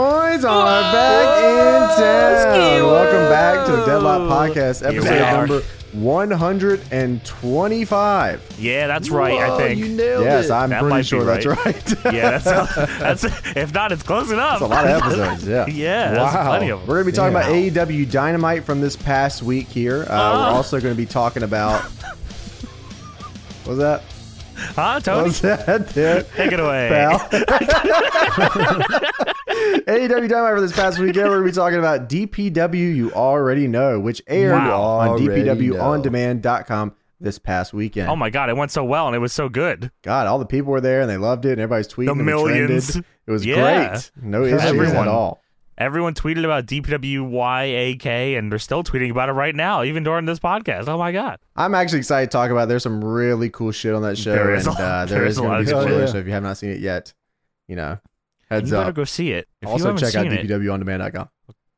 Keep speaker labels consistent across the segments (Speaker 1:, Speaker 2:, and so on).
Speaker 1: are back in town. Welcome back to the Deadlock Podcast,
Speaker 2: Here we
Speaker 1: episode
Speaker 2: are.
Speaker 1: number 125.
Speaker 2: Yeah, that's right. I
Speaker 3: Whoa,
Speaker 2: think.
Speaker 3: Oh, You nailed
Speaker 1: yes,
Speaker 3: it.
Speaker 1: I'm
Speaker 2: That might
Speaker 1: pretty
Speaker 2: be
Speaker 1: sure that's right.
Speaker 2: yeah, that's, that's if not, it's close enough.
Speaker 1: a lot of episodes, yeah.
Speaker 2: Yeah,
Speaker 1: wow.
Speaker 2: that's plenty of 'em.
Speaker 1: We're going to be talking
Speaker 2: Damn.
Speaker 1: about AEW Dynamite from this past week here. Uh,
Speaker 2: Ah.
Speaker 1: We're also going to be talking about. What's that?
Speaker 2: huh, Tony?
Speaker 1: What's that, dude?
Speaker 2: Take it away.
Speaker 1: pal. AEW Dynamite for this past weekend, we're going to be talking about DPW You Already Know, which aired
Speaker 2: Wow.
Speaker 1: on
Speaker 3: Already
Speaker 1: DPWOnDemand.com this past weekend.
Speaker 2: Oh my god, it went so well and it was so good.
Speaker 1: God, all the people were there and they loved it and everybody's tweeting.
Speaker 2: The
Speaker 1: and it trended.
Speaker 2: millions.
Speaker 1: It was
Speaker 2: Yeah.
Speaker 1: great. No issues
Speaker 2: Everyone.
Speaker 1: at all.
Speaker 2: Everyone tweeted about DPWYAK and they're still tweeting about it right now, even during this podcast. Oh my god.
Speaker 1: I'm actually excited to talk about. it. There's some really cool shit on that show,
Speaker 2: There is
Speaker 1: and
Speaker 2: a-
Speaker 1: uh,
Speaker 2: there
Speaker 1: there is
Speaker 2: is a
Speaker 1: going
Speaker 2: lot
Speaker 1: to
Speaker 2: of
Speaker 1: be
Speaker 3: good
Speaker 1: spoilers.
Speaker 3: shit.
Speaker 1: So if you have not seen it yet, you know,
Speaker 2: You
Speaker 1: heads
Speaker 2: better
Speaker 1: up.
Speaker 2: go see it. If you
Speaker 1: Also,
Speaker 2: haven't
Speaker 1: check out
Speaker 2: seen it,
Speaker 1: DPWOnDemand.com.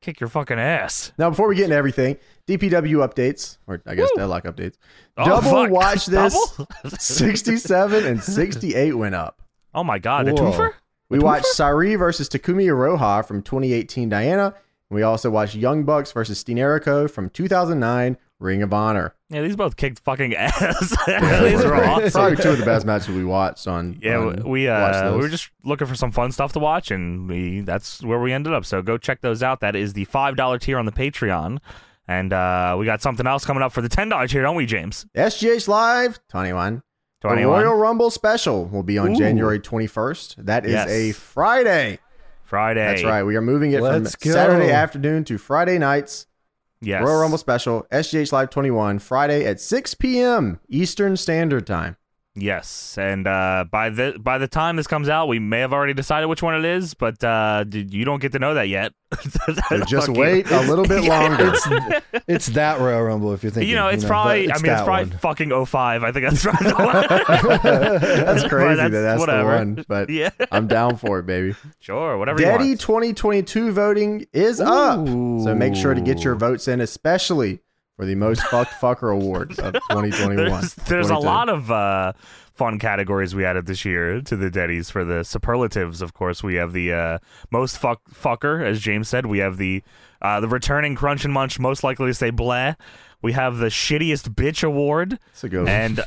Speaker 2: kick your fucking ass.
Speaker 1: Now, before we get into everything, DPW updates, or I guess
Speaker 2: Woo.
Speaker 1: deadlock updates.
Speaker 2: Oh,
Speaker 1: Double
Speaker 2: fuck.
Speaker 1: watch this.
Speaker 2: Double?
Speaker 1: 67 and 68 went up.
Speaker 2: Oh my god, the
Speaker 1: Whoa.
Speaker 2: twofer?
Speaker 1: We watched Sari versus Takumi Iroha from 2018 Diana. And we also watched Young Bucks versus Steen Erico from 2009 Ring of Honor.
Speaker 2: Yeah, these both kicked fucking ass. these are awesome.
Speaker 1: Probably two of the best matches we watched on.
Speaker 2: Yeah,
Speaker 1: on
Speaker 2: w- we
Speaker 1: Um, watch
Speaker 2: uh, we
Speaker 1: list.
Speaker 2: were just looking for some fun stuff to watch, and we that's where we ended up. So go check those out. That is the five dollar tier on the Patreon, and uh, we got something else coming up for the ten dollar tier, don't we, James?
Speaker 1: SGH Live 21. The
Speaker 2: 21.
Speaker 1: Royal Rumble special will be on
Speaker 2: Ooh.
Speaker 1: January 21st. That is
Speaker 2: Yes.
Speaker 1: a Friday.
Speaker 2: Friday.
Speaker 1: That's right. We are moving it
Speaker 3: Let's
Speaker 1: from
Speaker 3: go.
Speaker 1: Saturday afternoon to Friday nights.
Speaker 2: Yes.
Speaker 1: Royal Rumble special, SGH Live 21, Friday at 6 p.m. Eastern Standard Time.
Speaker 2: Yes, and uh, by the by the time this comes out, we may have already decided which one it is, but uh, d- you don't get to know that yet.
Speaker 1: So just
Speaker 2: Fuck you.
Speaker 1: wait a little bit longer.
Speaker 3: It's, it's that Royal Rumble if you're
Speaker 2: You,
Speaker 3: thinking.
Speaker 2: know, it's probably. I mean, it's probably fucking 05. I think that's probably the one.
Speaker 1: that's
Speaker 2: But
Speaker 1: crazy
Speaker 2: that's
Speaker 1: that that's
Speaker 2: whatever.
Speaker 1: the one, but
Speaker 2: yeah,
Speaker 1: I'm down for it, baby.
Speaker 2: sure, whatever. you
Speaker 1: Daddy
Speaker 2: want.
Speaker 1: 2022 voting is up. So make sure to get your
Speaker 2: Ooh.
Speaker 1: votes in, especially for the most fucked fucker award of 2021.
Speaker 2: There's, there's a lot of uh, fun categories we added this year to the Deddies for the superlatives. Of course, we have the uh, most fuck fucker, as James said. We have the uh, the returning crunch and munch, most likely to say bleh. We have the shittiest bitch award,
Speaker 1: It's a good one.
Speaker 2: and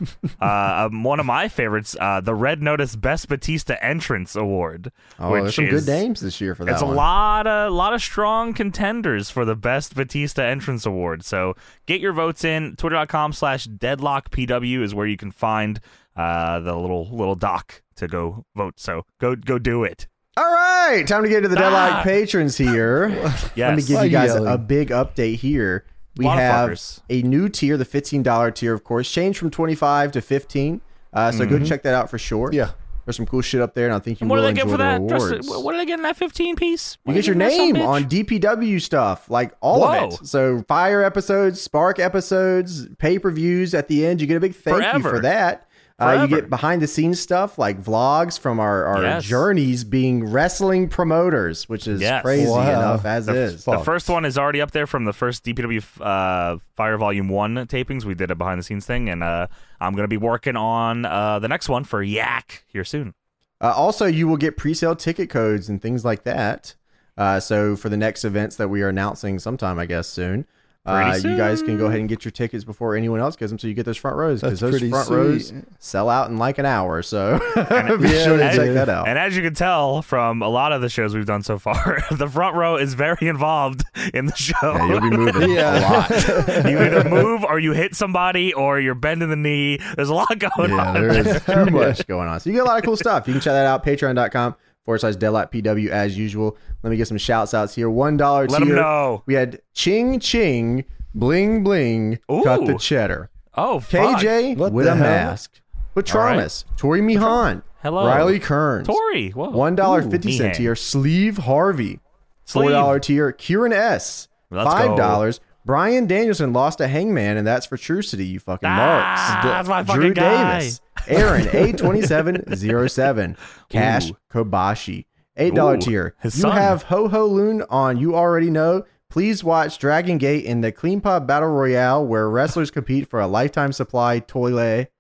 Speaker 2: uh, um, one of my favorites, uh, the Red Notice Best Batista Entrance Award.
Speaker 1: Oh,
Speaker 2: which
Speaker 1: there's some
Speaker 2: is-
Speaker 1: good names this year for that
Speaker 2: It's a
Speaker 1: one.
Speaker 2: lot of lot of strong contenders for the best Batista entrance award. So get your votes in. Twitter.com slash deadlockpw is where you can find uh, the little little doc to go vote. So go go do it.
Speaker 1: All right, time to get to the
Speaker 2: Ah.
Speaker 1: deadlock patrons here. Let me
Speaker 2: Yes.
Speaker 1: give
Speaker 3: Why
Speaker 1: you
Speaker 3: you
Speaker 1: guys a,
Speaker 3: yelling?
Speaker 1: a big update here. We
Speaker 2: Lot of
Speaker 1: have
Speaker 2: fuckers.
Speaker 1: a new tier, the fifteen dollar tier, of course, changed from twenty five to fifteen. Uh, so go check that out for sure.
Speaker 3: Mm-hmm. Yeah.
Speaker 1: there's some cool shit up there, and I think you
Speaker 2: What do
Speaker 1: will
Speaker 2: they get
Speaker 1: enjoy
Speaker 2: for
Speaker 1: the
Speaker 2: that? Just-
Speaker 1: awards.
Speaker 2: what do they get in that fifteen piece?
Speaker 1: you
Speaker 2: What do
Speaker 1: get your
Speaker 2: they
Speaker 1: name
Speaker 2: in that
Speaker 1: on
Speaker 2: son
Speaker 1: DPW stuff, like all of
Speaker 2: Whoa.
Speaker 1: it. So fire episodes, spark episodes, pay per views. At the end, you get a big thank you
Speaker 2: Forever.
Speaker 1: for that. Uh, you
Speaker 2: Forever.
Speaker 1: get behind the scenes stuff like vlogs from our, our
Speaker 2: Yes.
Speaker 1: journeys being wrestling promoters, which is
Speaker 2: Yes.
Speaker 1: crazy
Speaker 3: Wow.
Speaker 1: enough as
Speaker 2: bitch?
Speaker 1: is.
Speaker 2: The first one is already up there from the first DPW uh, Fire Volume One tapings. We did a behind the scenes thing, and uh, I'm gonna be working on uh, the next one for Yak here soon.
Speaker 1: Uh, also, you will get pre-sale ticket codes and things like that. Uh, so for the next events that we are announcing sometime, I guess soon, uh,
Speaker 2: Pretty
Speaker 1: you guys can go ahead and get your tickets before anyone else gets them, so you get those front rows because
Speaker 3: That's
Speaker 1: those
Speaker 3: pretty
Speaker 1: front
Speaker 3: sweet.
Speaker 1: rows sell out in like an hour. So be
Speaker 3: Yeah,
Speaker 1: sure to
Speaker 2: they
Speaker 1: check
Speaker 3: do.
Speaker 1: that out.
Speaker 2: And as you can tell from a lot of the shows we've done so far, the front row is very involved in the show.
Speaker 1: Yeah, you'll be moving a
Speaker 3: Yeah.
Speaker 1: lot.
Speaker 2: you either move or you hit somebody or you're bending the knee. There's a lot going
Speaker 1: Yeah,
Speaker 2: on.
Speaker 1: there is too much going on. So you get a lot of cool stuff. You can check that out. Patreon.com forward slash Deadlock PW as usual. Let me get some shouts outs here. One dollar
Speaker 2: Let 'em
Speaker 1: tier.
Speaker 2: know.
Speaker 1: We had Ching Ching, Bling Bling, cut the
Speaker 2: Ooh.
Speaker 1: cheddar.
Speaker 2: Oh, fuck.
Speaker 1: KJ
Speaker 3: What
Speaker 1: with
Speaker 3: the
Speaker 1: a
Speaker 3: hell?
Speaker 1: mask.
Speaker 2: right.
Speaker 1: Patronis, Tori Mihan,
Speaker 2: Hello.
Speaker 1: Riley Kearns,
Speaker 2: Tori. Whoa.
Speaker 1: one dollar fifty
Speaker 2: Ooh,
Speaker 1: cent
Speaker 2: Mihan.
Speaker 1: tier, Sleeve Harvey,
Speaker 2: Sleeve.
Speaker 1: four dollar tier, Kieran S,
Speaker 2: Let's
Speaker 1: five
Speaker 2: go.
Speaker 1: dollars. Brian Danielson lost to Hangman, and that's for Trucity, you fucking
Speaker 2: Ah,
Speaker 1: marks.
Speaker 2: that's my
Speaker 1: Drew
Speaker 2: fucking guy.
Speaker 1: Davis, Aaron A twenty seven zero seven, Cash
Speaker 2: Ooh.
Speaker 1: Kobashi, eight dollar
Speaker 2: Ooh,
Speaker 1: tier.
Speaker 2: his
Speaker 1: you
Speaker 2: son.
Speaker 1: have Ho Ho Loon on. You already know. Please watch Dragon Gate in the Clean Pop Battle Royale, where wrestlers compete for a lifetime supply toilet.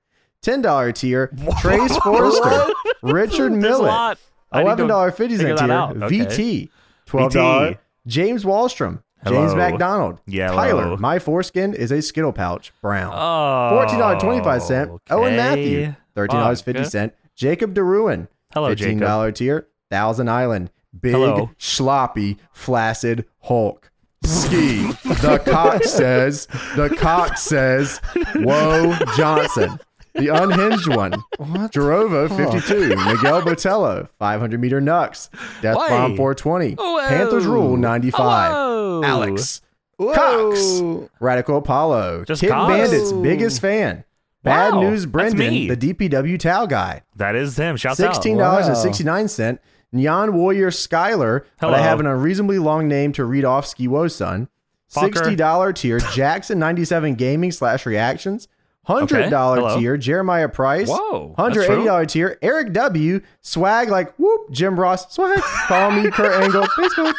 Speaker 1: Ten dollar tier. Trace Forrester, Richard
Speaker 2: There's a
Speaker 1: Millet,
Speaker 2: lot. I need to
Speaker 1: eleven dollar fifty
Speaker 2: figure
Speaker 1: cent
Speaker 2: that
Speaker 1: tier.
Speaker 2: out. Okay.
Speaker 1: VT. Twelve dollar. James Wallstrom. James
Speaker 2: Hello.
Speaker 1: McDonald.
Speaker 2: Yellow.
Speaker 1: Tyler. My foreskin is a Skittle pouch. Brown.
Speaker 2: Oh,
Speaker 1: Fourteen dollars twenty five cent. Owen
Speaker 2: okay.
Speaker 1: Matthew. Thirteen dollars fifty cent. Jacob DeRuin.
Speaker 2: Hello,
Speaker 1: Fifteen
Speaker 2: Jacob.
Speaker 1: dollar tier. Thousand Island. Big
Speaker 2: Hello.
Speaker 1: sloppy flaccid Hulk. Ski. the cock says. The cock says. Whoa Johnson. The unhinged one.
Speaker 3: What?
Speaker 1: Jerovo 52, Miguel Botello, 500 meter Nux, Death
Speaker 2: Why? Oh,
Speaker 1: Bomb 420,
Speaker 2: Whoa.
Speaker 1: Panthers Rule 95,
Speaker 2: Hello.
Speaker 1: Alex,
Speaker 3: Whoa.
Speaker 1: Radical Apollo,
Speaker 2: Just
Speaker 1: Kid
Speaker 2: Cox?
Speaker 1: Bandit's biggest fan, Bad
Speaker 2: Wow,
Speaker 1: News
Speaker 2: that's
Speaker 1: Brendan,
Speaker 2: me.
Speaker 1: the DPW Towel Guy,
Speaker 2: That is him. Shouts out.
Speaker 1: $16.69, Neon Warrior Skyler, but I
Speaker 2: Hello.
Speaker 1: have an unreasonably long name to read off Ski Wo Son,
Speaker 2: Fucker.
Speaker 1: $60 tier, Jackson97 Gaming slash Reactions,
Speaker 2: Okay,
Speaker 1: $100
Speaker 2: hello.
Speaker 1: tier, Jeremiah Price,
Speaker 2: Whoa. that's
Speaker 1: Hundred eighty
Speaker 2: true.
Speaker 1: dollar tier. Eric W. Swag like whoop. Jim Ross swag. Call me Kurt Angle. Facebook.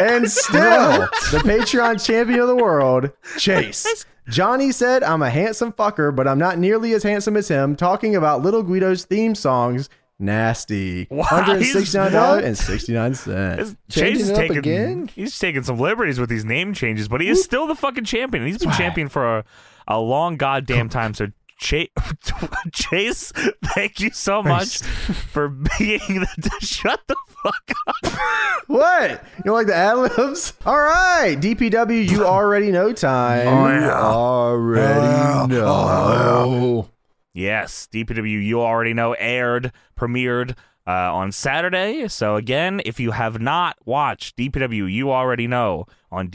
Speaker 1: And still the Patreon champion of the world, Chase. Johnny said, "I'm a handsome fucker, but I'm not nearly as handsome as him." Talking about Little Guido's theme songs, nasty. One
Speaker 2: Wow, he's-
Speaker 1: hundred sixty-nine dollars and sixty-nine cents.
Speaker 2: This- Chase
Speaker 3: Changing
Speaker 2: is
Speaker 3: it up
Speaker 2: taking
Speaker 3: again?
Speaker 2: he's taking some liberties with these name changes, but he is still the fucking champion. He's been champion for a, a long goddamn time. So Chase, Chase, thank you so much for being the shut the fuck up.
Speaker 1: What? You don't like the ad libs? All right, DPW. You already know time.
Speaker 2: Oh, yeah.
Speaker 3: Uh,
Speaker 1: Already
Speaker 3: Oh.
Speaker 1: know.
Speaker 2: Yes, DPW, you already know, aired, premiered uh, on Saturday. So, again, if you have not watched DPW, you already know on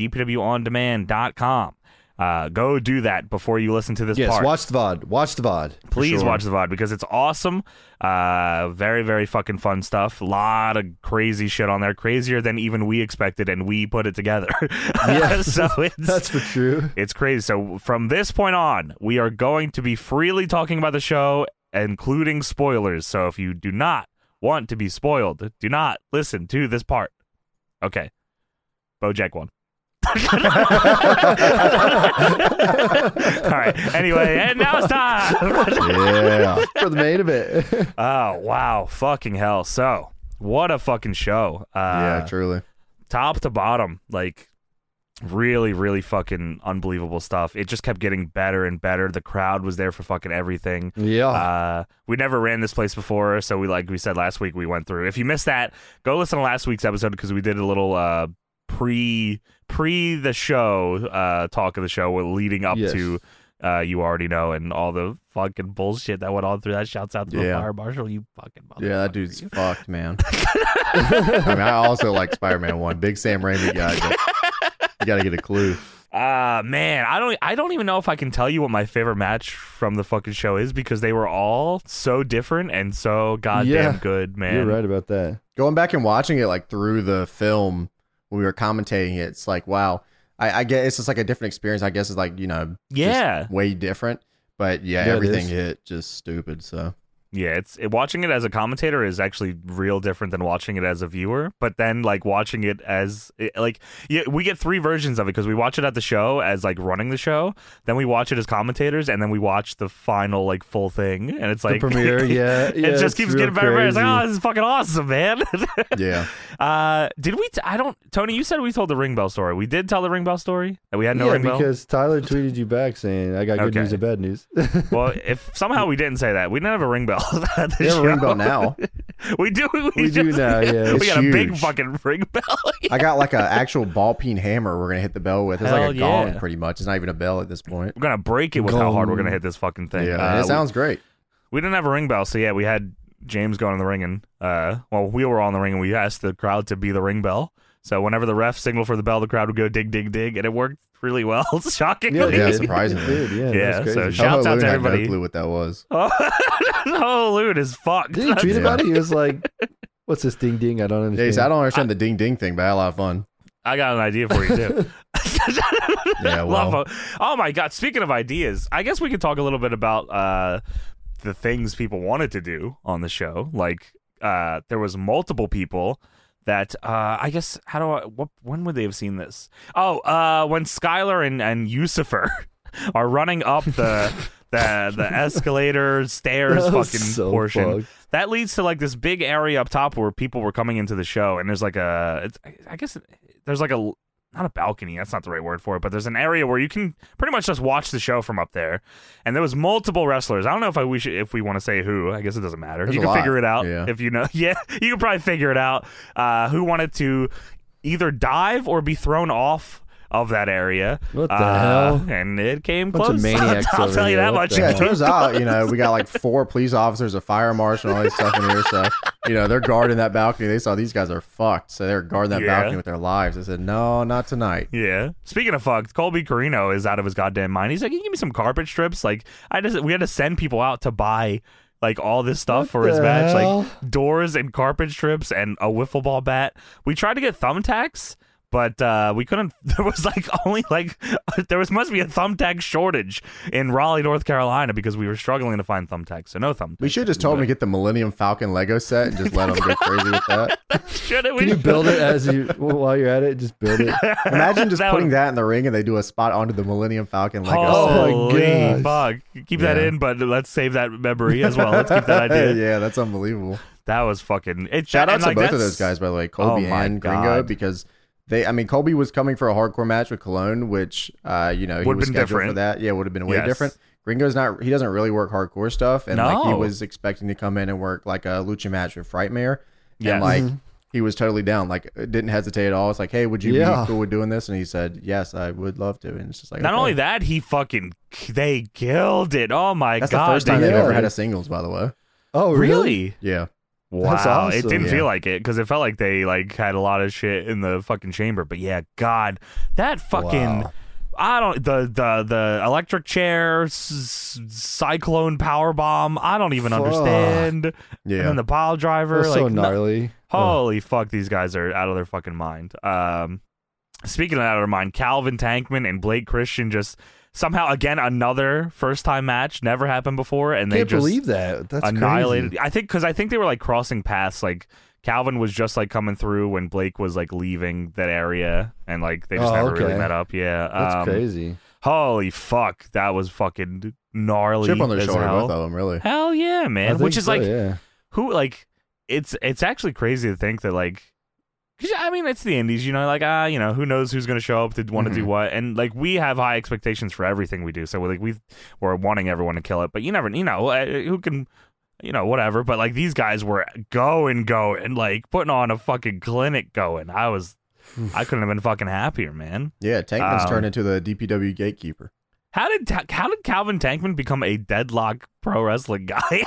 Speaker 2: DPWOnDemand.com. Uh, go do that before you listen to this
Speaker 3: Yes,
Speaker 2: part.
Speaker 3: watch the VOD. Watch the VOD. for
Speaker 2: Please
Speaker 3: sure.
Speaker 2: watch the VOD because it's awesome. Uh, very, very fucking fun stuff. A lot of crazy shit on there, crazier than even we expected, and we put it together.
Speaker 3: Yeah.
Speaker 2: so it's,
Speaker 3: That's for true.
Speaker 2: it's crazy. So from this point on, we are going to be freely talking about the show, including spoilers. So if you do not want to be spoiled, do not listen to this part. Okay. Bojack one. All right. Anyway, and now it's time.
Speaker 3: yeah. For the main event.
Speaker 2: Oh wow, fucking hell. So what a fucking show. Uh,
Speaker 3: yeah, truly.
Speaker 2: top to bottom, like really, really fucking unbelievable stuff. It just kept getting better and better. The crowd was there for fucking everything.
Speaker 3: Yeah.
Speaker 1: Oh.
Speaker 2: Uh, we never ran this place before, so we like we said last week we went through. If you missed that, go listen to last week's episode because we did a little uh pre pre the show uh talk of the show leading up
Speaker 3: Yes.
Speaker 2: to uh you already know and all the fucking bullshit that went on through that. Shouts out to the
Speaker 1: Yeah.
Speaker 2: fire marshal, you fucking motherfucker.
Speaker 1: Yeah, that dude's fucked, man. I mean, I also like Spider Man One. Big Sam Raimi guy. but You got to get a clue.
Speaker 2: Uh man, I don't I don't even know if I can tell you what my favorite match from the fucking show is because they were all so different and so goddamn
Speaker 3: Yeah.
Speaker 2: good, man.
Speaker 3: You're right about that.
Speaker 1: Going back and watching it like through the film when we were commentating it, it's like wow. I, I guess it's just like a different experience. I guess it's like you know, just
Speaker 2: Yeah.
Speaker 1: way different. But yeah,
Speaker 3: Yeah, it
Speaker 1: everything
Speaker 3: is.
Speaker 1: hit just stupid. So
Speaker 2: Yeah, it's it, watching it as a commentator is actually real different than watching it as a viewer. But then, like watching it as it- like yeah, we get three versions of it because we watch it at the show as like running the show, then we watch it as commentators, and then we watch the final like full thing, and it's like
Speaker 3: the premiere, yeah. yeah,
Speaker 2: it
Speaker 3: it's
Speaker 2: just keeps
Speaker 3: real
Speaker 2: getting better. and better. It's like,
Speaker 3: crazy.
Speaker 2: oh, this is fucking awesome, man.
Speaker 1: yeah,
Speaker 2: Uh, did we? T- I don't. Tony, you said we told the ring bell story. We did tell the ring bell story. That we had no
Speaker 3: yeah,
Speaker 2: ring bell.
Speaker 3: because Tyler tweeted you back saying, I got good
Speaker 2: Okay.
Speaker 3: news and bad news.
Speaker 2: Well, if somehow we didn't say that, we didn't have a ring bell. at the
Speaker 1: they have
Speaker 2: show.
Speaker 1: a ring bell now.
Speaker 2: We do. We,
Speaker 3: we do
Speaker 2: just-
Speaker 3: now, yeah.
Speaker 2: We
Speaker 1: It's
Speaker 2: got a big
Speaker 1: huge.
Speaker 2: fucking ring bell.
Speaker 1: I got like an actual ball peen hammer. We're gonna hit the bell with. It's
Speaker 2: Hell
Speaker 1: like a
Speaker 2: yeah.
Speaker 1: gong, pretty much. It's not even a bell at this point.
Speaker 2: we're gonna break it with how hard we're gonna hit this fucking thing.
Speaker 1: Yeah,
Speaker 2: Uh,
Speaker 1: and it sounds great.
Speaker 2: we, we didn't have a ring bell, so yeah, we had James going on the ring, and uh, well, we were on the ring, and we asked the crowd to be the ring bell. So whenever the ref signaled for the bell, the crowd would go dig, dig, dig, and it worked really well. Shockingly,
Speaker 3: it
Speaker 1: Yeah,
Speaker 3: did.
Speaker 1: surprisingly.
Speaker 3: It did, yeah. that
Speaker 2: Yeah,
Speaker 3: was
Speaker 2: so
Speaker 3: crazy.
Speaker 2: shout- Uh, Shouts
Speaker 1: Oho
Speaker 2: out
Speaker 1: Loon
Speaker 2: to
Speaker 1: had
Speaker 2: everybody.
Speaker 1: No clue what that was.
Speaker 2: Oh, the whole loot is fucked.
Speaker 3: Did he tweet
Speaker 1: Yeah.
Speaker 3: about it? He was like, What's this ding ding? I don't
Speaker 1: Yeah,
Speaker 3: understand.
Speaker 1: he said, I don't understand the ding ding thing, but I had a lot of fun.
Speaker 2: I got an idea for you too.
Speaker 1: Yeah, well.
Speaker 2: Love ho- oh my god! Speaking of ideas, I guess we could talk a little bit about uh, the things people wanted to do on the show. Like uh, there was multiple people that uh, I guess how do I what when would they have seen this? Oh, uh, when Skylar and and Lucifer are running up the. the the escalator stairs
Speaker 3: That was
Speaker 2: fucking
Speaker 3: so
Speaker 2: portion.
Speaker 3: fucked.
Speaker 2: That leads to like this big area up top where people were coming into the show, and there's like a, it's, I guess it- there's like a not a balcony. That's not the right word for it, but there's an area where you can pretty much just watch the show from up there. And there was multiple wrestlers. I don't know if I wish if we want to say who. I guess it doesn't matter.
Speaker 3: There's
Speaker 2: you
Speaker 3: a
Speaker 2: can
Speaker 3: lot.
Speaker 2: figure it out
Speaker 1: Yeah.
Speaker 2: if you know. Yeah, you can probably figure it out. Uh, who wanted to either dive or be thrown off of that area?
Speaker 3: What the
Speaker 2: Uh,
Speaker 3: hell?
Speaker 2: And it came
Speaker 3: Bunch of
Speaker 2: close.
Speaker 3: maniacs
Speaker 2: I'll
Speaker 3: over
Speaker 2: tell you
Speaker 3: here.
Speaker 2: that
Speaker 3: What
Speaker 2: much.
Speaker 3: the
Speaker 2: It
Speaker 3: hell?
Speaker 1: Yeah, it
Speaker 2: came
Speaker 1: turns out, you know, we got like four police officers, a fire marshal, and all this stuff in here. So, you know, they're guarding that balcony. They saw these guys are fucked. So they're guarding that
Speaker 2: Yeah.
Speaker 1: balcony with their lives. They said, no, not tonight.
Speaker 2: Yeah. Speaking of fucked, Colby Carino is out of his goddamn mind. He's like, "Can you give me some carpet strips?" Like, I just we had to send people out to buy like all this stuff
Speaker 3: What
Speaker 2: for his
Speaker 3: the
Speaker 2: match,
Speaker 3: hell?
Speaker 2: like doors and carpet strips and a wiffle ball bat. We tried to get thumbtacks. But uh, we couldn't. There was like only like there was must be a thumbtack shortage in Raleigh, North Carolina, because we were struggling to find thumbtacks. So no thumbtacks.
Speaker 1: We should have just told them to get the Millennium Falcon Lego set and just let them go crazy with that.
Speaker 2: should
Speaker 3: Can you build it as you while you're at it? Just build it.
Speaker 1: Imagine just
Speaker 2: That
Speaker 1: putting
Speaker 2: would-
Speaker 1: that in the ring and they do a spot onto the Millennium Falcon Lego
Speaker 3: Oh,
Speaker 1: set.
Speaker 2: Holy
Speaker 3: my gosh.
Speaker 2: fuck! Keep that
Speaker 1: Yeah.
Speaker 2: in, but let's save that memory as well. Let's keep that idea.
Speaker 1: yeah, that's unbelievable.
Speaker 2: That was fucking. It,
Speaker 1: Shout out
Speaker 2: and,
Speaker 1: to
Speaker 2: like,
Speaker 1: both of
Speaker 2: that's-
Speaker 1: those guys, by the way, Colby
Speaker 2: Oh my
Speaker 1: and Gringo,
Speaker 2: God.
Speaker 1: because they. I mean, Colby was coming for a hardcore match with Cologne, which uh, you know he
Speaker 2: Would've
Speaker 1: was
Speaker 2: been
Speaker 1: scheduled
Speaker 2: different.
Speaker 1: for that. Yeah, would have been way
Speaker 2: Yes.
Speaker 1: different. Gringo's not. He doesn't really work hardcore stuff, and like he
Speaker 2: No.
Speaker 1: was expecting to come in and work like a lucha match with Frightmare,
Speaker 2: Yes.
Speaker 1: and like. He was totally down, like didn't hesitate at all. It's like, hey, would you
Speaker 3: Yeah.
Speaker 1: be cool with doing this? And he said, yes, I would love to. And it's just like,
Speaker 2: Not
Speaker 1: okay.
Speaker 2: only that, he fucking they killed it. Oh my
Speaker 1: that's
Speaker 2: god!
Speaker 1: the first time
Speaker 2: they
Speaker 1: they've
Speaker 3: yeah.
Speaker 1: ever had a singles, by the way.
Speaker 3: Oh, really?
Speaker 2: really.
Speaker 1: Yeah,
Speaker 2: Wow!
Speaker 3: That's
Speaker 2: It
Speaker 3: awesome.
Speaker 2: didn't
Speaker 1: Yeah.
Speaker 2: feel like it because it felt like they like had a lot of shit in the fucking chamber. But yeah, God, that fucking
Speaker 3: Wow.
Speaker 2: I don't the the the electric chair, s- cyclone power bomb. I don't even
Speaker 3: Fuck.
Speaker 2: understand.
Speaker 1: yeah.
Speaker 2: And then the pile driver,
Speaker 3: That's
Speaker 2: like
Speaker 3: so
Speaker 2: no- Oh,
Speaker 3: gnarly. Oh,
Speaker 2: Holy fuck, these guys are out of their fucking mind. Um, speaking of out of their mind, Calvin Tankman and Blake Christian just somehow again another first time match never happened before, and
Speaker 3: I can't
Speaker 2: they just
Speaker 3: believe that. That's
Speaker 2: annihilated.
Speaker 3: Crazy.
Speaker 2: I think because I think they were like crossing paths. Like Calvin was just like coming through when Blake was like leaving that area, and like they just
Speaker 3: Oh,
Speaker 2: never really
Speaker 3: okay.
Speaker 2: met up. Yeah,
Speaker 3: That's
Speaker 2: um,
Speaker 3: crazy.
Speaker 2: Holy fuck, that was fucking gnarly.
Speaker 1: chip on their
Speaker 2: as
Speaker 1: shoulder,
Speaker 2: hell.
Speaker 1: both of them, really.
Speaker 2: Hell yeah,
Speaker 3: I
Speaker 2: man!
Speaker 3: think
Speaker 2: Which is
Speaker 3: so,
Speaker 2: like
Speaker 3: yeah.
Speaker 2: who like it's it's actually crazy to think that like 'cause, I mean it's the indies, you know, like ah, you know, who knows who's gonna show up to want to do
Speaker 1: Mhm.
Speaker 2: what, and like we have high expectations for everything we do, so we're like we we're wanting everyone to kill it, but you never, you know, uh, who can. You know, whatever, but like these guys were going, going, like putting on a fucking clinic going. I was, I couldn't have been fucking happier, man.
Speaker 1: Yeah, Tankman's
Speaker 2: Um,
Speaker 1: turned into the DPW gatekeeper.
Speaker 2: How did Ta- how did Calvin Tankman become a deadlock pro wrestling guy?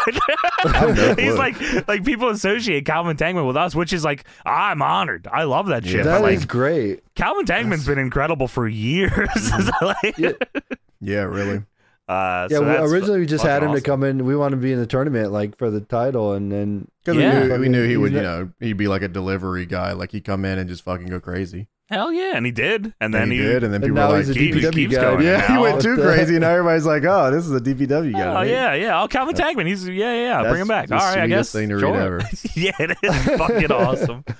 Speaker 1: have no
Speaker 2: He's
Speaker 1: clue.
Speaker 2: like like people associate Calvin Tankman with us, which is like I'm honored. I love that shit.
Speaker 1: Yeah,
Speaker 3: That
Speaker 2: but like
Speaker 3: is great.
Speaker 2: Calvin Tankman's been incredible for years. So, like,
Speaker 3: Yeah,
Speaker 1: Yeah, really.
Speaker 2: uh,
Speaker 3: Yeah,
Speaker 2: so
Speaker 3: well,
Speaker 2: that's
Speaker 3: originally we just
Speaker 2: fucking
Speaker 3: had him
Speaker 2: awesome.
Speaker 3: to come in. We wanted to be in the tournament, like for the title, and then
Speaker 1: Because
Speaker 2: Yeah.
Speaker 1: we, knew, we
Speaker 3: Fucking-
Speaker 1: knew he
Speaker 3: he's
Speaker 1: would, you
Speaker 3: not-
Speaker 1: know, he'd be like a delivery guy. Like he'd come in and just fucking go crazy.
Speaker 2: Hell yeah, and he did, and then
Speaker 1: And he did, and then
Speaker 3: and
Speaker 1: people
Speaker 3: now
Speaker 1: were like,
Speaker 3: he's a
Speaker 2: he
Speaker 3: DPW
Speaker 2: keeps
Speaker 3: guy.
Speaker 2: going.
Speaker 1: "Yeah, he
Speaker 2: now.
Speaker 1: went
Speaker 3: What
Speaker 1: too
Speaker 3: the-
Speaker 1: crazy," and now everybody's like, "Oh, this is a DPW guy."
Speaker 2: Oh
Speaker 1: right?
Speaker 2: yeah, yeah. Oh, Calvin Tankman. He's yeah, yeah. Bring him back.
Speaker 1: That's the
Speaker 2: All right, I
Speaker 1: sweetest
Speaker 2: guess.
Speaker 1: thing to read
Speaker 2: sure.
Speaker 1: ever.
Speaker 2: yeah, it is fucking awesome.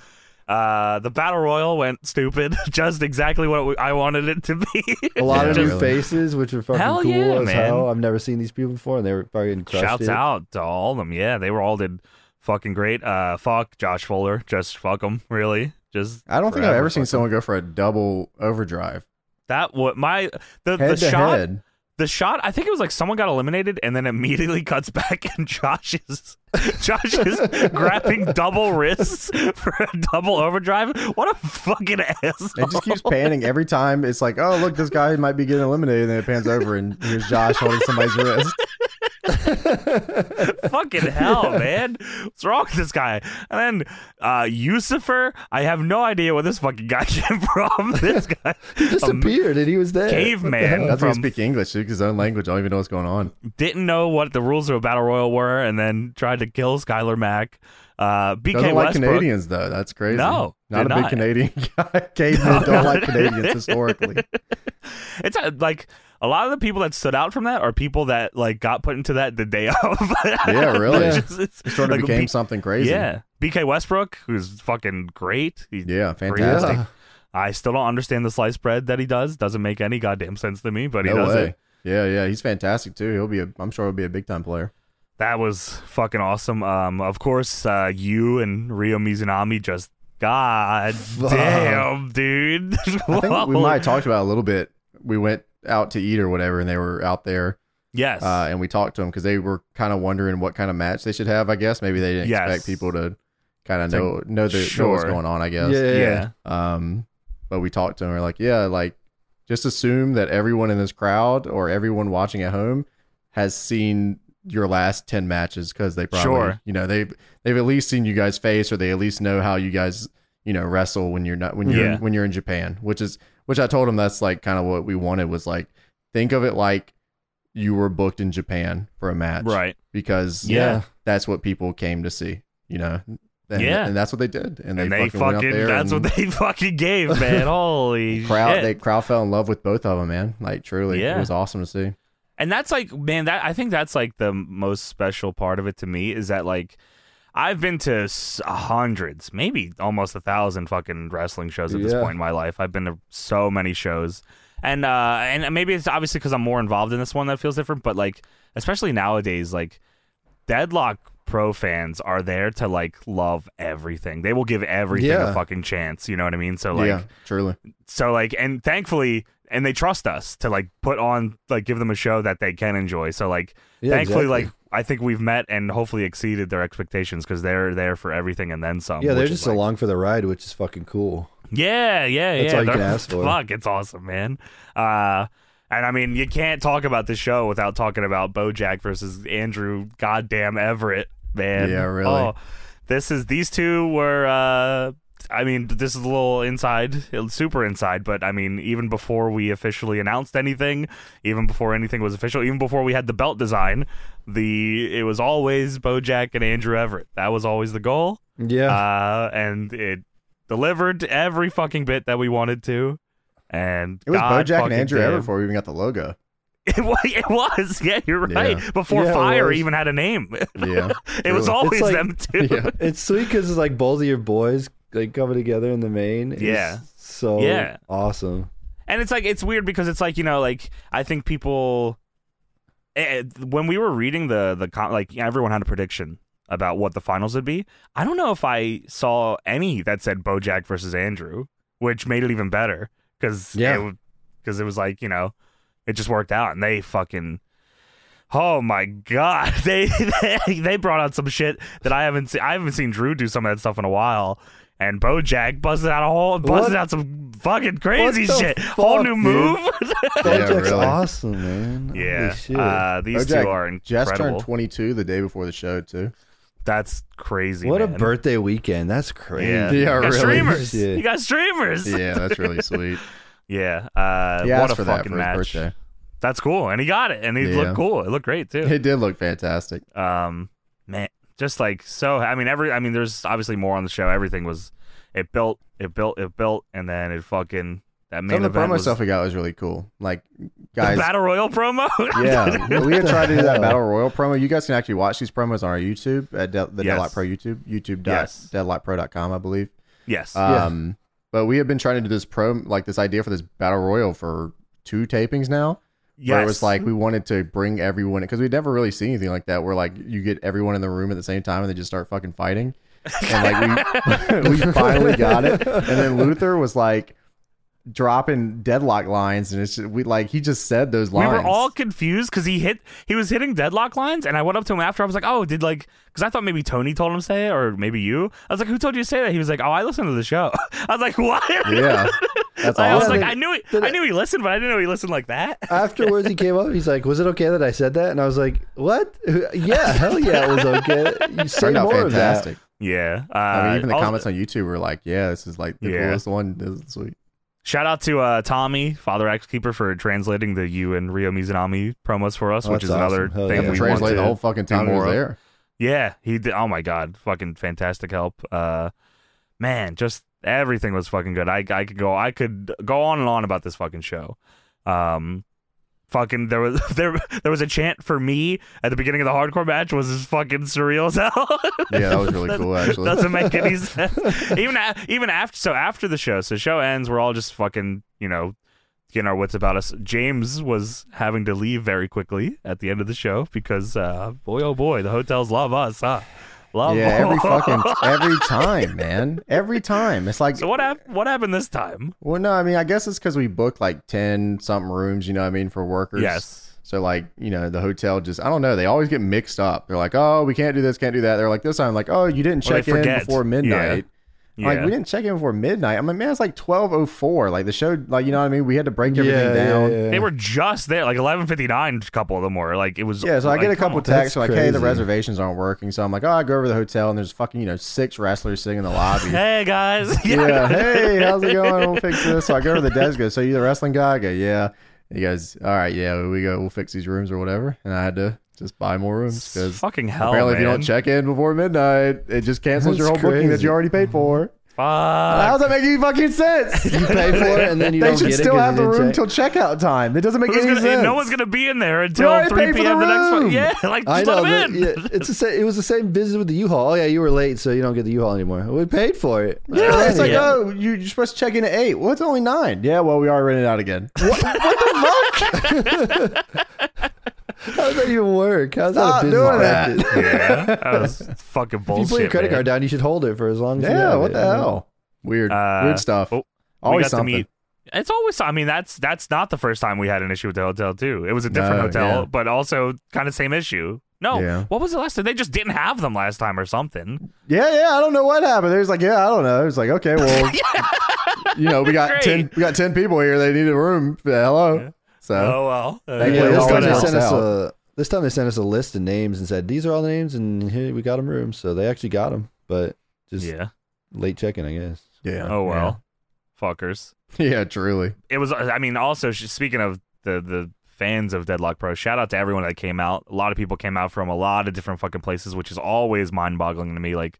Speaker 2: Uh, the battle royal went stupid, just exactly what we- I wanted it to be.
Speaker 3: a lot of
Speaker 1: Yeah,
Speaker 3: new
Speaker 1: really.
Speaker 3: faces, which were fucking
Speaker 2: Hell
Speaker 3: cool
Speaker 2: yeah,
Speaker 3: as hell.
Speaker 2: man.
Speaker 3: I've never seen these people before, and they were fucking crushed
Speaker 2: Shouts
Speaker 3: it.
Speaker 2: out to all of them. Yeah, they were all did fucking great. Uh, fuck Josh Fuller. Just fuck him. Really. Just
Speaker 1: I don't think I've
Speaker 2: Forever
Speaker 1: ever seen
Speaker 2: fucking-
Speaker 1: someone go for a double overdrive
Speaker 2: that. What my the the
Speaker 1: head to
Speaker 2: shot
Speaker 1: head.
Speaker 2: the shot. I think it was like someone got eliminated and then immediately cuts back and Josh is Josh is grabbing double wrists for a double overdrive. What a fucking ass.
Speaker 1: It just keeps panning every time. It's like, "Oh, look, this guy might be getting eliminated," and then it pans over, and here's Josh holding somebody's wrist.
Speaker 2: fucking hell, man. What's wrong with this guy? And then uh Yusufer, I have no idea where this fucking guy came from. This guy a
Speaker 3: Disappeared, and he was there.
Speaker 2: caveman
Speaker 1: That's why he
Speaker 2: from
Speaker 1: speak English, speaks his own language. I don't even know what's going on.
Speaker 2: didn't know what the rules of a battle royal were and then tried to kill Skylar Mack. Uh, BK
Speaker 1: Doesn't like
Speaker 2: Westbrook.
Speaker 1: Canadians though. That's crazy.
Speaker 2: No,
Speaker 1: not a
Speaker 2: they're
Speaker 1: big
Speaker 2: not.
Speaker 1: Canadian guy. Cavemen don't like Canadians historically.
Speaker 2: It's uh, like a lot of the people that stood out from that are people that like got put into that the day of.
Speaker 1: Yeah, really.
Speaker 2: It's
Speaker 1: It
Speaker 2: just- it's-
Speaker 1: sort of
Speaker 2: like,
Speaker 1: became
Speaker 2: B-
Speaker 1: something crazy.
Speaker 2: Yeah, BK Westbrook, who's fucking great. He's
Speaker 1: Yeah, fantastic.
Speaker 2: fantastic. I still don't understand the sliced bread that he does. Doesn't make any goddamn sense to me, but he
Speaker 1: no
Speaker 2: does
Speaker 1: way.
Speaker 2: it.
Speaker 1: Yeah, yeah, he's fantastic too. He'll be, a, I'm sure, he'll be a big time player.
Speaker 2: That was fucking awesome. Um, of course, uh, you and Rio Mizunami just god damn, dude.
Speaker 1: I think we might have talked about it a little bit. We went out to eat or whatever, and they were out there,
Speaker 2: Yes.
Speaker 1: uh, and we talked to them because they were kind of wondering what kind of match they should have. I guess maybe they didn't
Speaker 2: Yes.
Speaker 1: expect people to kind of
Speaker 2: like,
Speaker 1: know know, the, know what's
Speaker 2: sure.
Speaker 1: going on. I guess.
Speaker 3: Yeah.
Speaker 2: yeah.
Speaker 1: Um, but we talked to him. We're like, yeah, like just assume that everyone in this crowd or everyone watching at home has seen your last ten matches because they probably,
Speaker 2: Sure.
Speaker 1: you know, they've they've at least seen you guys face or they at least know how you guys, you know, wrestle when you're not when you're
Speaker 2: Yeah.
Speaker 1: when you're in Japan, which is which I told him that's like kind of what we wanted was like think of it like you were booked in Japan for a match,
Speaker 2: Right.
Speaker 1: Because
Speaker 3: Yeah.
Speaker 1: that's what people came to see, you know. And,
Speaker 2: Yeah.
Speaker 1: and that's what they did, and they,
Speaker 2: and they
Speaker 1: fucking, went out
Speaker 2: fucking,
Speaker 1: there
Speaker 2: that's
Speaker 1: and-
Speaker 2: what they fucking gave, man. Holy
Speaker 1: crowd
Speaker 2: shit.
Speaker 1: they crowd fell in love with both of them man like truly
Speaker 2: Yeah.
Speaker 1: it was awesome to see
Speaker 2: and that's like man that i think that's like the most special part of it to me is that like i've been to s- hundreds maybe almost a thousand fucking wrestling shows at this
Speaker 3: Yeah.
Speaker 2: point in my life i've been to so many shows and uh and maybe it's obviously because i'm more involved in this one that feels different but like especially nowadays like deadlock pro fans are there to like love everything they will give everything a
Speaker 3: Yeah.
Speaker 2: fucking chance you know what i mean so like
Speaker 1: yeah truly
Speaker 2: so like and thankfully and they trust us to like put on like give them a show that they can enjoy so like
Speaker 3: Yeah,
Speaker 2: thankfully
Speaker 3: exactly.
Speaker 2: like i think we've met and hopefully exceeded their expectations because they're there for everything and then some
Speaker 3: yeah,
Speaker 2: which
Speaker 3: they're
Speaker 2: is,
Speaker 3: just
Speaker 2: like-
Speaker 3: along for the ride, which is fucking cool.
Speaker 2: yeah yeah
Speaker 3: That's
Speaker 2: yeah
Speaker 3: all you can
Speaker 2: they're-
Speaker 3: ask for.
Speaker 2: fuck it's awesome man uh and I mean, you can't talk about this show without talking about BoJack versus Andrew Goddamn Everett, man.
Speaker 1: Yeah, really.
Speaker 2: Oh, this is these two were. uh I mean, this is a little inside, super inside, but I mean, even before we officially announced anything, even before anything was official, even before we had the belt design, the it was always BoJack and Andrew Everett. That was always the goal
Speaker 3: Yeah,
Speaker 2: uh, and it delivered every fucking bit that we wanted to. And
Speaker 1: it was
Speaker 2: God
Speaker 1: bojack and
Speaker 2: fucking
Speaker 1: andrew
Speaker 2: damn.
Speaker 1: ever before we even got the logo
Speaker 2: It was, it was, yeah, you're right. Before
Speaker 3: Yeah, it
Speaker 2: Fire
Speaker 3: was.
Speaker 2: even had a name, it
Speaker 1: yeah
Speaker 2: was
Speaker 1: True.
Speaker 2: always
Speaker 3: like-
Speaker 2: them two.
Speaker 1: yeah
Speaker 3: it's sweet because it's like both of your boys like coming together in the main. It's
Speaker 2: Yeah.
Speaker 3: so
Speaker 2: Yeah.
Speaker 3: awesome.
Speaker 2: And it's like it's weird because it's like you know, like I think people eh, when we were reading the the com- like everyone had a prediction about what the finals would be. I don't know if I saw any that said BoJack versus Andrew, which made it even better because
Speaker 3: Yeah.
Speaker 2: because it, was like you know it just worked out and they fucking. Oh my god, they, they they brought out some shit that I haven't seen. I haven't seen Drew do some of that stuff in a while. And BoJack busted out a whole, busted
Speaker 3: What?
Speaker 2: out some fucking crazy
Speaker 3: What the
Speaker 2: shit. whole
Speaker 3: fuck,
Speaker 2: new
Speaker 3: dude?
Speaker 2: move.
Speaker 3: Bojack's
Speaker 1: really.
Speaker 3: awesome, man.
Speaker 2: yeah,
Speaker 3: Holy shit.
Speaker 2: uh, these
Speaker 1: BoJack
Speaker 2: two are
Speaker 1: Ah, just turned
Speaker 2: incredible.
Speaker 1: 22 the day before the show too
Speaker 2: That's crazy.
Speaker 3: what a
Speaker 2: man.
Speaker 3: birthday weekend. That's crazy.
Speaker 2: Yeah,
Speaker 1: Yeah,
Speaker 2: you got
Speaker 1: really.
Speaker 2: streamers.
Speaker 3: Yeah.
Speaker 2: You got streamers. Yeah,
Speaker 1: yeah that's really sweet
Speaker 2: uh,
Speaker 1: yeah
Speaker 2: what a
Speaker 1: for that
Speaker 2: fucking
Speaker 1: for his
Speaker 2: match.
Speaker 1: birthday
Speaker 2: That's cool, and he got it, and he
Speaker 1: Yeah.
Speaker 2: looked cool. It looked great too.
Speaker 1: it did look fantastic
Speaker 2: um man just like so i mean every i mean there's obviously more on the show everything was it built it built it built and then it fucking that main
Speaker 1: some of the
Speaker 2: event
Speaker 1: promo
Speaker 2: was
Speaker 1: stuff we got was really cool like
Speaker 2: the
Speaker 1: guys
Speaker 2: battle royal promo
Speaker 1: yeah, we had tried to do
Speaker 3: hell?
Speaker 1: that battle royal promo. You guys can actually watch these promos on our YouTube at De- the
Speaker 2: Yes.
Speaker 1: Deadlock Pro YouTube, YouTube
Speaker 2: Yes.
Speaker 1: deadlockpro.com, I believe.
Speaker 2: yes
Speaker 3: Yeah.
Speaker 1: Um, but we have been trying to do this pro, like this idea for this battle royal for two tapings now. Where
Speaker 2: yes
Speaker 1: it was like we wanted to bring everyone because we'd never really seen anything like that. Where like you get everyone in the room at the same time and they just start fucking fighting. And like we, we finally got it. And then Luther was like dropping deadlock lines, and it's just, we like he just said those
Speaker 2: we
Speaker 1: lines.
Speaker 2: were all confused because he hit he was hitting deadlock lines and i went up to him after i was like oh did like because i thought maybe tony told him to say it or maybe you i was like who told you to say that he was like oh i listened to the show i was like what
Speaker 1: yeah, that's
Speaker 2: i was
Speaker 1: awesome.
Speaker 2: like
Speaker 3: they-
Speaker 2: i knew it
Speaker 3: they-
Speaker 2: i knew he listened but i didn't know he listened like that
Speaker 3: Afterwards, he came up. He's like, "Was it okay that I said that?" And I was like, "What? Yeah, hell yeah, it was okay. You say
Speaker 1: Turned out
Speaker 3: more
Speaker 1: fantastic.
Speaker 2: yeah uh,
Speaker 1: I mean, even the
Speaker 2: also-
Speaker 1: comments on YouTube were like, "Yeah, this is like the
Speaker 2: Yeah.
Speaker 1: coolest one this week."
Speaker 2: Shout out to uh, Tommy, Father Axe Keeper, for translating the you and Rio Mizunami promos for us,
Speaker 3: Oh,
Speaker 2: which
Speaker 3: that's
Speaker 2: is another
Speaker 3: awesome. Hell
Speaker 2: thing
Speaker 3: yeah.
Speaker 2: we want
Speaker 1: translate
Speaker 2: to.
Speaker 1: the whole fucking time
Speaker 2: do
Speaker 1: he was
Speaker 2: more of.
Speaker 1: there.
Speaker 2: yeah, he did. Oh my god, fucking fantastic help. Uh, man, just everything was fucking good. I I could go I could go on and on about this fucking show. Um, fucking there was there there was a chant for me at the beginning of the hardcore match was as fucking surreal as hell.
Speaker 1: Yeah, that was really cool. Actually,
Speaker 2: Doesn't make any sense. even a- even after so after the show, so the show ends, we're all just fucking you know get our wits about us. James was having to leave very quickly at the end of the show because, uh, boy, oh boy, the hotels love us, huh? Love
Speaker 1: Yeah, every
Speaker 2: us.
Speaker 1: fucking every time, man. Every time. It's like
Speaker 2: So what happened? What happened this time?
Speaker 1: well, no, I mean, I guess it's because we booked like ten something rooms. You know what I mean for workers.
Speaker 2: Yes.
Speaker 1: So like, you know, the hotel just I don't know, they always get mixed up. They're like, "Oh, we can't do this, can't do that." They're like, "This time like, "Oh, you didn't
Speaker 2: Or they
Speaker 1: check in
Speaker 2: forget.
Speaker 1: before
Speaker 2: Yeah.
Speaker 1: midnight." I'm
Speaker 2: Yeah.
Speaker 1: Like, we didn't check in before midnight. I'm like, "Man, it's like 12:04." Like the show like, you know what I mean? We had to break everything
Speaker 3: yeah,
Speaker 1: down.
Speaker 3: yeah, yeah.
Speaker 2: They were just there, like eleven fifty nine. A couple of them were like it was.
Speaker 1: Yeah, so I get a
Speaker 2: like,
Speaker 1: couple
Speaker 2: come
Speaker 1: texts
Speaker 3: oh, that's
Speaker 1: like, "Hey, the
Speaker 3: crazy.
Speaker 1: reservations aren't working." So I'm like, "Oh, I go over to the hotel and there's fucking you know six wrestlers sitting in the lobby."
Speaker 2: on. Hey guys.
Speaker 1: yeah, hey, how's it going? We'll fix this. So I go to the desk. Go, so you the wrestling guy? I go, yeah. And he goes, all right, yeah, we go. We'll fix these rooms or whatever. And I had to just buy more rooms because
Speaker 2: Fucking hell,
Speaker 1: apparently, if you
Speaker 2: man.
Speaker 1: don't check in before midnight, it just cancels your whole
Speaker 3: oh, That's
Speaker 1: booking that
Speaker 3: crazy.
Speaker 1: you already paid for.
Speaker 2: Fuck.
Speaker 1: How does that make any fucking sense?
Speaker 3: you pay for it and then you
Speaker 1: they
Speaker 3: don't
Speaker 1: should
Speaker 3: get it
Speaker 1: still
Speaker 3: 'cause
Speaker 1: have
Speaker 3: you
Speaker 1: the
Speaker 3: didn't
Speaker 1: room
Speaker 3: check.
Speaker 1: till checkout time. It doesn't make
Speaker 2: Who's
Speaker 1: any
Speaker 2: gonna-
Speaker 1: sense.
Speaker 2: no one's gonna be in there until
Speaker 1: already
Speaker 2: three
Speaker 1: paid for
Speaker 2: p.m.
Speaker 1: the
Speaker 2: The, next one.
Speaker 1: room.
Speaker 2: Yeah, like just
Speaker 3: I know.
Speaker 2: let
Speaker 3: But
Speaker 2: them in.
Speaker 3: yeah, it's the same, it was the same business with the U-Haul. Oh yeah, you were late, so you don't get the U-Haul anymore. We paid for it.
Speaker 1: Yeah, it's like,
Speaker 2: Yeah.
Speaker 1: oh, you- you're supposed to check in at eight. Well, it's only nine. Yeah, well, we are renting out again. What, what the fuck?
Speaker 3: how does that even work? How's that
Speaker 1: Stop
Speaker 3: a business
Speaker 1: doing that.
Speaker 3: practice?
Speaker 2: Yeah, that was fucking
Speaker 3: If
Speaker 2: bullshit.
Speaker 3: you put your credit
Speaker 2: man.
Speaker 3: card down, you should hold it for as long as you
Speaker 1: Yeah,
Speaker 3: have
Speaker 1: what
Speaker 3: it,
Speaker 1: the
Speaker 3: you know?
Speaker 1: hell? Weird,
Speaker 2: Uh,
Speaker 1: weird stuff.
Speaker 2: oh, we
Speaker 1: Always
Speaker 2: got to
Speaker 1: something.
Speaker 2: meet. It's always. I mean, that's that's not the first time we had an issue with the hotel too. It was a different
Speaker 3: Uh,
Speaker 1: No,
Speaker 2: hotel,
Speaker 1: yeah.
Speaker 2: but also kind of same issue. No,
Speaker 1: Yeah.
Speaker 2: what was the last time? They just didn't have them last time or something.
Speaker 1: Yeah, yeah. I don't know what happened. There's like, yeah, I don't know. It was like, okay, well, you know, we got
Speaker 2: Great.
Speaker 1: ten, we got ten people here. They need a room. Yeah, Hello.
Speaker 2: Yeah.
Speaker 1: So
Speaker 2: Oh well. Uh,
Speaker 1: Thank you.
Speaker 3: Yeah,
Speaker 2: yeah, we
Speaker 3: this
Speaker 1: always
Speaker 2: got
Speaker 3: time they
Speaker 2: it.
Speaker 1: helps
Speaker 3: sent us
Speaker 1: out.
Speaker 3: a this time they sent us a list of names and said these are all the names and here we got them rooms. So they actually got them, but just
Speaker 2: Yeah.
Speaker 3: late checking, I guess.
Speaker 1: yeah.
Speaker 2: Oh well. Fuckers.
Speaker 1: Yeah. Yeah, truly.
Speaker 2: it was i mean also sh- speaking of the the fans of deadlock pro shout out to everyone that came out a lot of people came out from a lot of different fucking places which is always mind-boggling to me like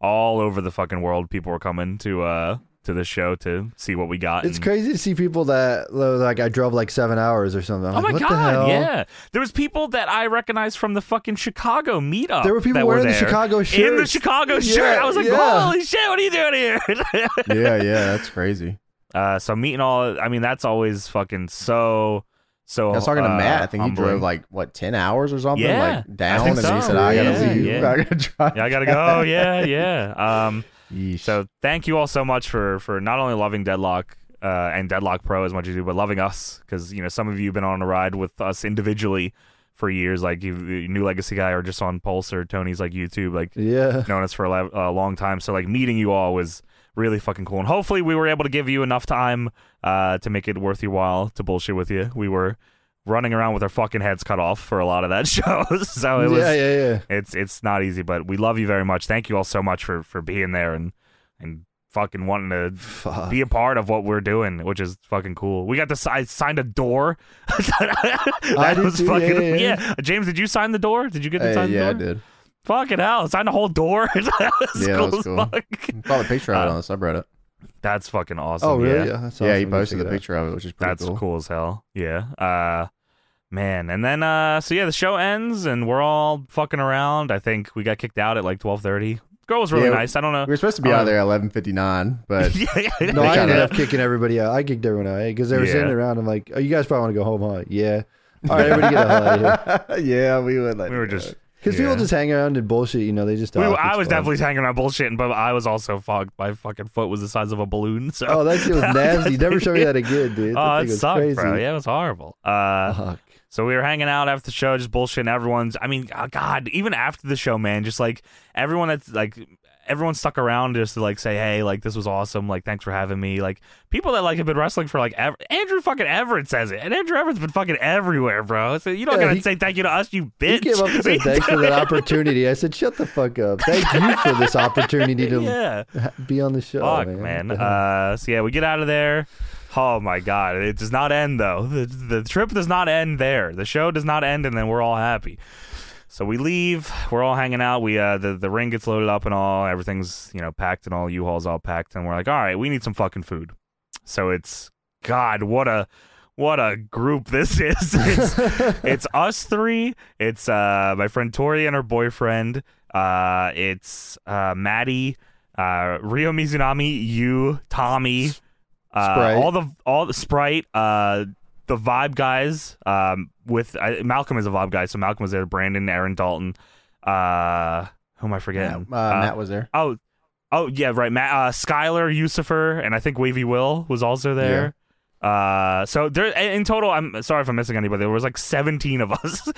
Speaker 2: all over the fucking world people were coming to uh to the show to see what we got
Speaker 3: It's
Speaker 2: and-
Speaker 3: crazy to see people that like I drove like seven hours or something. I'm
Speaker 2: Oh
Speaker 3: like,
Speaker 2: my
Speaker 3: what the
Speaker 2: god!
Speaker 3: hell?
Speaker 2: Yeah, there was people that I recognized from the fucking Chicago meetup.
Speaker 3: There were people
Speaker 2: Oh, that
Speaker 3: wearing the
Speaker 2: there.
Speaker 3: Chicago
Speaker 2: In the
Speaker 3: shirts.
Speaker 2: Chicago
Speaker 3: Yeah,
Speaker 2: shirt, I was like,
Speaker 3: yeah.
Speaker 2: "Holy shit! What are you doing here?"
Speaker 1: Yeah, yeah. That's crazy.
Speaker 2: uh, so meeting all. I mean, that's always fucking so so.
Speaker 1: I was talking to
Speaker 2: uh,
Speaker 1: Matt. I think he
Speaker 2: humbling.
Speaker 1: drove like what ten hours or something,
Speaker 2: Yeah,
Speaker 1: like down,
Speaker 2: think
Speaker 1: and then he
Speaker 2: so.
Speaker 1: said, "I gotta
Speaker 3: Yeah,
Speaker 1: leave.
Speaker 2: yeah.
Speaker 1: I gotta drive."
Speaker 2: yeah, I gotta go. Oh, Yeah, yeah. Um,
Speaker 1: Yeesh.
Speaker 2: so thank you all so much for for not only loving Deadlock uh, and Deadlock Pro as much as you, do, but loving us because you know some of you have been on a ride with us individually for years, like you, you new Legacy guy or just on Pulse or Tony's like YouTube, like
Speaker 3: Yeah.
Speaker 2: known us for a, lo- a long time. So like meeting you all was really fucking cool, and hopefully we were able to give you enough time uh, to make it worth your while to bullshit with you. We were running around with our fucking heads cut off for a lot of that show, so Oh, it was
Speaker 3: yeah, yeah, yeah.
Speaker 2: it's it's not easy, but we love you very much. Thank you all so much for for being there and and fucking wanting to
Speaker 3: Fuck.
Speaker 2: be a part of what we're doing, which is fucking cool. We got to si- I signed a door. that
Speaker 3: I did too, yeah, yeah, yeah.
Speaker 2: James, did you sign the door? Did you get to
Speaker 1: Hey,
Speaker 2: sign the
Speaker 1: yeah, I
Speaker 2: door?
Speaker 1: did.
Speaker 2: Fucking hell, signed the whole door. that was
Speaker 1: Yeah, that
Speaker 2: cool
Speaker 1: was
Speaker 2: as
Speaker 1: cool.
Speaker 2: fuck.
Speaker 1: I saw the picture of it on the subreddit.
Speaker 2: That's fucking awesome.
Speaker 3: Oh really?
Speaker 2: yeah.
Speaker 3: that's
Speaker 1: Yeah, he
Speaker 3: awesome. Let me
Speaker 1: posted the
Speaker 3: check it out.
Speaker 1: picture of it, which is pretty
Speaker 2: That's cool. as hell. Yeah. Uh man, and then uh so yeah, the show ends and we're all fucking around. I think we got kicked out at like 12:30. Girl was really
Speaker 1: Yeah,
Speaker 2: nice. I don't know.
Speaker 1: We were supposed to be out
Speaker 2: Um,
Speaker 1: of there at eleven fifty nine, but
Speaker 2: yeah, yeah.
Speaker 3: No,
Speaker 1: They
Speaker 3: I
Speaker 1: kinda-
Speaker 3: ended up kicking everybody out. I kicked everyone out because they were sitting
Speaker 2: Yeah.
Speaker 3: around. I'm like, oh, you guys probably want to go home, huh? Yeah. All right, everybody get the hell out of here.
Speaker 1: yeah, we would like
Speaker 2: we were just
Speaker 3: Because
Speaker 2: Yeah.
Speaker 3: people just hang around and bullshit. You know, they just.
Speaker 2: we,
Speaker 3: talk.
Speaker 2: I
Speaker 3: It's
Speaker 2: was
Speaker 3: fun.
Speaker 2: definitely hanging out bullshitting, but I was also fucked. My fucking foot was the size of a balloon. So
Speaker 3: Oh, that shit was nasty. Never show me that again, dude.
Speaker 2: Oh,
Speaker 3: thing
Speaker 2: it
Speaker 3: was
Speaker 2: sucked,
Speaker 3: crazy. Uh-huh.
Speaker 2: bro. Yeah, it was horrible. Uh,
Speaker 3: Fuck.
Speaker 2: So we were hanging out after the show, just bullshitting everyone's. I mean, oh, God, even after the show, man, just like everyone that's like everyone stuck around just to like say, hey, like this was awesome, like thanks for having me. Like people that like have been wrestling for like ever. Andrew fucking Everett says it, and Andrew Everett's been fucking everywhere, bro. So you don't
Speaker 3: Yeah,
Speaker 2: gotta
Speaker 3: he-
Speaker 2: say thank you to us, you bitch.
Speaker 3: He came up and said, "Thanks for that opportunity." I said, "Shut the fuck up. Thank you for this opportunity to
Speaker 2: yeah,
Speaker 3: be on the show,
Speaker 2: fuck,
Speaker 3: man."
Speaker 2: man.
Speaker 3: What the hell?
Speaker 2: Uh, so yeah, we get out of there. Oh my god, it does not end though. The, the trip does not end there. The show does not end, and then we're all happy. So we leave. We're all hanging out. We uh, the the ring gets loaded up and all. Everything's you know packed and all. U-Haul's all packed, and we're like, all right, we need some fucking food. So it's God, what a what a group this is. It's it's us three. It's uh my friend Tori and her boyfriend. Uh, it's uh Maddie, uh Rio Mizunami, you, Tommy, Uh,
Speaker 3: Sprite.
Speaker 2: All the all the Sprite, uh, the Vibe guys. Um, with I, Malcolm is a Vibe guy, so Malcolm was there. Brandon, Aaron Dalton. Uh, who am I forgetting?
Speaker 1: Uh,
Speaker 2: Uh,
Speaker 1: Matt was there.
Speaker 2: Oh, oh yeah, right. Matt, uh, Skyler, Yusufer, and I think Wavy Will was also there. Uh, so there in in total, I'm sorry if I'm missing anybody. There was like 17 of us.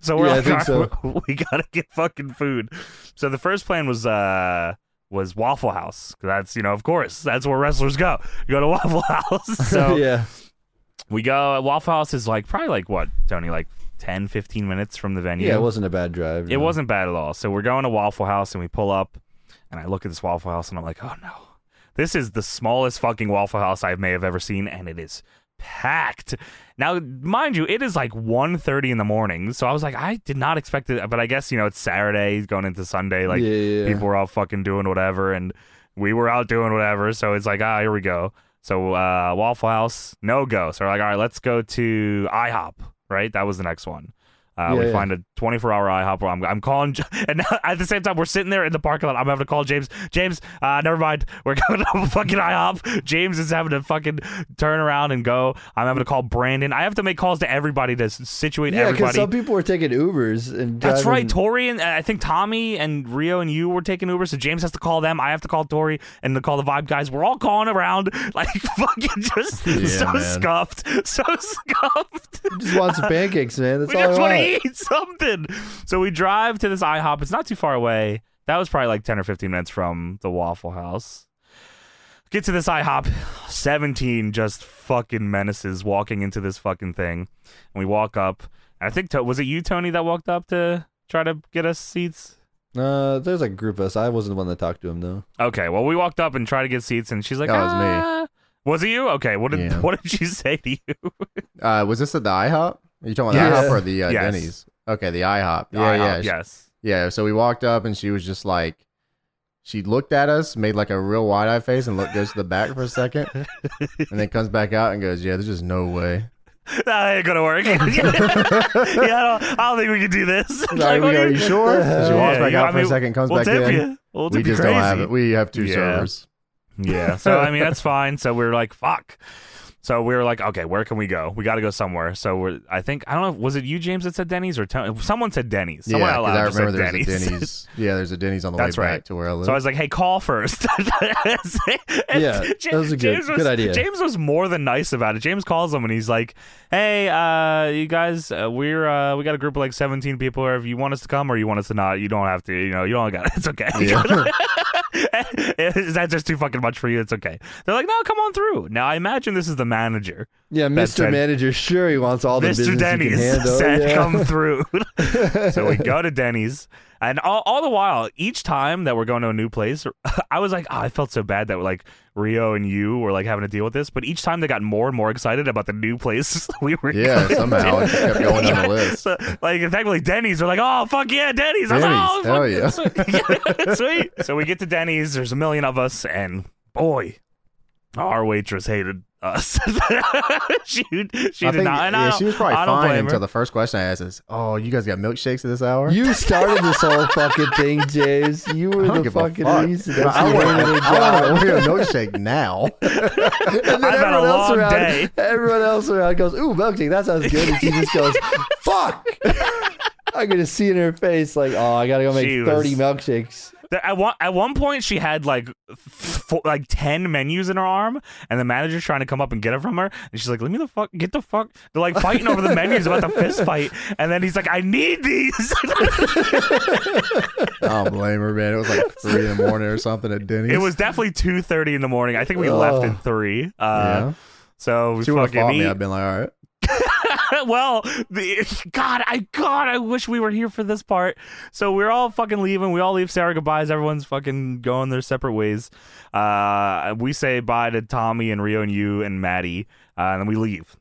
Speaker 2: so we're
Speaker 3: Yeah, I
Speaker 2: like,
Speaker 3: think
Speaker 2: "All right, we gotta get fucking food. So the first plan was uh was Waffle House. 'Cause That's you know of course that's where wrestlers go. You go to Waffle House. So
Speaker 3: yeah.
Speaker 2: we go. Waffle House is like probably like what Tony like 10, 15 minutes from the venue.
Speaker 3: Yeah, it wasn't a bad drive.
Speaker 2: It
Speaker 3: no.
Speaker 2: wasn't bad at all. So we're going to Waffle House and we pull up and I look at this Waffle House and I'm like, oh no. This is the smallest fucking Waffle House I may have ever seen and it is packed. Now, mind you, it is like 1.30 in the morning. So I was like, I did not expect it. But I guess, you know, it's Saturday going into Sunday. Like
Speaker 3: yeah, yeah, yeah.
Speaker 2: people were all fucking doing whatever and we were out doing whatever. So it's like, ah, here we go. So uh, Waffle House, no go. So we're like, all right, let's go to IHOP, right? That was the next one. Uh,
Speaker 3: Yeah,
Speaker 2: we
Speaker 3: yeah.
Speaker 2: find a 24 hour IHOP. I'm, I'm calling, J- and now, at the same time, we're sitting there in the parking lot. I'm having to call James. James, uh, never mind. We're going to fucking IHOP. James is having to fucking turn around and go. I'm having to call Brandon. I have to make calls to everybody to s- situate
Speaker 3: Yeah, because
Speaker 2: everybody.
Speaker 3: some people were taking Ubers and
Speaker 2: That's
Speaker 3: driving-
Speaker 2: right. Tori and uh, I think Tommy and Rio and you were taking Uber, so James has to call them. I have to call Tori and to call the Vibe guys. We're all calling around like fucking just so
Speaker 4: man.
Speaker 2: scuffed, so scuffed.
Speaker 3: Just want some pancakes, man. That's
Speaker 2: we
Speaker 3: all
Speaker 2: just
Speaker 3: I
Speaker 2: want
Speaker 3: want.
Speaker 2: to eat something. So we drive to this IHOP. It's not too far away. That was probably like ten or fifteen minutes from the Waffle House. Get to this IHOP. Seventeen just fucking menaces walking into this fucking thing, and we walk up. And I think to- was it you, Tony, that walked up to try to get us seats?
Speaker 3: Uh, there's like a group of us. I wasn't the one that talked to him though.
Speaker 2: Okay, well we walked up and tried to get seats, and she's like,
Speaker 4: That was me.
Speaker 2: "Ah." Was it you? Okay, what did
Speaker 4: Yeah.
Speaker 2: what did she say to you?
Speaker 4: Uh, was this at the IHOP? Are you talking about
Speaker 3: Yeah.
Speaker 4: the IHOP or the uh,
Speaker 2: Yes.
Speaker 4: Denny's? Okay, the IHOP. Yeah,
Speaker 2: IHOP,
Speaker 4: yeah,
Speaker 2: yes.
Speaker 4: yeah. So we walked up and she was just like, she looked at us, made like a real wide eye face, and look goes to the back for a second, and then comes back out and goes, "Yeah, there's just no way."
Speaker 2: that ain't gonna work. yeah, I don't, I don't think we can do this. Like,
Speaker 4: Like,
Speaker 2: what
Speaker 4: are
Speaker 2: do
Speaker 4: you
Speaker 2: you-
Speaker 4: sure?
Speaker 3: Yeah,
Speaker 4: she walks
Speaker 2: yeah,
Speaker 4: back
Speaker 2: you-
Speaker 4: out
Speaker 2: I
Speaker 4: for
Speaker 2: mean,
Speaker 4: a second, comes
Speaker 2: We'll
Speaker 4: back in.
Speaker 2: tip you. We'll
Speaker 4: we
Speaker 2: tip you
Speaker 4: just don't have
Speaker 2: crazy.
Speaker 4: it. We have two
Speaker 2: Yeah.
Speaker 4: servers.
Speaker 2: Yeah. So I mean that's fine. So we were like, fuck. So we were like, okay, where can we go? We got to go somewhere. So we're, I think I don't know. Was it you, James, that said Denny's or Tony? someone said Denny's? Someone
Speaker 4: yeah,
Speaker 2: out
Speaker 4: 'cause
Speaker 2: loud
Speaker 4: I
Speaker 2: just
Speaker 4: remember
Speaker 2: said
Speaker 4: there's
Speaker 2: Denny's.
Speaker 4: a Denny's. Yeah, there's a Denny's on the
Speaker 2: That's
Speaker 4: way
Speaker 2: right.
Speaker 4: back to where I live.
Speaker 2: So I was like, "Hey, call first. And
Speaker 3: Yeah, that
Speaker 2: Ja-
Speaker 3: was a good-
Speaker 2: James
Speaker 3: good idea.
Speaker 2: James was more than nice about it. James calls him and he's like, "Hey, uh, you guys, uh, we're uh, we got a group of like 17 people here. If you want us to come or you want us to not, you don't have to. You know, you don't got it. It's okay. Is that just too fucking much for you? It's okay." They're like, "No, come on through." Now I imagine this is the manager,
Speaker 3: Yeah,
Speaker 2: That's
Speaker 3: Mr.
Speaker 2: right.
Speaker 3: Manager, sure he wants all the
Speaker 2: Mr.
Speaker 3: business he can
Speaker 2: Denny's,
Speaker 3: handle.
Speaker 2: said,
Speaker 3: yeah.
Speaker 2: "Come through." so we go to Denny's, and all, all the while, each time that we're going to a new place, I was like, oh, I felt so bad that like Rio and you were like having to deal with this. But each time they got more and more excited about the new place we were.
Speaker 4: yeah, somehow it just kept going down the list.
Speaker 2: So, like thankfully, Denny's. We're like, oh fuck yeah, Denny's. I was
Speaker 4: Denny's, hell
Speaker 2: like, oh,
Speaker 4: yeah.
Speaker 2: fuck, sweet. sweet. So we get to Denny's. There's a million of us, and boy, our waitress hated us. she she
Speaker 4: I
Speaker 2: did
Speaker 4: think
Speaker 2: not. And I
Speaker 4: yeah,
Speaker 2: don't-
Speaker 4: she was probably
Speaker 2: I don't
Speaker 4: fine
Speaker 2: blame her.
Speaker 4: until the first question I asked is, "Oh, you guys got milkshakes at this hour?"
Speaker 3: You started this whole fucking thing, James. You were
Speaker 4: I don't
Speaker 3: the
Speaker 4: give a
Speaker 3: fucking
Speaker 4: fuck.
Speaker 3: reason.
Speaker 4: I
Speaker 3: That's your
Speaker 4: want-
Speaker 3: only
Speaker 4: I
Speaker 3: job.
Speaker 4: want a Oreo milkshake now.
Speaker 3: And then
Speaker 2: I've had a
Speaker 3: everyone else
Speaker 2: long
Speaker 3: around,
Speaker 2: day.
Speaker 3: everyone else around goes, "Ooh, milkshake, that sounds good." And she just goes, "Fuck." I could just see in her face, like, "Oh, I gotta go make
Speaker 2: She was-
Speaker 3: thirty milkshakes."
Speaker 2: There- At one, at one point, she had like f- f- like ten menus in her arm, and the manager's trying to come up and get it from her, and she's like, "Let me the fuck get the fuck." They're like fighting over the menus about the fist fight, and then he's like, "I need these."
Speaker 4: I don't blame her, man. It was like three in the morning or something at Denny's.
Speaker 2: it was definitely two thirty in the morning. I think we left at three.
Speaker 4: Yeah.
Speaker 2: Uh, So we
Speaker 4: She would have
Speaker 2: fucking
Speaker 4: fought
Speaker 2: eat.
Speaker 4: me. I'd been like, all right.
Speaker 2: well, the, God, I God, I wish we were here for this part. So we're all fucking leaving. We all leave Sarah goodbyes. Everyone's fucking going their separate ways. Uh, we say bye to Tommy and Rio and you and Maddie, uh, and then we leave.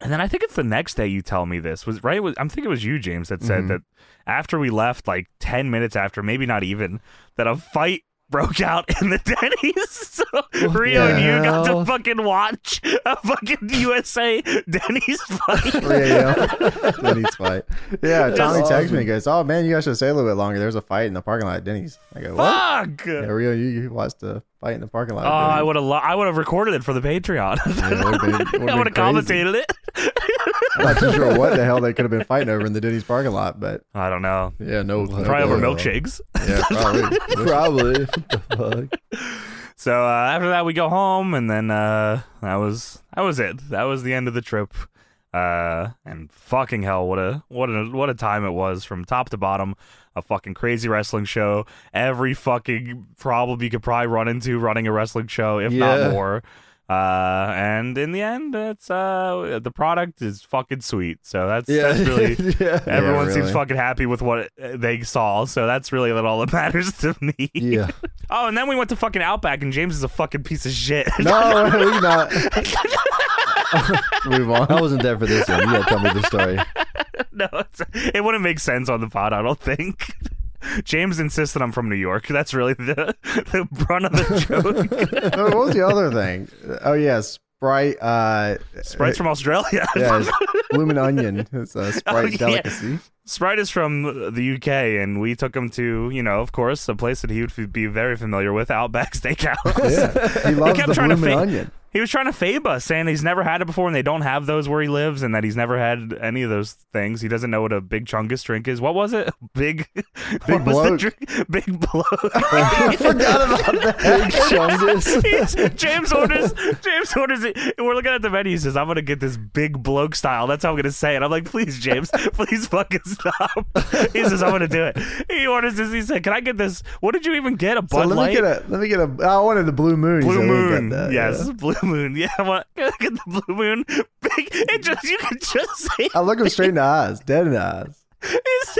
Speaker 2: And then I think it's the next day you tell me this was right. Was, I'm thinking it was you, James, that said
Speaker 4: Mhm.
Speaker 2: that after we left, like ten minutes after, maybe not even, that a fight broke out in the Denny's. so Rio
Speaker 3: the
Speaker 2: and you got to
Speaker 3: hell?
Speaker 2: fucking watch a fucking USA Denny's fight.
Speaker 4: 3 a.m. Denny's fight. Yeah, Tommy
Speaker 3: awesome.
Speaker 4: texts me and goes, oh, man, you guys should stay a little bit longer. There was a fight in the parking lot at Denny's. I go, what?
Speaker 2: Fuck!
Speaker 4: Yeah, Rio, you, you watched the
Speaker 1: fight in the parking lot.
Speaker 2: Oh, I would have. Lo- I would have recorded it for the Patreon. I would have commentated it.
Speaker 1: I'm not too sure what the hell they could have been fighting over in the Diddy's parking lot, but
Speaker 2: I don't know. Uh,
Speaker 1: yeah, no. no
Speaker 2: Probably over
Speaker 1: clue.
Speaker 2: milkshakes.
Speaker 1: Yeah, probably.
Speaker 3: Probably. What the fuck?
Speaker 2: So uh, after that, we go home, and then uh, that was that was it. That was the end of the trip. Uh, and fucking hell, what a what a what a time it was from top to bottom. A fucking crazy wrestling show. Every fucking problem you could probably run into running a wrestling show, if
Speaker 3: Yeah.
Speaker 2: not more. Uh, and in the end, it's uh the product is fucking sweet. So that's
Speaker 3: Yeah.
Speaker 2: that's really
Speaker 3: yeah.
Speaker 2: everyone seems
Speaker 1: really.
Speaker 2: fucking happy with what uh, they saw. So that's really all that matters to me.
Speaker 3: Yeah.
Speaker 2: Oh, and then we went to fucking Outback, and James is a fucking piece of shit.
Speaker 1: No, we not. Move on.
Speaker 3: I wasn't there for this one. You gotta tell me the story.
Speaker 2: no, it's, it wouldn't make sense on the pod, I don't think. James insists that I'm from New York. That's really the the brunt of the joke.
Speaker 1: Oh, what was the other thing? Oh yeah, Sprite. Uh,
Speaker 2: Sprite's from Australia.
Speaker 1: yeah, it's Bloomin' Onion. It's a Sprite
Speaker 2: Oh, yeah.
Speaker 1: delicacy.
Speaker 2: Sprite is from the UK, and we took him to, you know, of course, a place that he would f- be very familiar with, Outback Steakhouse.
Speaker 1: Yeah, he loves
Speaker 2: kept
Speaker 1: the
Speaker 2: trying to
Speaker 1: Bloomin'
Speaker 2: think-
Speaker 1: Onion.
Speaker 2: He was trying to fabe us, saying he's never had it before and they don't have those where he lives and that he's never had any of those things. He doesn't know what a big chungus drink is. What was it? Big, what was the
Speaker 1: bloke.
Speaker 2: drink? Big bloke.
Speaker 3: Big Chungus.
Speaker 2: He's- James orders. James orders it. and We're looking at the menu. He says, "I'm gonna get this big bloke style. That's how I'm gonna say it." I'm like, "Please, James, please fucking stop." He says, "I'm gonna do it." He orders this. He said, "Can I get this? What did you even get? A
Speaker 1: So
Speaker 2: Bud
Speaker 1: let
Speaker 2: Light?"
Speaker 1: me get a. Let me get a. I wanted the Blue Moon. He
Speaker 2: Blue
Speaker 1: said he didn't get
Speaker 2: Moon,
Speaker 1: that,
Speaker 2: yes,
Speaker 1: yeah.
Speaker 2: Blue Moon. Yeah, I want can I get the Blue Moon. Big, it just you can just say
Speaker 1: I look him straight in the eyes, dead in the eyes.
Speaker 2: it's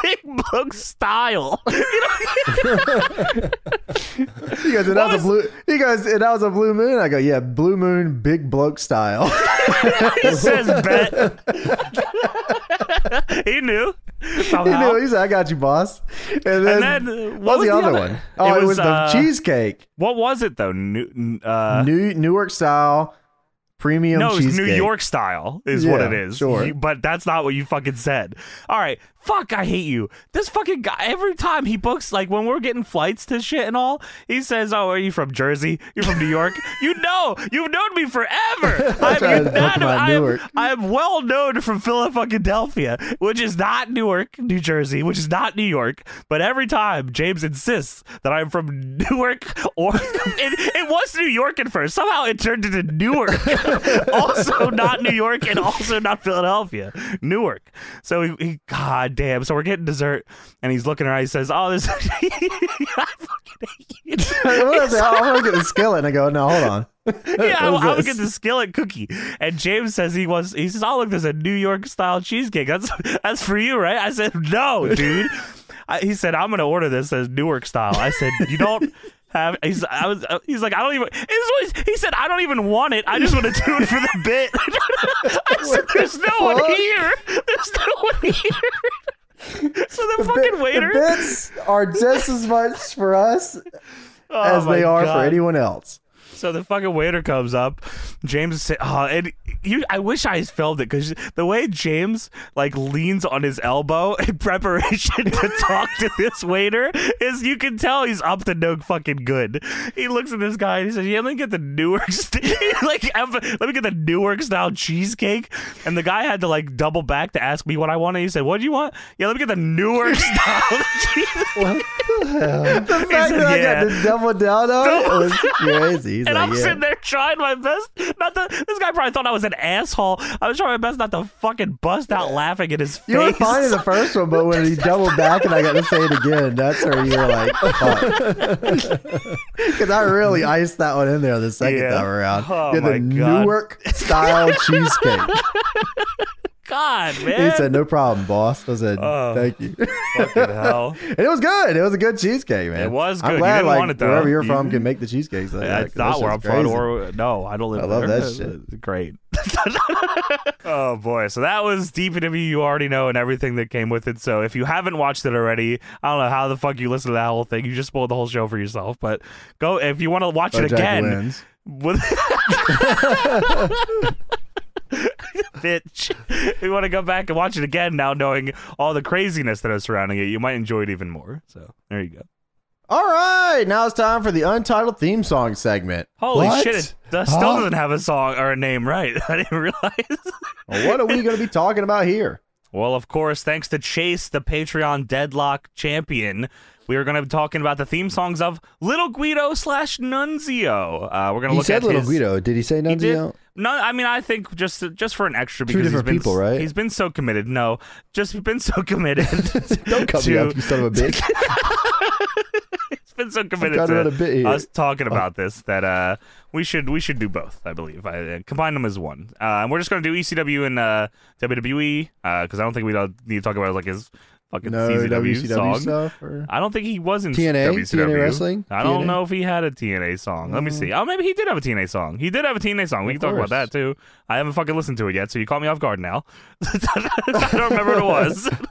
Speaker 2: big bloke style. You know,
Speaker 1: He goes, and that was a blue. He goes, and that was a blue moon. I go, yeah, blue moon, big bloke style.
Speaker 2: it says bet. he knew.
Speaker 1: he
Speaker 2: Somehow.
Speaker 1: knew. He said, I got you, boss. And then,
Speaker 2: then,
Speaker 1: what,
Speaker 2: what
Speaker 1: was the other one? Oh, it was, the
Speaker 2: uh,
Speaker 1: cheesecake.
Speaker 2: What was it though? New, n- uh,
Speaker 1: New Newark style, premium.
Speaker 2: no, it's New
Speaker 1: cheesecake.
Speaker 2: York style is what
Speaker 1: Yeah,
Speaker 2: it is.
Speaker 1: sure.
Speaker 2: You- but that's not what you fucking said. All right, fuck, I hate you. This fucking guy. Every time he books, like when we're getting flights to shit and all, he says, "Oh, are you from Jersey? You're from New York? you know, you've known me forever. I'm,
Speaker 1: trying to
Speaker 2: you
Speaker 1: talk about
Speaker 2: I'm,
Speaker 1: Newark.
Speaker 2: I'm well known from Philadelphia, which is not Newark, New Jersey, which is not New York. But every time James insists that I'm from Newark, or it, it was New York at first. Somehow it turned into Newark, also not New York, and also not Philadelphia, Newark. So he, he God damn. So we're getting dessert, and he's looking around. He says, "Oh, this." I fucking hate you."
Speaker 1: What was it? I want to get the skillet. And I go, no, hold on.
Speaker 2: yeah, I,
Speaker 1: What
Speaker 2: I would
Speaker 1: is
Speaker 2: get
Speaker 1: this?
Speaker 2: the skillet cookie. And James says he wants. He says, "Oh look, there's a New York style cheesecake. That's that's for you, right?" I said, "No, dude." I, he said, "I'm gonna order this as Newark style." I said, "You don't." Have, he's, I was, uh, he's like, I don't even. It's what he said, I don't even want it. I just want to do it for the bit. I said, There's no one
Speaker 1: fuck?
Speaker 2: here. There's no one here. so the fucking waiter.
Speaker 1: The bits are just as much for us
Speaker 2: Oh
Speaker 1: as
Speaker 2: my
Speaker 1: they are for
Speaker 2: God.
Speaker 1: anyone else.
Speaker 2: So the fucking waiter comes up. James, sa- oh, and you, I wish I filmed it because the way James like leans on his elbow in preparation to talk to this waiter is you can tell he's up to no fucking good. He looks at this guy and he says, "Yeah, let me get the Newark, st- like, em- let me get the Newark style cheesecake." And the guy had to like double back to ask me what I wanted. He said, "What do you want?" Yeah, let me get the Newark style cheesecake.
Speaker 1: The fact
Speaker 2: said,
Speaker 1: that
Speaker 2: "Yeah."
Speaker 1: I got to double down on it was crazy. He's
Speaker 2: and
Speaker 1: like,
Speaker 2: I'm
Speaker 1: yeah.
Speaker 2: sitting there trying my best. Not to, this guy probably thought I was an asshole. I was trying my best not to fucking bust out laughing in his face.
Speaker 1: You were fine in the first one, but when he doubled back and I got to say it again, that's where you were like, because I really iced that one in there the second
Speaker 2: Yeah.
Speaker 1: time around.
Speaker 2: Oh
Speaker 1: yeah,
Speaker 2: my
Speaker 1: the
Speaker 2: God.
Speaker 1: Newark style cheesecake.
Speaker 2: God,
Speaker 1: He
Speaker 2: man.
Speaker 1: said, "No problem, boss." I said,
Speaker 2: Oh.
Speaker 1: "Thank you."
Speaker 2: fucking hell.
Speaker 1: And it was good. It was a good cheesecake, man.
Speaker 2: It was
Speaker 1: I'm
Speaker 2: good. You
Speaker 1: glad,
Speaker 2: didn't
Speaker 1: like,
Speaker 2: want it, though.
Speaker 1: Wherever you're
Speaker 2: You-
Speaker 1: from can make the cheesecakes. Like that,
Speaker 2: That's
Speaker 1: 'cause
Speaker 2: not
Speaker 1: that
Speaker 2: where I'm
Speaker 1: shit's
Speaker 2: from.
Speaker 1: crazy.
Speaker 2: Or no, I don't live
Speaker 1: I
Speaker 2: there.
Speaker 1: love that shit.
Speaker 2: Great. oh boy! So that was DPW. You already know and everything that came with it. So if you haven't watched it already, I don't know how the fuck you listen to that whole thing. You just spoiled the whole show for yourself. But go if you want to watch it
Speaker 1: Bojack
Speaker 2: again.
Speaker 1: wins.
Speaker 2: with bitch we want to go back and watch it again now knowing all the craziness that is surrounding it you might enjoy it even more so there you go
Speaker 4: All right, now it's time for the untitled theme song segment.
Speaker 2: Holy
Speaker 3: What?
Speaker 2: shit! It does- still
Speaker 3: Huh?
Speaker 2: doesn't have a song or a name right. I didn't realize.
Speaker 4: Well, what are we going to be talking about here?
Speaker 2: Well, of course, thanks to Chase, the Patreon deadlock champion, we are going to be talking about the theme songs of Little Guido slash Nunzio. Uh, we're going to
Speaker 3: He
Speaker 2: look
Speaker 3: said
Speaker 2: at
Speaker 3: Little
Speaker 2: his,
Speaker 3: Guido. Did he say
Speaker 2: He did.
Speaker 3: Nunzio?
Speaker 2: No, I mean, I think just just for an extra
Speaker 3: Two
Speaker 2: because
Speaker 3: different
Speaker 2: he's been,
Speaker 3: people, right?
Speaker 2: He's been so committed. No, just been so committed.
Speaker 3: Don't cut me
Speaker 2: to-
Speaker 3: up, you son of a bitch.
Speaker 2: He's been so
Speaker 3: I'm
Speaker 2: committed
Speaker 3: cutting out
Speaker 2: to
Speaker 3: a bit here. Oh.
Speaker 2: us talking about this that uh, we should we should do both. I believe I uh, combine them as one. Uh, and we're just going to do ECW and uh, WWE because uh, I don't think we don't need to talk about like his fucking
Speaker 4: No
Speaker 2: CZW song.
Speaker 4: WCW stuff? Or?
Speaker 2: I don't think he was in
Speaker 3: TNA?
Speaker 2: WCW.
Speaker 3: TNA wrestling?
Speaker 2: I don't
Speaker 3: TNA?
Speaker 2: know if he had a TNA song. Let me see. Oh, maybe he did have a TNA song. He did have a TNA song. We
Speaker 4: Mm. Of
Speaker 2: can talk
Speaker 4: course.
Speaker 2: about that too. I haven't fucking listened to it yet, so you caught me off guard now. I don't remember what it was.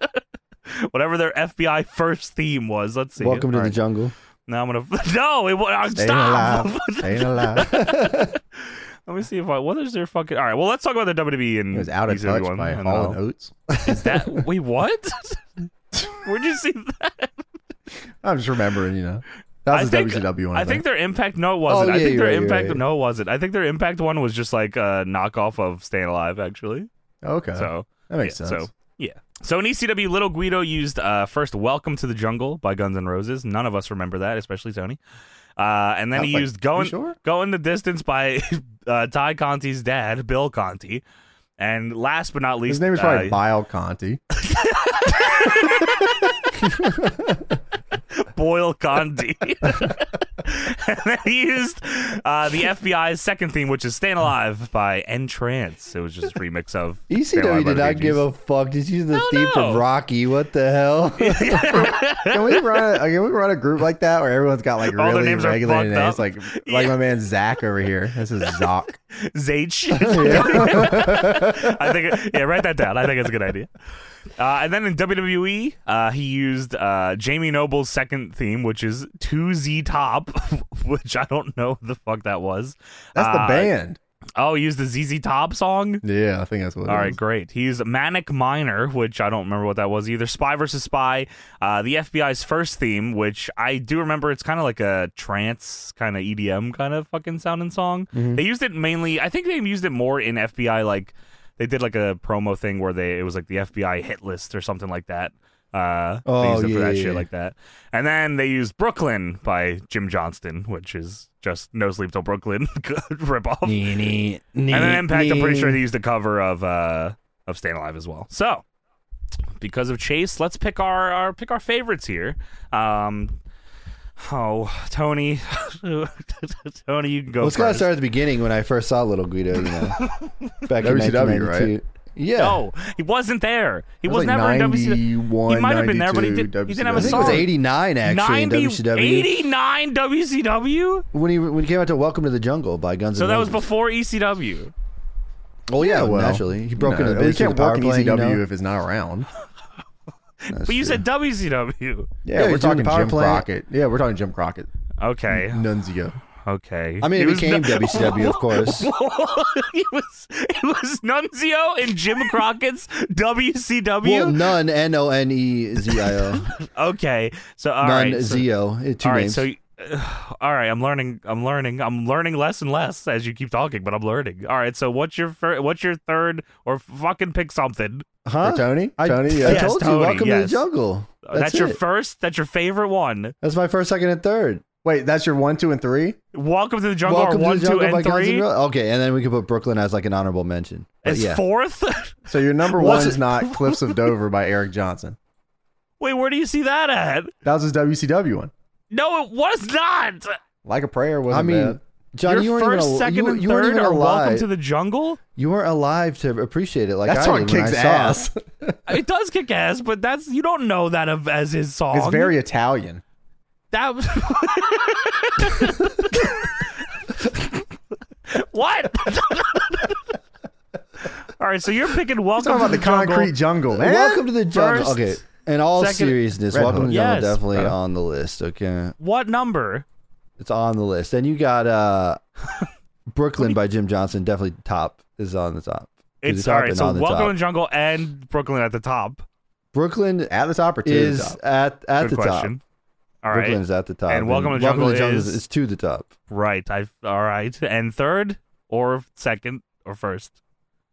Speaker 2: Whatever their FBI first theme was. Let's see.
Speaker 3: Welcome to
Speaker 2: All
Speaker 3: the
Speaker 2: right.
Speaker 3: jungle.
Speaker 2: Now I'm gonna. No, it wa- uh,
Speaker 4: Staying
Speaker 2: stop.
Speaker 4: alive. Staying alive.
Speaker 2: Let me see if I. What is their fucking? All right. Well, let's talk about the WWE and
Speaker 4: He was out of
Speaker 2: ECW
Speaker 4: touch
Speaker 2: one,
Speaker 4: by
Speaker 2: and oh.
Speaker 4: Hall
Speaker 2: I'll-
Speaker 4: and Oates.
Speaker 2: Is that wait what? Where'd you see that?
Speaker 4: I'm just remembering, you know. That
Speaker 2: I
Speaker 4: was the
Speaker 2: think-
Speaker 4: WCW one.
Speaker 2: I think their impact no it wasn't.
Speaker 3: Oh,
Speaker 2: I
Speaker 3: yeah,
Speaker 2: think
Speaker 3: you're
Speaker 2: their
Speaker 3: right, you're
Speaker 2: impact
Speaker 3: right.
Speaker 2: no it wasn't. I think their impact one was just like a knockoff of Staying Alive actually.
Speaker 4: Okay.
Speaker 2: So
Speaker 4: that makes
Speaker 2: yeah,
Speaker 4: sense.
Speaker 2: So yeah. So in ECW, Little Guido used uh, first "Welcome to the Jungle" by Guns N' Roses. None of us remember that, especially Tony. Uh, and then
Speaker 4: I
Speaker 2: he
Speaker 4: was like,
Speaker 2: used "Going
Speaker 4: you sure?
Speaker 2: Going the Distance" by uh, Ty Conti's dad, Bill Conti. And last but not least,
Speaker 4: His name is probably
Speaker 2: uh,
Speaker 4: Bile Conti.
Speaker 2: Boyle Condi. and then he used uh, the FBI's second theme, which is Staying Alive by Entrance. It was just a remix of Staying Alive
Speaker 3: ECW
Speaker 2: by
Speaker 3: did
Speaker 2: the
Speaker 3: not
Speaker 2: Bee
Speaker 3: give
Speaker 2: Gees.
Speaker 3: a fuck. He's using the
Speaker 2: Hell
Speaker 3: theme
Speaker 2: no.
Speaker 3: from Rocky. What the hell?
Speaker 4: Can we run? A, can we run a group like that where everyone's got like
Speaker 2: All their
Speaker 4: really
Speaker 2: names are
Speaker 4: regular
Speaker 2: fucked
Speaker 4: names?
Speaker 2: up.
Speaker 4: Like,
Speaker 2: Yeah.
Speaker 4: like my man Zach over here. This is Zoc.
Speaker 2: Zage. I think, yeah, write that down. I think it's a good idea. Uh, and then in WWE, uh, he used uh, Jamie Noble's second theme, which is 2Z Top, which I don't know the fuck that was.
Speaker 4: That's the
Speaker 2: Uh,
Speaker 4: band.
Speaker 2: Oh, he used the ZZ Top song?
Speaker 4: Yeah, I think that's what.
Speaker 2: All right, great. He's Manic Miner, which I don't remember what that was either. Spy versus Spy, uh, the FBI's first theme, which I do remember. It's kind of like a trance, kind of EDM, kind of fucking sounding song.
Speaker 3: Mm-hmm.
Speaker 2: They used it mainly. I think they used it more in FBI. Like they did like a promo thing where they it was like the FBI hit list or something like that. Uh, they
Speaker 3: Oh,
Speaker 2: used it
Speaker 3: yeah,
Speaker 2: for that
Speaker 3: yeah,
Speaker 2: shit
Speaker 3: yeah.
Speaker 2: like that. And then they used Brooklyn by Jim Johnston, which is just No Sleep Till Brooklyn ripoff.
Speaker 3: and
Speaker 2: And then Impact, I'm pretty sure they used the cover of uh of Staying Alive as well. So because of Chase, let's pick our, our pick our favorites here. Um Oh, Tony, Tony, you can go
Speaker 3: Let's gotta
Speaker 2: first.
Speaker 3: start at the beginning when I first saw Little Guido. You know, back in
Speaker 4: WCW,
Speaker 3: 1992.
Speaker 4: right?
Speaker 3: Yeah.
Speaker 2: No, Oh, he wasn't there. He was, never in WCW.
Speaker 4: He
Speaker 2: He might have been there, but he did- he didn't have a
Speaker 3: I think it was
Speaker 2: Sorry.
Speaker 3: 89 actually
Speaker 2: 90,
Speaker 3: in WCW
Speaker 2: 89 WCW.
Speaker 3: when he when he came out to Welcome to the Jungle by Guns.
Speaker 2: So
Speaker 3: N'
Speaker 2: that was
Speaker 3: Roses.
Speaker 2: before E ECW.
Speaker 3: Oh
Speaker 4: Yeah,
Speaker 3: yeah,
Speaker 4: well,
Speaker 3: naturally he broke into the
Speaker 4: You
Speaker 3: business.
Speaker 4: can't work in ECW
Speaker 3: You know?
Speaker 4: if it's not around.
Speaker 2: but you said WCW.
Speaker 4: Yeah, we're
Speaker 3: he's doing
Speaker 4: talking
Speaker 3: power
Speaker 4: Jim
Speaker 3: plant.
Speaker 4: Crockett. Yeah, we're talking Jim Crockett.
Speaker 2: Okay,
Speaker 4: Nunzio.
Speaker 2: okay.
Speaker 3: I mean,
Speaker 2: He
Speaker 3: it
Speaker 2: was
Speaker 3: became
Speaker 2: no-
Speaker 3: WCW, of course.
Speaker 2: it was it was Nunzio and Jim Crockett's
Speaker 3: Well,
Speaker 2: WCW.
Speaker 3: none N O N E Z I O.
Speaker 2: okay, so all right,
Speaker 3: None
Speaker 2: so,
Speaker 3: Z O. eh, Two
Speaker 2: all right,
Speaker 3: names.
Speaker 2: so. uh, all right, I'm learning. I'm learning. I'm learning less and less as you keep talking, but I'm learning. All right, so what's your fir- what's your third or fucking pick something?
Speaker 4: For
Speaker 3: huh?
Speaker 4: Tony?
Speaker 3: I,
Speaker 4: Tony, yeah.
Speaker 3: I
Speaker 2: Yes,
Speaker 3: told you.
Speaker 2: Tony,
Speaker 3: Welcome to the
Speaker 2: yes.
Speaker 3: Jungle.
Speaker 2: Uh,
Speaker 3: That's,
Speaker 2: your
Speaker 3: it.
Speaker 2: first. That's your favorite one.
Speaker 3: That's my first, second, and third.
Speaker 4: Wait, that's your one, two, and three?
Speaker 2: Welcome to the jungle.
Speaker 3: Welcome
Speaker 2: or one,
Speaker 3: to the Jungle
Speaker 2: two,
Speaker 3: by
Speaker 2: and
Speaker 3: Guns N'
Speaker 2: three.
Speaker 3: Roses. Okay, and then we could put Brooklyn as like an honorable mention. But
Speaker 2: Is
Speaker 3: yeah.
Speaker 2: fourth.
Speaker 4: So your number
Speaker 3: Was
Speaker 4: one's
Speaker 3: it-
Speaker 4: not Cliffs of Dover by Eric Johnson.
Speaker 2: Wait, where do you see that at?
Speaker 4: That was his WCW one.
Speaker 2: No, it was not.
Speaker 4: Like a Prayer wasn't
Speaker 3: I mean,
Speaker 4: bad.
Speaker 3: John, you
Speaker 2: your
Speaker 3: weren't
Speaker 2: first,
Speaker 3: even al-
Speaker 2: second,
Speaker 3: you,
Speaker 2: and
Speaker 3: you weren't
Speaker 2: third
Speaker 3: even
Speaker 2: are welcome
Speaker 3: alive.
Speaker 2: to the jungle.
Speaker 3: you weren't alive to appreciate it like
Speaker 4: That's
Speaker 3: I
Speaker 4: what
Speaker 3: did when
Speaker 4: kicks
Speaker 3: I saw it.
Speaker 4: ass.
Speaker 2: It does kick ass, but that's you don't know that of, as his song.
Speaker 4: It's very Italian.
Speaker 2: that. was- what? All right, so you're picking welcome
Speaker 4: Talking about
Speaker 2: to
Speaker 4: the
Speaker 2: the, jungle.
Speaker 4: concrete jungle, man.
Speaker 3: Welcome to the jungle.
Speaker 2: First,
Speaker 3: okay, in all
Speaker 2: second-
Speaker 3: seriousness,
Speaker 4: Red
Speaker 3: welcome
Speaker 4: Hook.
Speaker 3: to the jungle
Speaker 2: Yes. Uh-huh.
Speaker 3: definitely
Speaker 4: Red Hook.
Speaker 3: on the list. Okay,
Speaker 2: What number?
Speaker 3: it's on the list. Then you got uh, Brooklyn by Jim Johnson. Definitely top is on the top. Is
Speaker 2: It's
Speaker 3: it top
Speaker 2: all right.
Speaker 3: and
Speaker 2: So
Speaker 3: on the
Speaker 2: welcome
Speaker 3: top?
Speaker 2: to the jungle and Brooklyn at the top.
Speaker 3: Brooklyn
Speaker 4: At the top or two?
Speaker 3: is
Speaker 4: the top?
Speaker 3: at at
Speaker 2: Good
Speaker 3: the
Speaker 2: question.
Speaker 3: top.
Speaker 2: All right.
Speaker 3: Brooklyn's at the top.
Speaker 2: And Welcome to Jungle is-
Speaker 3: is to the top.
Speaker 2: Right. I all right. And third or second or first.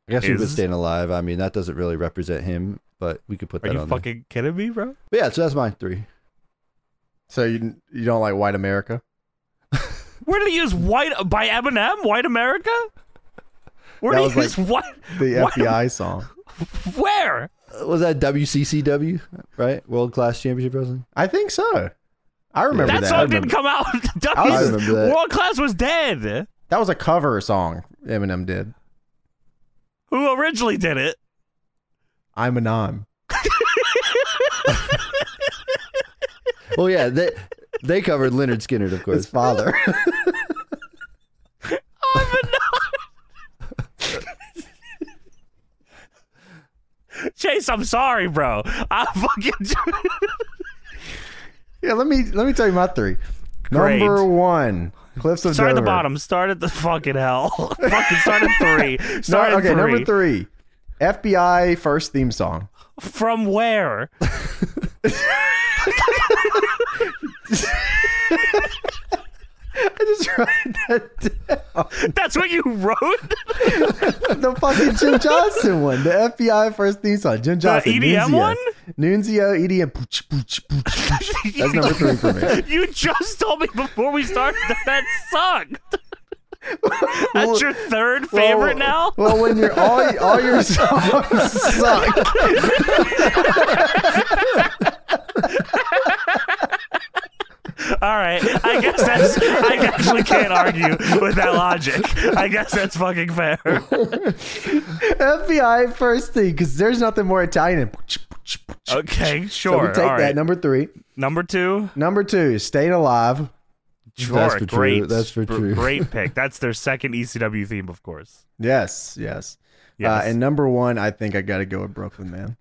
Speaker 3: I guess we've been
Speaker 2: Is-
Speaker 3: staying alive. I mean, that doesn't really represent him, but we could put
Speaker 2: Are
Speaker 3: that
Speaker 2: you
Speaker 3: on
Speaker 2: fucking kidding me, bro?
Speaker 3: there. But yeah, so that's my three.
Speaker 1: So you you don't like white America?
Speaker 2: Where did he use white by Eminem? White America? Where
Speaker 1: That
Speaker 2: did
Speaker 1: was
Speaker 2: he use white?
Speaker 1: The
Speaker 2: What?
Speaker 1: FBI song.
Speaker 2: Where?
Speaker 3: Uh, Was that WCCW, right? World Class Championship Wrestling?
Speaker 1: I think so. I remember
Speaker 2: That
Speaker 1: that.
Speaker 2: song
Speaker 1: I
Speaker 2: didn't
Speaker 1: remember-
Speaker 2: come out.
Speaker 3: I
Speaker 2: W's-
Speaker 3: remember that.
Speaker 2: World Class was dead.
Speaker 1: That was a cover song Eminem did.
Speaker 2: Who originally did it?
Speaker 1: I'm a nom.
Speaker 3: Well, yeah, they they covered Leonard Skinner, of
Speaker 1: His
Speaker 3: course.
Speaker 1: father.
Speaker 2: Chase, I'm sorry, bro. I fucking
Speaker 1: yeah, let me let me tell you my three.
Speaker 2: Great.
Speaker 1: Number one, Cliffs of
Speaker 2: start at the
Speaker 1: Dover.
Speaker 2: bottom. Start at the fucking hell. fucking start at three.
Speaker 1: No,
Speaker 2: Start at
Speaker 1: okay,
Speaker 2: three.
Speaker 1: number three, FBI first theme song.
Speaker 2: From where?
Speaker 1: I just write that
Speaker 2: That's what you wrote.
Speaker 1: down. The fucking Jim Johnson one, the FBI first theme song, Jim Johnson. Nunzio.
Speaker 2: EDM E one?
Speaker 1: Nunzio EDM. Pooch, pooch, pooch, pooch. That's number three for me.
Speaker 2: You just told me before we started that that sucked. That's your third favorite now?
Speaker 1: Well, when you're all all your songs suck.
Speaker 2: All right. I guess that's. I actually can't argue with that logic. I guess that's fucking fair.
Speaker 1: FBI first thing, because there's nothing more Italian. Than pooch, pooch, pooch.
Speaker 2: Okay,
Speaker 1: So we
Speaker 2: sure.
Speaker 1: take
Speaker 2: All
Speaker 1: that.
Speaker 2: right.
Speaker 1: Number three.
Speaker 2: Number two.
Speaker 1: Number two, staying alive.
Speaker 2: Sure.
Speaker 3: for true.
Speaker 2: great.
Speaker 3: That's for
Speaker 2: gr-
Speaker 3: true.
Speaker 2: Great pick. That's their second ECW theme, of course.
Speaker 1: Yes, yes. Uh,
Speaker 2: Yes.
Speaker 1: and number one, I think I got to go with Brooklyn, man.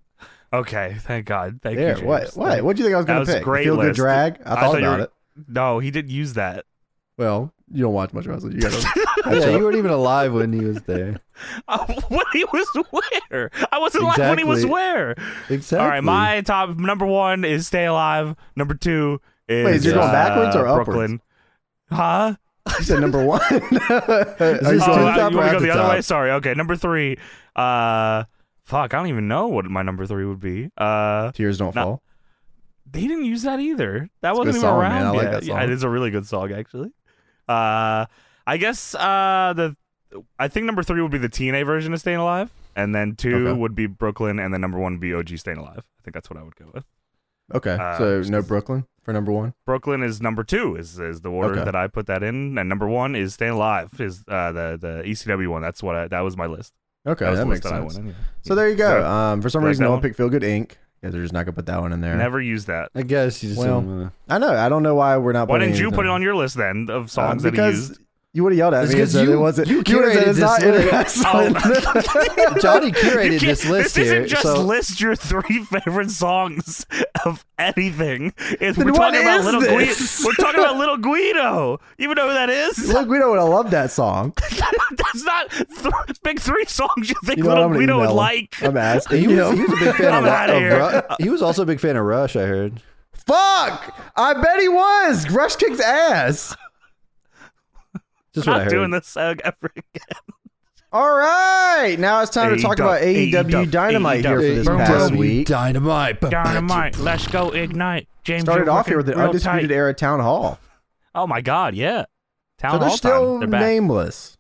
Speaker 2: okay. Thank God. Thank you.
Speaker 1: There,
Speaker 2: James.
Speaker 1: what, what, what do you think I was
Speaker 2: That
Speaker 1: going
Speaker 2: was
Speaker 1: to
Speaker 2: a
Speaker 1: pick?
Speaker 2: great
Speaker 1: Feel good
Speaker 2: list.
Speaker 1: drag. I
Speaker 2: I
Speaker 1: thought
Speaker 2: thought you
Speaker 1: about
Speaker 2: were-
Speaker 1: it.
Speaker 2: No, he didn't use that.
Speaker 1: Well, you don't watch much wrestling. You gotta
Speaker 3: yeah, you weren't even alive when he was there.
Speaker 2: Uh, when he was where? I wasn't like when he was
Speaker 3: Exactly.
Speaker 2: where.
Speaker 3: Exactly.
Speaker 2: All right, my top number one is Stay Alive. Number two is
Speaker 1: Wait, is it going
Speaker 2: uh,
Speaker 1: backwards or upwards?
Speaker 2: Brooklyn. Huh?
Speaker 1: You said number one. Are you
Speaker 3: Is
Speaker 2: oh,
Speaker 3: it
Speaker 1: still
Speaker 2: uh,
Speaker 3: top
Speaker 2: you
Speaker 3: or
Speaker 2: want
Speaker 3: at
Speaker 2: to go
Speaker 3: the
Speaker 2: the other
Speaker 3: top?
Speaker 2: way? Sorry. Okay, number three. Uh, fuck, I don't even know what my number three would be. Uh,
Speaker 1: Tears don't
Speaker 2: Not-
Speaker 1: fall.
Speaker 2: they didn't use that either. That
Speaker 1: a
Speaker 2: wasn't
Speaker 1: good
Speaker 2: even
Speaker 1: song, man.
Speaker 2: around
Speaker 1: I like
Speaker 2: yet.
Speaker 1: that
Speaker 2: Yeah,
Speaker 1: song.
Speaker 2: it is a really good song, actually. Uh, I guess uh the I think number three would be the TNA version of Staying Alive, and then two
Speaker 1: Okay.
Speaker 2: would be Brooklyn, and then number one would be OG Staying Alive. I think that's what I would go with.
Speaker 1: Okay,
Speaker 2: Uh,
Speaker 1: so no Brooklyn for number one.
Speaker 2: Brooklyn is number two is is the order
Speaker 1: Okay.
Speaker 2: that I put that in, and number one is Staying Alive is uh, the the ECW one. That's what I, that was my list.
Speaker 1: Okay, that,
Speaker 2: that was the
Speaker 1: makes
Speaker 2: list that I
Speaker 1: sense.
Speaker 2: went in. yeah.
Speaker 1: So there you go.
Speaker 2: Yeah.
Speaker 1: Um, for some
Speaker 2: Like
Speaker 1: reason,
Speaker 2: that
Speaker 1: I don't
Speaker 2: one?
Speaker 1: pick Feel Good Inc. Yeah, they're just not gonna put that one in there.
Speaker 2: Never use that.
Speaker 3: I guess you just
Speaker 1: Well,
Speaker 3: don't wanna-
Speaker 1: I know. I don't know why we're not.
Speaker 2: Why
Speaker 1: putting
Speaker 2: didn't you
Speaker 1: anything.
Speaker 2: put it Um, on your list then of
Speaker 1: Uh,
Speaker 2: songs that he
Speaker 1: because
Speaker 2: used?
Speaker 1: you would have yelled at
Speaker 3: It's
Speaker 1: me. and
Speaker 3: 'cause
Speaker 1: said
Speaker 3: you-
Speaker 1: it wasn't.
Speaker 3: you
Speaker 1: would've said
Speaker 3: curated
Speaker 1: it's not
Speaker 3: this list.
Speaker 1: in wrestling.
Speaker 3: Johnny
Speaker 2: You
Speaker 3: curated
Speaker 2: can't-
Speaker 3: this list
Speaker 2: isn't
Speaker 3: here.
Speaker 2: just
Speaker 3: so
Speaker 2: list your three favorite songs of anything. If
Speaker 1: Then
Speaker 2: we're
Speaker 1: what
Speaker 2: talking about
Speaker 1: is
Speaker 2: little
Speaker 1: this?
Speaker 2: Guido. We're talking about little Guido. You know who that is?
Speaker 1: Look, we don't would have loved that song.
Speaker 2: That's not th- big three songs you think
Speaker 1: You know what? I'm
Speaker 2: little
Speaker 1: gonna
Speaker 2: Guido would
Speaker 1: email him.
Speaker 2: like.
Speaker 1: I'm asking
Speaker 3: he, was, he
Speaker 1: you.
Speaker 3: was a big fan
Speaker 2: I'm
Speaker 3: of,
Speaker 2: outta
Speaker 3: of
Speaker 2: here.
Speaker 3: Ru- He was also a big fan of Rush. I heard.
Speaker 1: Fuck! I bet he was. Rush kicks ass.
Speaker 3: Just what I
Speaker 2: not
Speaker 3: heard.
Speaker 2: doing this uh, ever again.
Speaker 1: All right, now it's time to talk
Speaker 2: AEW,
Speaker 1: about
Speaker 2: E
Speaker 1: AEW Dynamite here for
Speaker 2: AEW.
Speaker 1: this past week.
Speaker 3: Dynamite.
Speaker 2: Dynamite, let's go ignite. James
Speaker 1: Started
Speaker 2: you're
Speaker 1: off here with an
Speaker 2: working real
Speaker 1: undisputed
Speaker 2: tight.
Speaker 1: era town hall,
Speaker 2: Oh my god, yeah. Town
Speaker 1: so they're
Speaker 2: hall
Speaker 1: still
Speaker 2: time. They're back.
Speaker 1: nameless.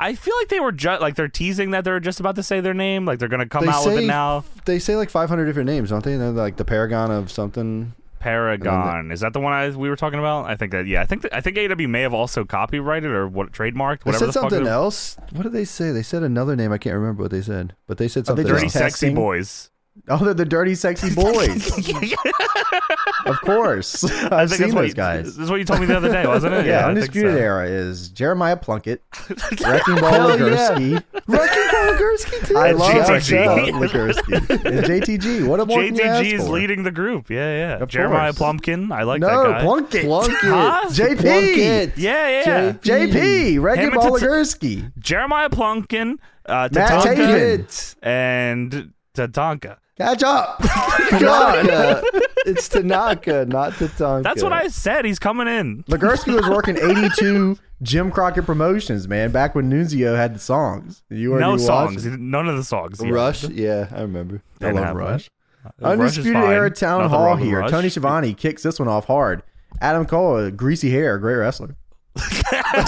Speaker 2: I feel like they were ju- like they're teasing that they're just about to say their name, like they're gonna come
Speaker 3: They
Speaker 2: out with
Speaker 3: say-
Speaker 2: it now.
Speaker 3: They say like 500 different names, don't they? They're like the Paragon of something.
Speaker 2: Paragon is that the one I, we were talking about? I think that yeah, I think that, I think AW may have also copyrighted or what trademarked
Speaker 3: They
Speaker 2: whatever
Speaker 3: said
Speaker 2: the fuck.
Speaker 3: something
Speaker 2: they're-
Speaker 3: else. What did they say? They said another name. I can't remember what they said, but they said
Speaker 1: Are they
Speaker 3: something.
Speaker 1: dirty
Speaker 2: Dirty
Speaker 3: else.
Speaker 2: sexy
Speaker 1: Texting.
Speaker 2: boys.
Speaker 1: Oh, they're the dirty, sexy boys. of course, I've
Speaker 2: that's
Speaker 1: seen
Speaker 2: what
Speaker 1: those
Speaker 2: you-
Speaker 1: guys.
Speaker 2: That's what you told me the other day, wasn't it?
Speaker 1: Yeah,
Speaker 2: I think
Speaker 1: undisputed
Speaker 2: so.
Speaker 1: era is Jeremiah Plunkett, Wrecking Ball
Speaker 3: Hell
Speaker 1: Ligursky.
Speaker 3: Rocky too.
Speaker 1: I love
Speaker 2: JTG.
Speaker 1: Wrecking Ball Ligursky. And JTG. What a boy can you ask
Speaker 2: JTG is
Speaker 1: for?
Speaker 2: leading the group. Yeah, yeah.
Speaker 1: Of
Speaker 2: Jeremiah
Speaker 1: course.
Speaker 2: Plumpkin. I like that
Speaker 1: No,
Speaker 2: guy.
Speaker 1: Plunkett.
Speaker 2: Huh?
Speaker 3: Plunkett.
Speaker 1: JP.
Speaker 3: Plunkett.
Speaker 2: yeah, yeah.
Speaker 3: J-
Speaker 1: JP, Wrecking
Speaker 2: Him and
Speaker 1: Ball
Speaker 2: Tats-
Speaker 1: Ligursky.
Speaker 2: Jeremiah Plumpkin, uh,
Speaker 1: Matt
Speaker 2: Tatanka,
Speaker 1: Taven.
Speaker 2: and Tatanka.
Speaker 5: Catch up.
Speaker 3: Tanaka. it's Tanaka, not Tatanka.
Speaker 2: That's what I said. He's coming in.
Speaker 5: Ligursky was working 82
Speaker 1: Jim Crockett Promotions, man. Back when Nunzio had the songs, you already
Speaker 2: No
Speaker 1: watched
Speaker 2: songs.
Speaker 1: it.
Speaker 2: None of the songs. Yeah.
Speaker 3: Rush. Yeah, I remember.
Speaker 2: Didn't
Speaker 1: I love
Speaker 2: happen.
Speaker 1: Rush.
Speaker 2: Rush is
Speaker 1: Undisputed
Speaker 2: fine.
Speaker 1: Era Town
Speaker 2: Nothing
Speaker 1: Hall
Speaker 2: wrong with
Speaker 1: here.
Speaker 2: Rush.
Speaker 1: Tony Schiavone kicks this one off hard. Adam Cole, greasy hair, great wrestler.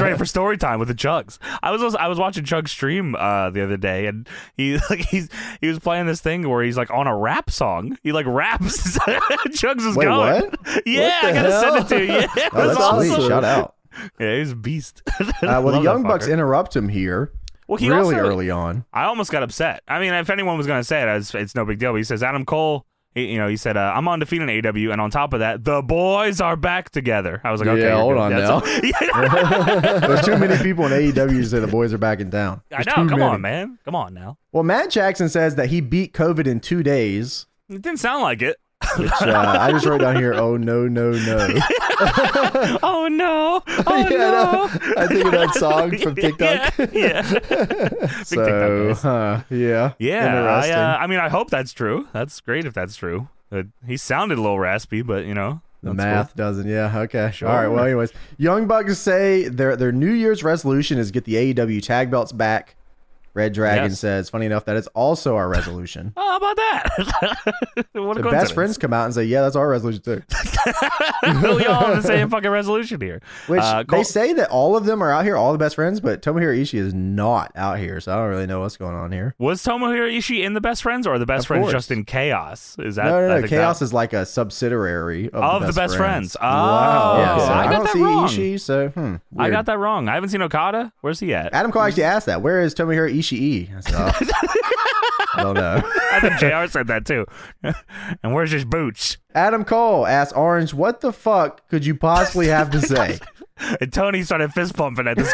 Speaker 2: ready for story time with the Chugs? I was also, I was watching Chug stream uh, the other day, and he like he's he was playing this thing where he's like on a rap song. He like raps. Chugs was
Speaker 1: Wait,
Speaker 2: going.
Speaker 1: what?
Speaker 2: Yeah, I
Speaker 3: What the
Speaker 2: gotta
Speaker 3: hell?
Speaker 2: send it to you. Yeah,
Speaker 1: Oh, that's,
Speaker 2: that's
Speaker 1: sweet.
Speaker 2: awesome.
Speaker 1: Shout out.
Speaker 2: Yeah, he's a beast.
Speaker 1: Uh, well,
Speaker 2: Love
Speaker 1: the
Speaker 2: that
Speaker 1: Young Bucks
Speaker 2: fucker.
Speaker 1: interrupt him here
Speaker 2: Well, he
Speaker 1: really
Speaker 2: also-
Speaker 1: early on.
Speaker 2: I almost got upset. I mean, if anyone was going to say it, it's, it's no big deal. But he says Adam Cole. He, you know, he said, uh, "I'm undefeated in AW," and on top of that, the boys are back together. I was like,
Speaker 1: Yeah,
Speaker 2: "Okay, you're
Speaker 1: hold
Speaker 2: good.
Speaker 1: on
Speaker 2: That's- Yeah,
Speaker 1: There's too many people in AEW to say the boys are back in town.
Speaker 2: I
Speaker 1: There's
Speaker 2: know.
Speaker 1: too
Speaker 2: Come
Speaker 1: many.
Speaker 2: on, man. Come on now.
Speaker 1: Well, Matt Jackson says that he beat COVID in two days.
Speaker 2: It didn't sound like it.
Speaker 1: Which, uh, I just wrote down here. Oh no, no, no.
Speaker 2: oh no!
Speaker 3: Yeah,
Speaker 2: Oh no!
Speaker 3: I know. I think of that song from TikTok.
Speaker 2: Yeah, yeah. Big TikTok
Speaker 1: Oh, So
Speaker 2: guys.
Speaker 1: huh, yeah,
Speaker 2: Yeah, I,
Speaker 1: Interesting.
Speaker 2: uh, I mean, I hope that's true. That's great if that's true. Uh, he sounded a little raspy, but you know,
Speaker 1: The
Speaker 2: that's Oh.
Speaker 1: math doesn't. Yeah. Okay. All right. Well, anyways, Young Bucks say their their New Year's resolution is get the AEW tag belts back. Red Dragon
Speaker 2: Yes.
Speaker 1: says, funny enough, that is also our resolution.
Speaker 2: Cool. Oh, How about that? what a
Speaker 1: The
Speaker 2: coincidence. Uh,
Speaker 1: best friends come out and say, yeah, that's our resolution too.
Speaker 2: we all have the same fucking resolution here.
Speaker 1: Which
Speaker 2: Uh,
Speaker 1: they
Speaker 2: Col-
Speaker 1: say that all of them are out here, all the best friends, but Tomohiro Ishii is not out here, so I don't really know what's going on here.
Speaker 2: was Tomohiro Ishii in the best friends or the best
Speaker 1: Of
Speaker 2: friends
Speaker 1: course.
Speaker 2: just in chaos? Is that
Speaker 1: No,
Speaker 2: I
Speaker 1: no, no.
Speaker 2: think
Speaker 1: Chaos
Speaker 2: that-
Speaker 1: is like a subsidiary of,
Speaker 2: of
Speaker 1: the best,
Speaker 2: friends?
Speaker 1: friends.
Speaker 2: Oh,
Speaker 1: Yeah, so
Speaker 2: I,
Speaker 1: I,
Speaker 2: got
Speaker 1: don't
Speaker 2: that
Speaker 1: see
Speaker 2: wrong.
Speaker 1: Ishii, so hmm.
Speaker 2: I
Speaker 1: weird.
Speaker 2: got that wrong. I haven't seen Okada. Where's he at?
Speaker 1: Adam Cole actually asked that. Where is Tomohiro Ishii? I, said, "Oh, I don't know.
Speaker 2: I think Jr. said that too. and where's his boots?
Speaker 1: Adam Cole asked Orange, "What the fuck could you possibly have to say?"
Speaker 2: And Tony started fist pumping at the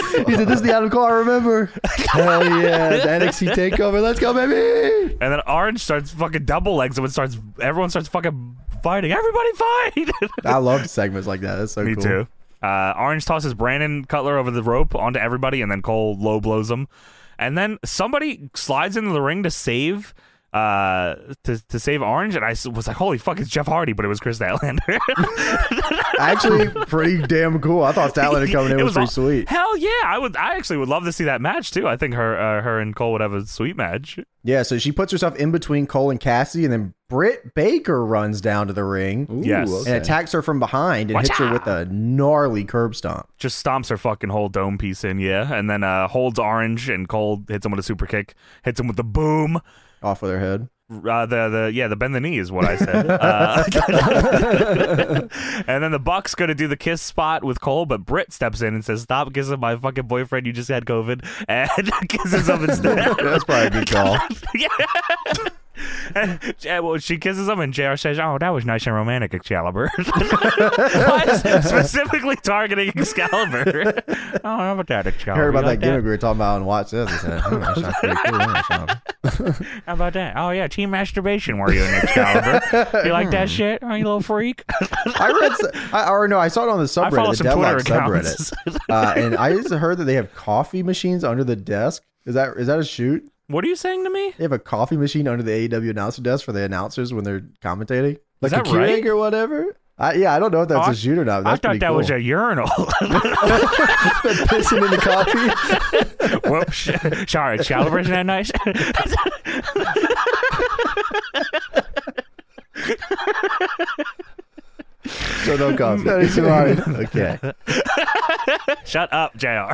Speaker 2: screen.
Speaker 1: he said, "This is the Adam Cole I remember."
Speaker 3: Hell yeah, the NXT takeover. Let's go, baby.
Speaker 2: and then Orange starts fucking double legs. and it starts everyone starts fucking fighting. Everybody fight.
Speaker 1: I love segments like that. That's so
Speaker 2: Me
Speaker 1: cool.
Speaker 2: too. Uh, Orange tosses Brandon Cutler over the rope onto everybody, and then Cole low blows him. And then somebody slides into the ring to save uh to, to save Orange, and I s- was like, "Holy fuck, it's Jeff Hardy!" But it was Chris Statlander.
Speaker 1: Actually, pretty damn cool. I thought Statlander coming in
Speaker 2: It
Speaker 1: was,
Speaker 2: was aw-
Speaker 1: pretty sweet.
Speaker 2: Hell yeah, I would. I actually would love to see that match too. I think her uh, her and Cole would have a sweet match.
Speaker 1: Yeah, so she puts herself in between Cole and Cassidy, and then Britt Baker runs down to the ring
Speaker 3: Ooh,
Speaker 2: Yes.
Speaker 1: and attacks her from behind and
Speaker 2: Watch
Speaker 1: hits her with a gnarly curb stomp.
Speaker 2: just stomps her fucking whole dome piece in, yeah, and then uh, holds Orange and Cole hits him with a super kick, hits him with the boom.
Speaker 1: Off with her head.
Speaker 2: Uh, the the yeah the bend the knee is what I said, uh, and then the Bucks go to do the kiss spot with Cole, but Britt steps in and says, "Stop kissing my fucking boyfriend! You just had COVID," and kisses him instead.
Speaker 1: That's probably a good call.
Speaker 2: yeah. And, yeah, well, she kisses him, and JR says, "Oh, that was nice and romantic, Excalibur." Why is specifically targeting Excalibur. I don't know about that Excalibur.
Speaker 1: Heard about
Speaker 2: You
Speaker 1: that
Speaker 2: like
Speaker 1: gimmick we were talking about and watch this. I said, "Hmm, that sounds pretty cool, that sounds-
Speaker 2: How about that? Oh yeah, team masturbation. Were you in Excalibur? you like that shit? Are you a little freak?
Speaker 1: I read, s- I, or no, I saw it on the
Speaker 2: I
Speaker 1: subreddit,
Speaker 2: follow
Speaker 1: the
Speaker 2: some Twitter
Speaker 1: Deadlock
Speaker 2: accounts.
Speaker 1: subreddit, uh, and I just heard that they have coffee machines under the desk. Is that is that a shoot?
Speaker 2: what are you saying to me?
Speaker 1: They have a coffee machine under the AEW announcer desk for the announcers when they're commentating.
Speaker 3: like
Speaker 2: that
Speaker 3: a Keurig
Speaker 2: right?
Speaker 3: or whatever.
Speaker 1: I, yeah, I don't know if that's
Speaker 2: Oh, I-
Speaker 1: a shoot or not. but That's
Speaker 2: I thought
Speaker 1: pretty
Speaker 2: that
Speaker 1: cool.
Speaker 2: was a urinal.
Speaker 3: Pissing in the coffee.
Speaker 2: Whoops. Sorry, Excalibur isn't that nice.
Speaker 1: so no coffee.
Speaker 3: That is right.
Speaker 1: okay.
Speaker 2: Shut up, Jr.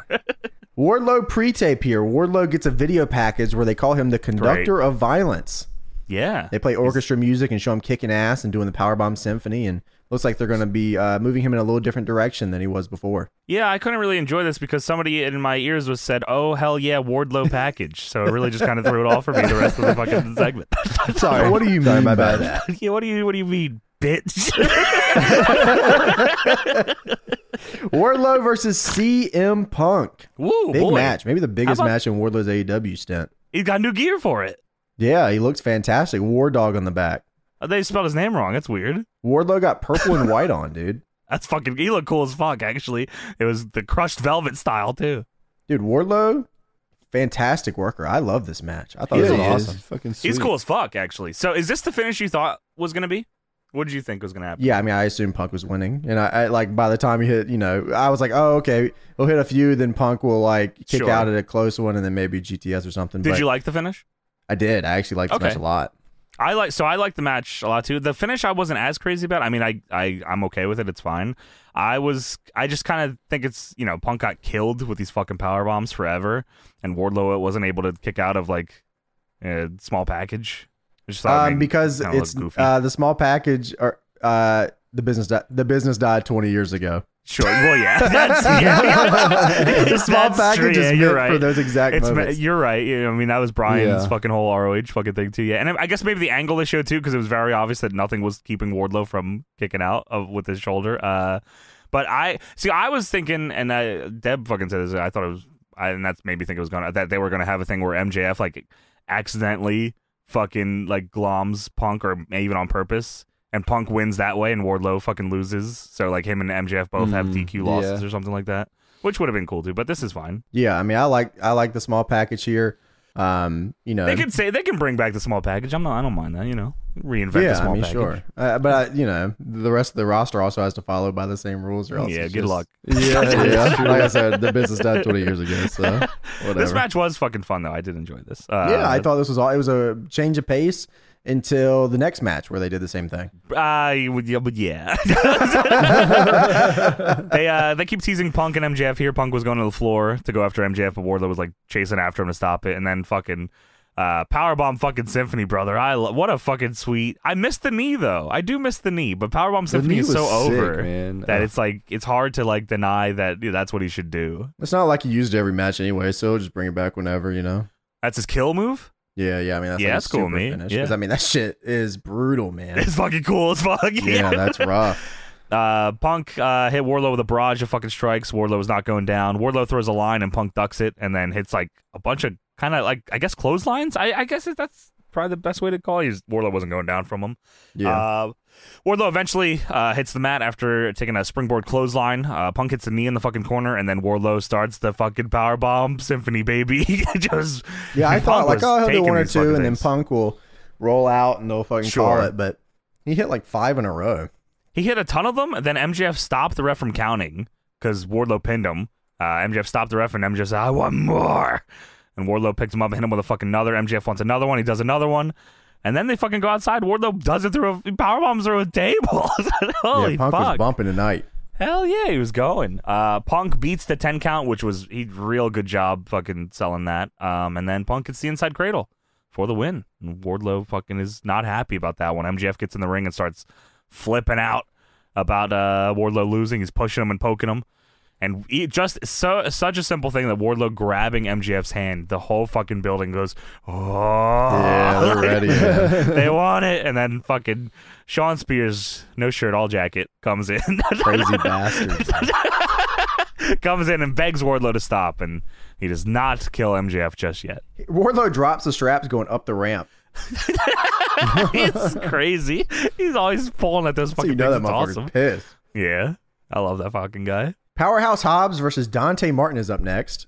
Speaker 1: Wardlow pre-tape here. Wardlow gets a video package where they call him the conductor of violence.
Speaker 2: yeah.
Speaker 1: They play orchestra music and show him kicking ass and doing the Powerbomb Symphony, and looks like they're going to be uh, moving him in a little different direction than he was before.
Speaker 2: Yeah, I couldn't really enjoy this because somebody in my ears was said, "Oh hell yeah, Wardlow package." So it really just kind of threw it all for me the rest of the fucking segment.
Speaker 1: Sorry, what do you
Speaker 3: Sorry
Speaker 1: mean by
Speaker 3: about
Speaker 1: that?
Speaker 2: yeah, what do you what do you mean, bitch?
Speaker 1: Wardlow versus CM Punk.
Speaker 2: Woo,
Speaker 1: Big
Speaker 2: Oh, boy.
Speaker 1: match. Maybe the biggest
Speaker 2: How about-
Speaker 1: match in Wardlow's AEW stint.
Speaker 2: He's got new gear for it.
Speaker 1: Yeah, he looks fantastic. War Dog on the back.
Speaker 2: Oh, They spelled his name wrong. That's weird.
Speaker 1: Wardlow got purple and white on, dude.
Speaker 2: That's fucking. He looked cool as fuck. Actually, it was the crushed velvet style too.
Speaker 1: Dude, Wardlow, fantastic worker. I love this match. I thought
Speaker 3: Yeah,
Speaker 1: it was
Speaker 3: he is.
Speaker 1: awesome.
Speaker 3: Fucking sweet.
Speaker 2: He's cool as fuck, actually. So, is this the finish you thought was gonna be? What did you think was gonna happen?
Speaker 1: Yeah, I mean, I assumed Punk was winning, and I, I like by the time he hit, you know, I was like, oh okay, we'll hit a few, then Punk will like kick
Speaker 2: Sure.
Speaker 1: out at a close one, and then maybe GTS or something.
Speaker 2: Did
Speaker 1: but
Speaker 2: you like the finish?
Speaker 1: I did. I actually liked this
Speaker 2: Okay.
Speaker 1: match a lot.
Speaker 2: I like so I like the match a lot too. The finish I wasn't as crazy about. I mean, I I I'm okay with it. It's fine. I was I just kind of think it's you know Punk got killed with these fucking power bombs forever, and Wardlow wasn't able to kick out of like a small package. I just thought, I
Speaker 1: Um,
Speaker 2: mean,
Speaker 1: because
Speaker 2: kinda
Speaker 1: it's
Speaker 2: looked goofy.
Speaker 1: uh, the small package or uh, the business di- the business died twenty years ago.
Speaker 2: sure, well, yeah, that's yeah.
Speaker 1: the small
Speaker 2: That's
Speaker 1: package
Speaker 2: true.
Speaker 1: is
Speaker 2: Yeah,
Speaker 1: meant
Speaker 2: you're
Speaker 1: for
Speaker 2: right.
Speaker 1: those exact
Speaker 2: It's,
Speaker 1: moments.
Speaker 2: you're right. You know, I mean, that was Brian's
Speaker 3: Yeah.
Speaker 2: fucking whole ROH fucking thing too. Yeah, and I, I guess maybe the angle they showed too, because it was very obvious that nothing was keeping Wardlow from kicking out of with his shoulder. Uh, but I see. I was thinking, and uh, Deb fucking said this. I thought it was, I, and that's made me think it was gonna that they were gonna have a thing where MJF like accidentally fucking like gloms Punk or even on purpose. And Punk wins that way, and Wardlow fucking loses. So like him and MJF both have
Speaker 3: Mm,
Speaker 2: DQ losses
Speaker 3: yeah.
Speaker 2: or something like that, which would have been cool too. But this is fine.
Speaker 1: yeah, I mean, I like I like the small package here. Um, you know,
Speaker 2: They could say they can bring back the small package. I'm not. I don't mind that. You know, reinvent
Speaker 1: yeah,
Speaker 2: the small
Speaker 1: I mean,
Speaker 2: package.
Speaker 1: sure. Uh, but I, you know, the rest of the roster also has to follow by the same rules, or else
Speaker 2: Yeah,
Speaker 1: it's
Speaker 2: good
Speaker 1: just-
Speaker 2: luck.
Speaker 1: Yeah, yeah. like I said, the business died twenty years ago, so whatever.
Speaker 2: This match was fucking fun though. I did enjoy this. Uh,
Speaker 1: yeah, I thought this was all. It was a change of pace until the next match where they did the same thing.
Speaker 2: I would. Yeah, but yeah. they uh, they keep teasing Punk and MJF here. Punk was going to the floor to go after MJF, but Wardlow was like chasing after him to stop it, and then fucking. Uh, powerbomb fucking symphony, brother. I lo- what a fucking sweet. I missed the knee though. I do miss the knee, but powerbomb
Speaker 3: The
Speaker 2: symphony
Speaker 3: knee
Speaker 2: is so
Speaker 3: was sick,
Speaker 2: over
Speaker 3: man. Uh,
Speaker 2: that it's like it's hard to like deny that you know, that's what he should do.
Speaker 1: It's not like you used it every match anyway, so just bring it back whenever you know.
Speaker 2: That's his kill move.
Speaker 1: Yeah, yeah. I mean, that's
Speaker 2: Yeah,
Speaker 1: like
Speaker 2: that's
Speaker 1: a
Speaker 2: cool with
Speaker 1: super
Speaker 2: me.
Speaker 1: Finish,
Speaker 2: Yeah.
Speaker 1: 'Cause, I mean, that shit is brutal, man.
Speaker 2: It's fucking cool as fuck.
Speaker 1: yeah,
Speaker 2: Yeah.
Speaker 1: that's rough.
Speaker 2: Uh, Punk uh, hit Warlow with a barrage of fucking strikes. Warlow is not going down. Warlow throws a line and Punk ducks it and then hits like a bunch of kind of like, I guess, clotheslines. I, I guess it, that's probably the best way to call it. He's- Warlow wasn't going down from him.
Speaker 1: Yeah.
Speaker 2: Uh, Wardlow eventually uh, hits the mat after taking a springboard clothesline. Uh, Punk hits a knee in the fucking corner, and then Warlow starts the fucking power bomb symphony, baby. Just
Speaker 1: yeah, I
Speaker 2: Punk
Speaker 1: thought like,
Speaker 2: was
Speaker 1: oh, he'll do
Speaker 2: taking
Speaker 1: one or
Speaker 2: these fucking
Speaker 1: two, and then
Speaker 2: things.
Speaker 1: Punk will roll out and they'll fucking
Speaker 2: Sure.
Speaker 1: call it. But he hit like five in a row.
Speaker 2: He hit a ton of them, and then MJF stopped the ref from counting because Wardlow pinned him. Uh, MJF stopped the ref, and MJF said, I want more. And Wardlow picked him up and hit him with a fucking another. MJF wants another one. He does another one. And then they fucking go outside. Wardlow does it through a he powerbombs through a table. Holy
Speaker 1: yeah, Punk was
Speaker 2: fuck.
Speaker 1: bumping tonight.
Speaker 2: Hell yeah, he was going. Uh, Punk beats the 10 count, which was he real good job fucking selling that. Um, and then Punk gets the inside cradle for the win. And Wardlow fucking is not happy about that one. MJF gets in the ring and starts flipping out about uh, Wardlow losing. He's pushing him and poking him. And he just so such a simple thing that Wardlow grabbing MJF's hand, the whole fucking building goes, oh,
Speaker 1: Yeah, they're ready. man.
Speaker 2: they want it. And then fucking Sean Spears, no shirt, all jacket, comes in.
Speaker 1: Crazy bastards.
Speaker 2: comes in and begs Wardlow to stop, and he does not kill MJF just yet.
Speaker 1: Wardlow drops the straps going up the ramp.
Speaker 2: He's crazy. He's always pulling at those
Speaker 1: So
Speaker 2: fucking
Speaker 1: you know that
Speaker 2: things. It's
Speaker 1: motherfucker's
Speaker 2: awesome.
Speaker 1: pissed.
Speaker 2: Yeah, I love that fucking guy.
Speaker 1: Powerhouse Hobbs versus Dante Martin is up next.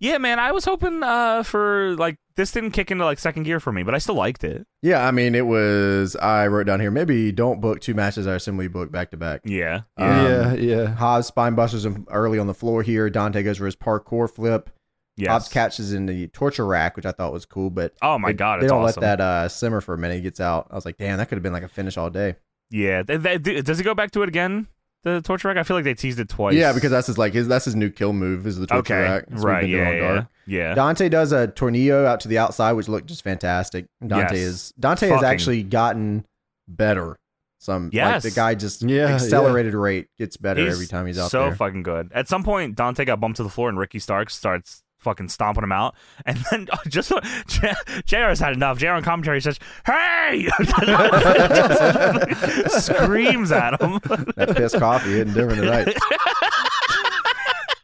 Speaker 2: Yeah, man. I was hoping uh, for like this didn't kick into like second gear for me, but I still liked it.
Speaker 1: Yeah, I mean, it was. I wrote down here. Maybe don't book two matches. I assembly book back to back.
Speaker 2: Yeah,
Speaker 1: Um,
Speaker 3: yeah, yeah.
Speaker 1: Hobbs spine busters him early on the floor here. Dante goes for his parkour flip.
Speaker 2: yes.
Speaker 1: Hobbs catches in the torture rack, which I thought was cool, but
Speaker 2: Oh my
Speaker 1: they,
Speaker 2: god,
Speaker 1: they
Speaker 2: it's
Speaker 1: don't
Speaker 2: awesome.
Speaker 1: let that uh, simmer for a minute. He gets out. I was like, damn, that could have been like a finish all day.
Speaker 2: Yeah, Th- th- th- does he go back to it again? The torture rack. I feel like they teased it twice.
Speaker 1: Yeah, because that's his like his that's his new kill move is the torture
Speaker 2: okay,
Speaker 1: rack. That's what
Speaker 2: right?
Speaker 1: we've been
Speaker 2: Yeah,
Speaker 1: doing on
Speaker 2: yeah,
Speaker 1: Dark.
Speaker 2: yeah.
Speaker 1: Dante does a tornillo out to the outside, which looked just fantastic. Dante
Speaker 2: Yes.
Speaker 1: is Dante has
Speaker 2: Fucking-
Speaker 1: actually gotten better. Some like
Speaker 2: Yes.
Speaker 1: the guy just
Speaker 3: Yeah, yeah.
Speaker 1: accelerated rate gets better every time he's out
Speaker 2: so
Speaker 1: there.
Speaker 2: fucking good. At some point, Dante got bumped to the floor, and Ricky Starks starts fucking stomping him out. And then just J- JR's had enough. JR on commentary says, "Hey!" Just screams at him.
Speaker 1: that piss coffee hitting different tonight.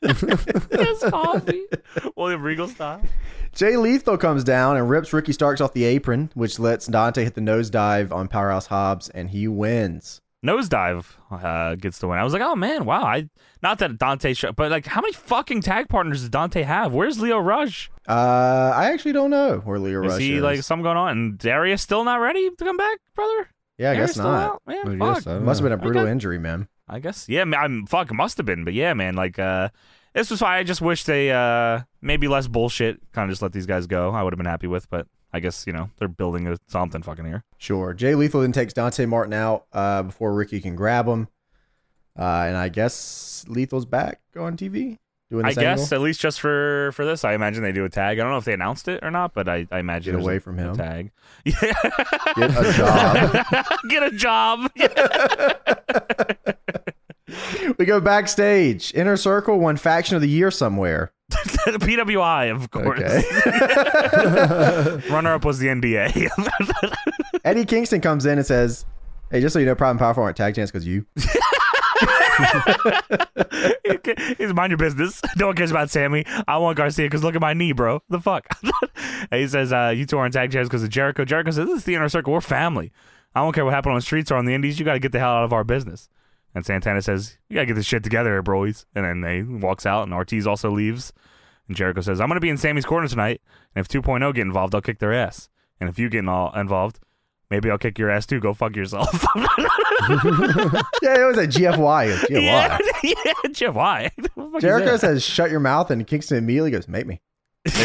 Speaker 2: Just coffee. William Regal style.
Speaker 1: Jay Lethal comes down and rips Ricky Starks off the apron, which lets Dante hit the nosedive on Powerhouse Hobbs, and he wins.
Speaker 2: Nosedive uh, gets the win. I was like, oh man, wow. I not that Dante, sh- but like, how many fucking tag partners does Dante have? Where's Leo Rush?
Speaker 1: Uh, I actually don't know where Leo
Speaker 2: Is
Speaker 1: Rush
Speaker 2: he
Speaker 1: is.
Speaker 2: like something going on? And Darius still not ready to come back, brother.
Speaker 1: yeah, I
Speaker 2: Darius
Speaker 1: guess
Speaker 2: still
Speaker 1: not.
Speaker 2: out? Man,
Speaker 4: But
Speaker 2: fuck.
Speaker 4: yes, I don't
Speaker 1: Must have
Speaker 4: know.
Speaker 1: been a brutal
Speaker 2: Okay.
Speaker 1: injury, man.
Speaker 2: I guess. Yeah, ma- I'm fuck. it Must have been, but yeah, man. Like, uh, this was why I just wish they uh maybe less bullshit. Kind of just let these guys go. I would have been happy with, but I guess you know they're building a, something fucking here.
Speaker 1: Sure. Jay Lethal then takes Dante Martin out uh, before Ricky can grab him. Uh, and I guess Lethal's back on TV doing
Speaker 2: I
Speaker 1: this
Speaker 2: guess at least just for for this, I imagine they do a tag. I don't know if they announced it or not, but I, I imagine
Speaker 1: Get
Speaker 2: there's
Speaker 1: away
Speaker 2: a-
Speaker 1: from
Speaker 2: a
Speaker 1: him.
Speaker 2: tag. Yeah.
Speaker 4: Get a job.
Speaker 2: Get a job.
Speaker 1: angle. We go backstage. Inner Circle won Faction of the Year somewhere.
Speaker 2: PWI, of course.
Speaker 1: Okay.
Speaker 2: Runner up was the NBA.
Speaker 1: Eddie Kingston comes in and says, Hey, just so you know, Pride and Powerful aren't tag chance because you.
Speaker 2: He's mind your business. No one cares about Sammy. I want Garcia because look at my knee, bro. The fuck. And he says, uh, "You two aren't tag champs because of Jericho." Jericho says, "This is the inner circle. We're family. I don't care what happened on the streets or on the Indies. You got to get the hell out of our business." And Santana says, "You got to get this shit together, here, broies." And then they walks out, and Ortiz also leaves. And Jericho says, "I'm gonna be in Sammy's corner tonight. And if 2.0 get involved, I'll kick their ass. And if you get all involved, maybe I'll kick your ass too. Go fuck yourself."
Speaker 1: Yeah, it was at GFY. It's GFY.
Speaker 2: yeah, yeah, Jeff, why? What the fuck is
Speaker 1: Jericho
Speaker 2: that?
Speaker 1: says, "Shut your mouth," and Kingston immediately goes, "Make me."
Speaker 2: what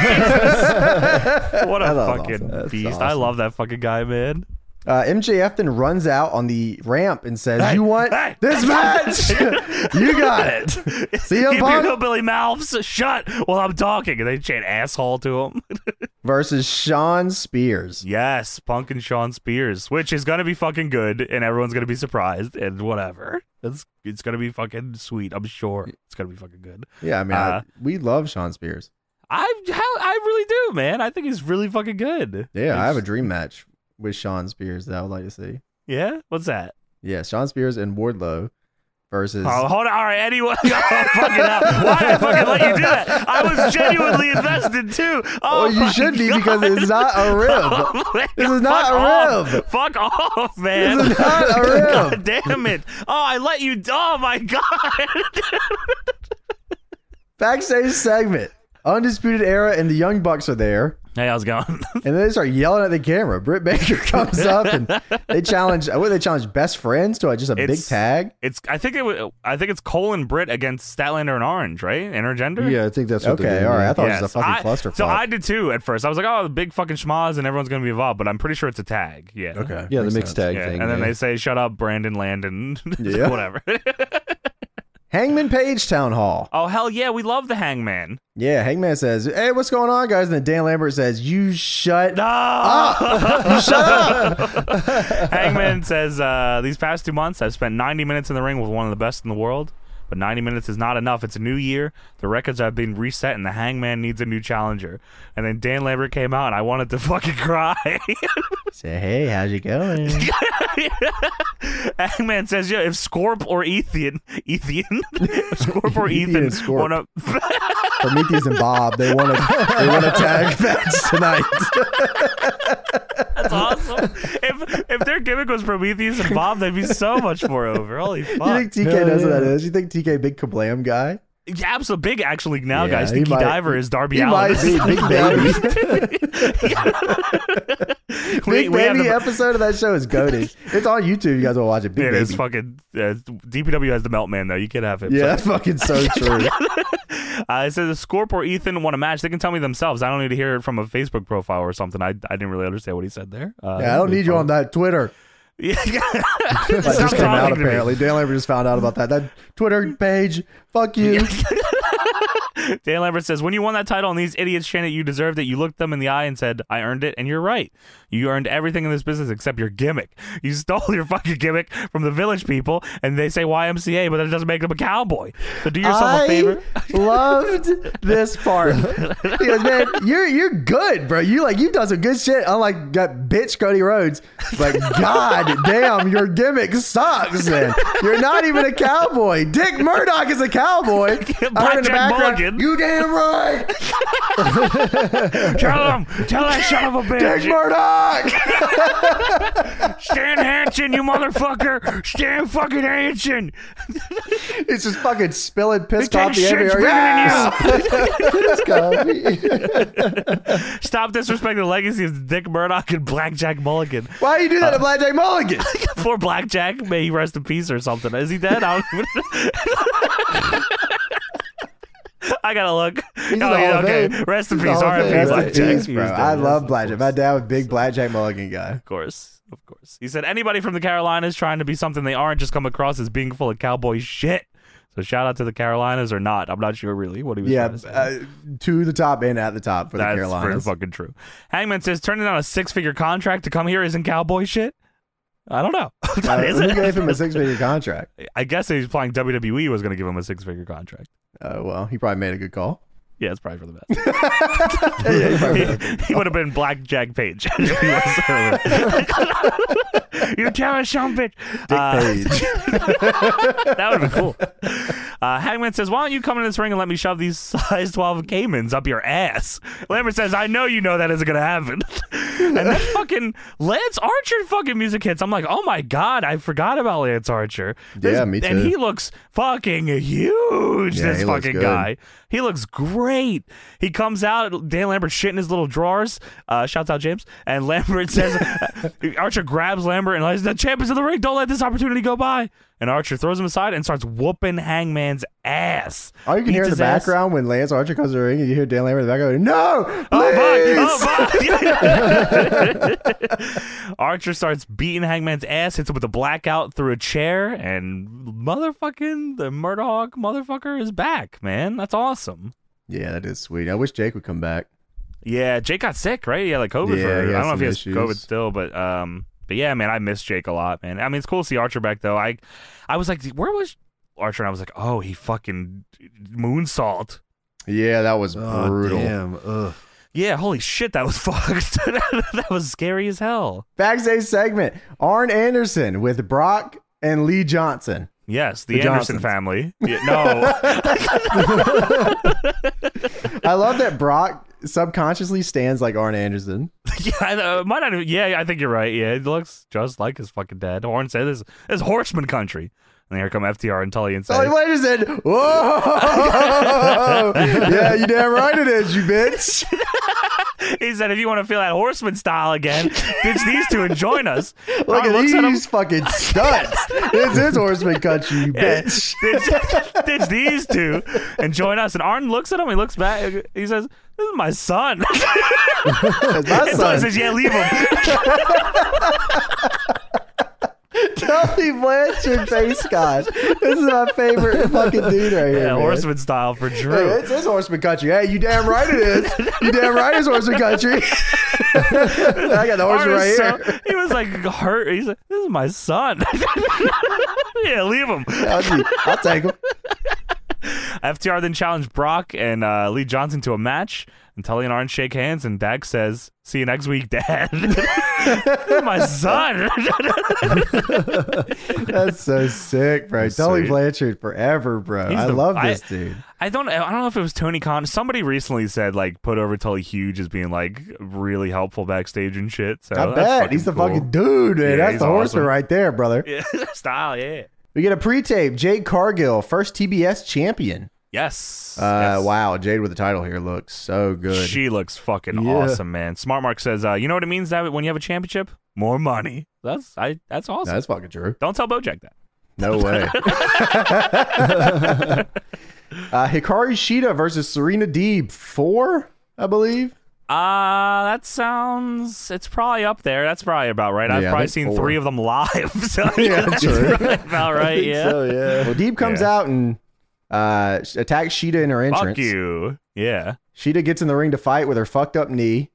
Speaker 2: a
Speaker 1: That was
Speaker 2: fucking
Speaker 1: awesome. That's
Speaker 2: beast. I
Speaker 1: awesome.
Speaker 2: love that fucking guy, man.
Speaker 1: Uh, MJF then runs out on the ramp and says,
Speaker 2: Hey,
Speaker 1: "You want
Speaker 2: hey.
Speaker 1: this match? you got it." CM
Speaker 2: Keep your
Speaker 1: Punk
Speaker 2: hillbilly mouths shut while I'm talking. And they chant asshole to him.
Speaker 1: versus Sean Spears.
Speaker 2: yes, Punk and Sean Spears, which is going to be fucking good and everyone's going to be surprised and whatever. It's, it's going to be fucking sweet, I'm sure. It's going to be fucking good.
Speaker 1: Yeah, I mean, I-
Speaker 2: Uh,
Speaker 1: we love Sean Spears.
Speaker 2: I how, I really do, man. I think he's really fucking good.
Speaker 1: Yeah, I have a
Speaker 2: It's-
Speaker 1: dream match with Sean Spears that I would like to see.
Speaker 2: Yeah? What's that?
Speaker 1: Yeah, Sean Spears and Wardlow versus.
Speaker 2: Oh, hold on. All right, anyone. Oh, fucking hell. Why did I fucking let you do that? I was genuinely invested too. Oh,
Speaker 1: Oh, you
Speaker 2: my
Speaker 1: should be
Speaker 2: God.
Speaker 1: because it's not a rib.
Speaker 2: Oh, my
Speaker 1: This is
Speaker 2: God,
Speaker 1: not a
Speaker 2: fuck off.
Speaker 1: rib.
Speaker 2: Fuck off, man.
Speaker 1: This is not a rib.
Speaker 2: God damn it. Oh, I let you. Oh, my God.
Speaker 1: Backstage segment. Undisputed Era and the Young Bucks are there.
Speaker 2: Hey, how's it going?
Speaker 1: And then they start yelling at the camera. Britt Baker comes up and they challenge. What they challenge? Best friends to just a big
Speaker 2: It's-
Speaker 1: tag.
Speaker 2: It's. I think it. wa- I think it's Cole and Britt against Statlander and Orange, right? Intergender.
Speaker 3: Yeah, I think that's what they're
Speaker 1: Okay,
Speaker 3: doing.
Speaker 1: all right. I
Speaker 3: yeah.
Speaker 1: thought it was a fucking
Speaker 2: I-
Speaker 1: clusterfuck.
Speaker 2: So I did too at first. I was like, oh, the big fucking schmaz and everyone's going to be involved, but I'm pretty sure it's a tag. Yeah.
Speaker 1: okay,
Speaker 3: Yeah, the
Speaker 1: makes
Speaker 3: mixed
Speaker 1: sense.
Speaker 3: tag
Speaker 2: Yeah,
Speaker 3: thing.
Speaker 2: and then
Speaker 3: yeah.
Speaker 2: they say, "Shut up, Brandon Landon."
Speaker 1: Yeah.
Speaker 2: whatever.
Speaker 1: Hangman Page Town Hall.
Speaker 2: oh hell yeah, we love the Hangman.
Speaker 1: Yeah, Hangman says, "Hey, what's going on, guys?" And then Dan Lambert says, "You shut
Speaker 2: No,
Speaker 1: up! Ah! You shut up!"
Speaker 2: Hangman says, uh, "These past two months, I've spent 90 minutes in the ring with one of the best in the world." But 90 minutes is not enough. It's a new year. The records have been reset, and the Hangman needs a new challenger. And then Dan Lambert came out, and I wanted to fucking cry.
Speaker 1: Say, "Hey, how's it going?"
Speaker 2: Hangman says, "Yeah, if Scorp or Ethan, Ethan, Scorp or
Speaker 1: Ethan
Speaker 2: Ethan,
Speaker 1: and Scorp.
Speaker 2: want to
Speaker 1: Prometheus and Bob. They want to. They want to tag match tonight.
Speaker 2: That's awesome. if if their gimmick was Prometheus and Bob, they'd be so much more over. Holy
Speaker 1: You think
Speaker 2: fuck!
Speaker 1: TK
Speaker 3: Hell
Speaker 1: knows what
Speaker 3: yeah.
Speaker 1: that is? You think TK big kablam guy?
Speaker 2: Yeah, Absolute big actually now,
Speaker 1: Yeah,
Speaker 2: guys.
Speaker 1: he
Speaker 2: Stinky
Speaker 1: might-
Speaker 2: Diver is Darby
Speaker 1: He
Speaker 2: Allin.
Speaker 1: might be big baby.
Speaker 2: we,
Speaker 1: Big
Speaker 2: we have
Speaker 1: Baby
Speaker 2: the,
Speaker 1: episode of that show is goaded. It's on YouTube. You guys will watch it. Big
Speaker 2: it
Speaker 1: Baby.
Speaker 2: is fucking uh, DPW has the melt man though. You can have it.
Speaker 1: yeah, that's fucking so true.
Speaker 2: Uh, it says if Scorp or Ethan want a match, they can tell me themselves. I don't need to hear it from a Facebook profile or something. I, I didn't really understand what he said there. Uh,
Speaker 1: Yeah, I don't need you on that Twitter.
Speaker 2: Yeah,
Speaker 1: That
Speaker 2: Stop
Speaker 1: just came out
Speaker 2: talking to me.
Speaker 1: apparently. Dan Lambert just found out about that. That Twitter page. Fuck you.
Speaker 2: Dan Lambert says, When you won that title and these idiots chanted you deserved it, you looked them in the eye and said, I earned it, and you're right. You earned everything in this business except your gimmick. You stole your fucking gimmick from the village people, and they say YMCA, but that doesn't make them a cowboy. So do yourself a
Speaker 1: I
Speaker 2: favor.
Speaker 1: loved this part. Because man, you're you're good, bro. You like you've done some good shit. Unlike that bitch Cody Rhodes. But god damn, your gimmick sucks, man. You're not even a cowboy. Dick Murdoch is a cowboy.
Speaker 2: Black
Speaker 1: I heard an
Speaker 2: Chad
Speaker 4: background.
Speaker 2: Mulligan.
Speaker 4: You damn right.
Speaker 2: Tell him. Tell that son of a
Speaker 4: Dick
Speaker 2: bitch.
Speaker 4: Murdoch.
Speaker 2: Stan Hansen, you motherfucker. Stan fucking Hansen.
Speaker 1: It's just fucking spilling piss
Speaker 2: It takes
Speaker 1: coffee
Speaker 2: shit's bigger
Speaker 1: everywhere.
Speaker 2: than you.
Speaker 3: Piss coffee.
Speaker 2: Stop disrespecting the legacy of Dick Murdoch and Blackjack Mulligan.
Speaker 1: Why do you do that to Blackjack Mulligan?
Speaker 2: Poor Blackjack, may he rest in peace or something. Is he dead? I, don't- I gotta look.
Speaker 3: in
Speaker 2: oh,
Speaker 3: the
Speaker 2: yeah,
Speaker 3: Hall of
Speaker 2: okay.
Speaker 3: Fame.
Speaker 2: Rest in
Speaker 3: He's in
Speaker 2: peace.
Speaker 3: the Hall of
Speaker 2: R.I.P.
Speaker 3: Fame.
Speaker 1: Rest in
Speaker 2: Blackjack.
Speaker 1: peace,
Speaker 2: He's
Speaker 1: bro.
Speaker 2: dead,
Speaker 1: I
Speaker 2: yes,
Speaker 1: love
Speaker 2: of
Speaker 1: Blackjack. My
Speaker 2: course.
Speaker 1: dad was a big Blackjack Mulligan guy.
Speaker 2: Of course, of course. He said anybody from the Carolinas trying to be something they aren't just come across as being full of cowboy shit. So shout out to the Carolinas or not. I'm not sure really what he was
Speaker 1: Yeah,
Speaker 2: trying to say.
Speaker 1: uh, to the top and at the top for the
Speaker 2: That's pretty
Speaker 1: Carolinas.
Speaker 2: fucking true. Hangman says turning down a six figure contract to come here isn't cowboy shit. I don't know.
Speaker 1: Uh,
Speaker 2: Is
Speaker 1: who gave him a
Speaker 2: it?
Speaker 1: six-figure contract?
Speaker 2: I guess he's playing WWE E was going to give him a six figure contract.
Speaker 1: Uh, well, he probably made a good call.
Speaker 2: Yeah, it's probably for the best. he would have been Black Jack Page. if he was- you tell us some bitch. Uh, that would have been cool. Uh, Hangman says, Why don't you come in this ring and let me shove these size 12 Caymans up your ass? Lambert says, I know you know that isn't going to happen. and then fucking Lance Archer fucking music hits. I'm like, Oh my God, I forgot about Lance Archer.
Speaker 4: Yeah, me
Speaker 2: And
Speaker 4: too.
Speaker 2: he looks fucking huge,
Speaker 4: Yeah,
Speaker 2: this
Speaker 4: he looks
Speaker 2: fucking
Speaker 4: good.
Speaker 2: guy. He looks great. He comes out, Dan Lambert shit in his little drawers. Uh, shouts out James. And Lambert says, uh, Archer grabs Lambert and says, The champ is in the ring. Don't let this opportunity go by. And Archer throws him aside and starts whooping Hangman's ass.
Speaker 1: All you can
Speaker 2: Beats
Speaker 1: hear in the
Speaker 2: his ass.
Speaker 1: background when Lance Archer comes to the ring, and you hear Dan Lambert in the background. No,
Speaker 2: Oh,
Speaker 1: please!
Speaker 2: fuck. Oh, fuck. Archer starts beating Hangman's ass, hits him with a blackout through a chair, and motherfucking the Murdoch motherfucker is back, man. That's awesome.
Speaker 1: Yeah, that is sweet.
Speaker 4: Wait, I wish Jake would come back.
Speaker 2: Yeah, Jake got sick, right? Yeah, like COVID.
Speaker 4: Yeah, he
Speaker 2: for, I
Speaker 4: had
Speaker 2: don't know if he
Speaker 4: some
Speaker 2: has
Speaker 4: issues.
Speaker 2: COVID still, but um, but yeah, man, I miss Jake a lot, man. I mean, it's cool to see Archer back though. I, I was like, where was Archer? And I was like, oh, he fucking moonsault.
Speaker 4: Yeah, that was
Speaker 3: Oh,
Speaker 2: Oh,
Speaker 4: brutal.
Speaker 1: Oh, Damn. Ugh.
Speaker 2: Yeah, holy shit, that was fucked. that was scary as hell.
Speaker 1: Backstage segment: Arn Anderson with Brock and Lee Johnson.
Speaker 2: Yes, the,
Speaker 1: The
Speaker 2: Anderson
Speaker 1: Johnsons.
Speaker 2: family. Yeah, no,
Speaker 1: I love that Brock subconsciously stands like Arn Anderson.
Speaker 2: yeah, I know, it might not. Even, yeah, I think you're right. Yeah, it looks just like his fucking dad. Horn said, "This this is horseman country." And here come FTR and Tully and
Speaker 1: Tully
Speaker 2: say,
Speaker 1: Blanchard said, "Whoa, yeah, you damn right it is, you bitch."
Speaker 2: He said, if you want to feel that horseman style again, ditch these two and join us.
Speaker 1: Look
Speaker 2: Ron
Speaker 1: at
Speaker 2: looks
Speaker 1: these
Speaker 2: at him.
Speaker 1: fucking studs. this is horseman country, you bitch.
Speaker 2: Ditch, ditch these two and join us. And Arn looks at him. He looks back. He says, "This is my son."
Speaker 1: That's my
Speaker 2: and Tully
Speaker 1: son.
Speaker 2: says, "Yeah, leave him."
Speaker 1: Tully Blanchard face God. This is my favorite fucking dude right here.
Speaker 2: Yeah,
Speaker 1: man.
Speaker 2: horseman style for
Speaker 1: Hey,
Speaker 2: Drew.
Speaker 1: it's, it's horseman country. Hey, you damn right it is. You damn right it's horseman country. I got the
Speaker 2: Arn
Speaker 1: horseman right
Speaker 2: is
Speaker 1: here.
Speaker 2: so- he was like hurt. He's like, "This is my son." yeah, leave him.
Speaker 1: I'll, be- I'll take him.
Speaker 2: FTR then challenged Brock and uh, Lee Johnson to a match. And Tully and Arn shake hands, and Dag says, "See you next week, Dad." This is my son.
Speaker 1: That's so sick, bro.
Speaker 2: That's
Speaker 1: Tully
Speaker 2: sweet.
Speaker 1: Blanchard forever, bro.
Speaker 2: He's
Speaker 1: I
Speaker 2: the-
Speaker 1: love
Speaker 2: I-
Speaker 1: this dude.
Speaker 2: I don't. I don't know if it was Tony Khan. Somebody recently said like put over Tully Huge as being like really helpful backstage and shit. So
Speaker 1: I
Speaker 2: Oh, that's
Speaker 1: bet he's the
Speaker 2: cool.
Speaker 1: fucking dude, man.
Speaker 2: Yeah,
Speaker 1: That's
Speaker 2: he's
Speaker 1: the horseman
Speaker 2: awesome.
Speaker 1: right there, brother.
Speaker 2: yeah, style. Yeah.
Speaker 1: We get a pre-tape. Jade Cargill, first TBS champion.
Speaker 2: Yes.
Speaker 4: Uh,
Speaker 2: yes.
Speaker 4: Wow, Jade with the title here looks so good.
Speaker 2: She looks fucking
Speaker 1: Yeah.
Speaker 2: awesome, man. Smart Mark says, uh, "You know what it means that when you have a championship, more money. That's I. That's awesome.
Speaker 4: That's fucking true.
Speaker 2: Don't tell BoJack that.
Speaker 4: No way.
Speaker 1: Uh, Hikari Shida versus Serena Deeb, four, I believe.
Speaker 2: Uh, that sounds. It's probably up there. That's probably about right. I've
Speaker 4: Yeah, I
Speaker 2: probably
Speaker 4: think
Speaker 2: seen
Speaker 4: four.
Speaker 2: three of them live. So yeah, that's
Speaker 1: true.
Speaker 2: probably about right. Yeah.
Speaker 3: So yeah.
Speaker 1: Well, Deeb comes
Speaker 2: Yeah.
Speaker 1: out and uh, sh- attacks Sheeta in her entrance.
Speaker 2: Fuck you. Yeah.
Speaker 1: Sheeta gets in the ring to fight with her fucked up knee,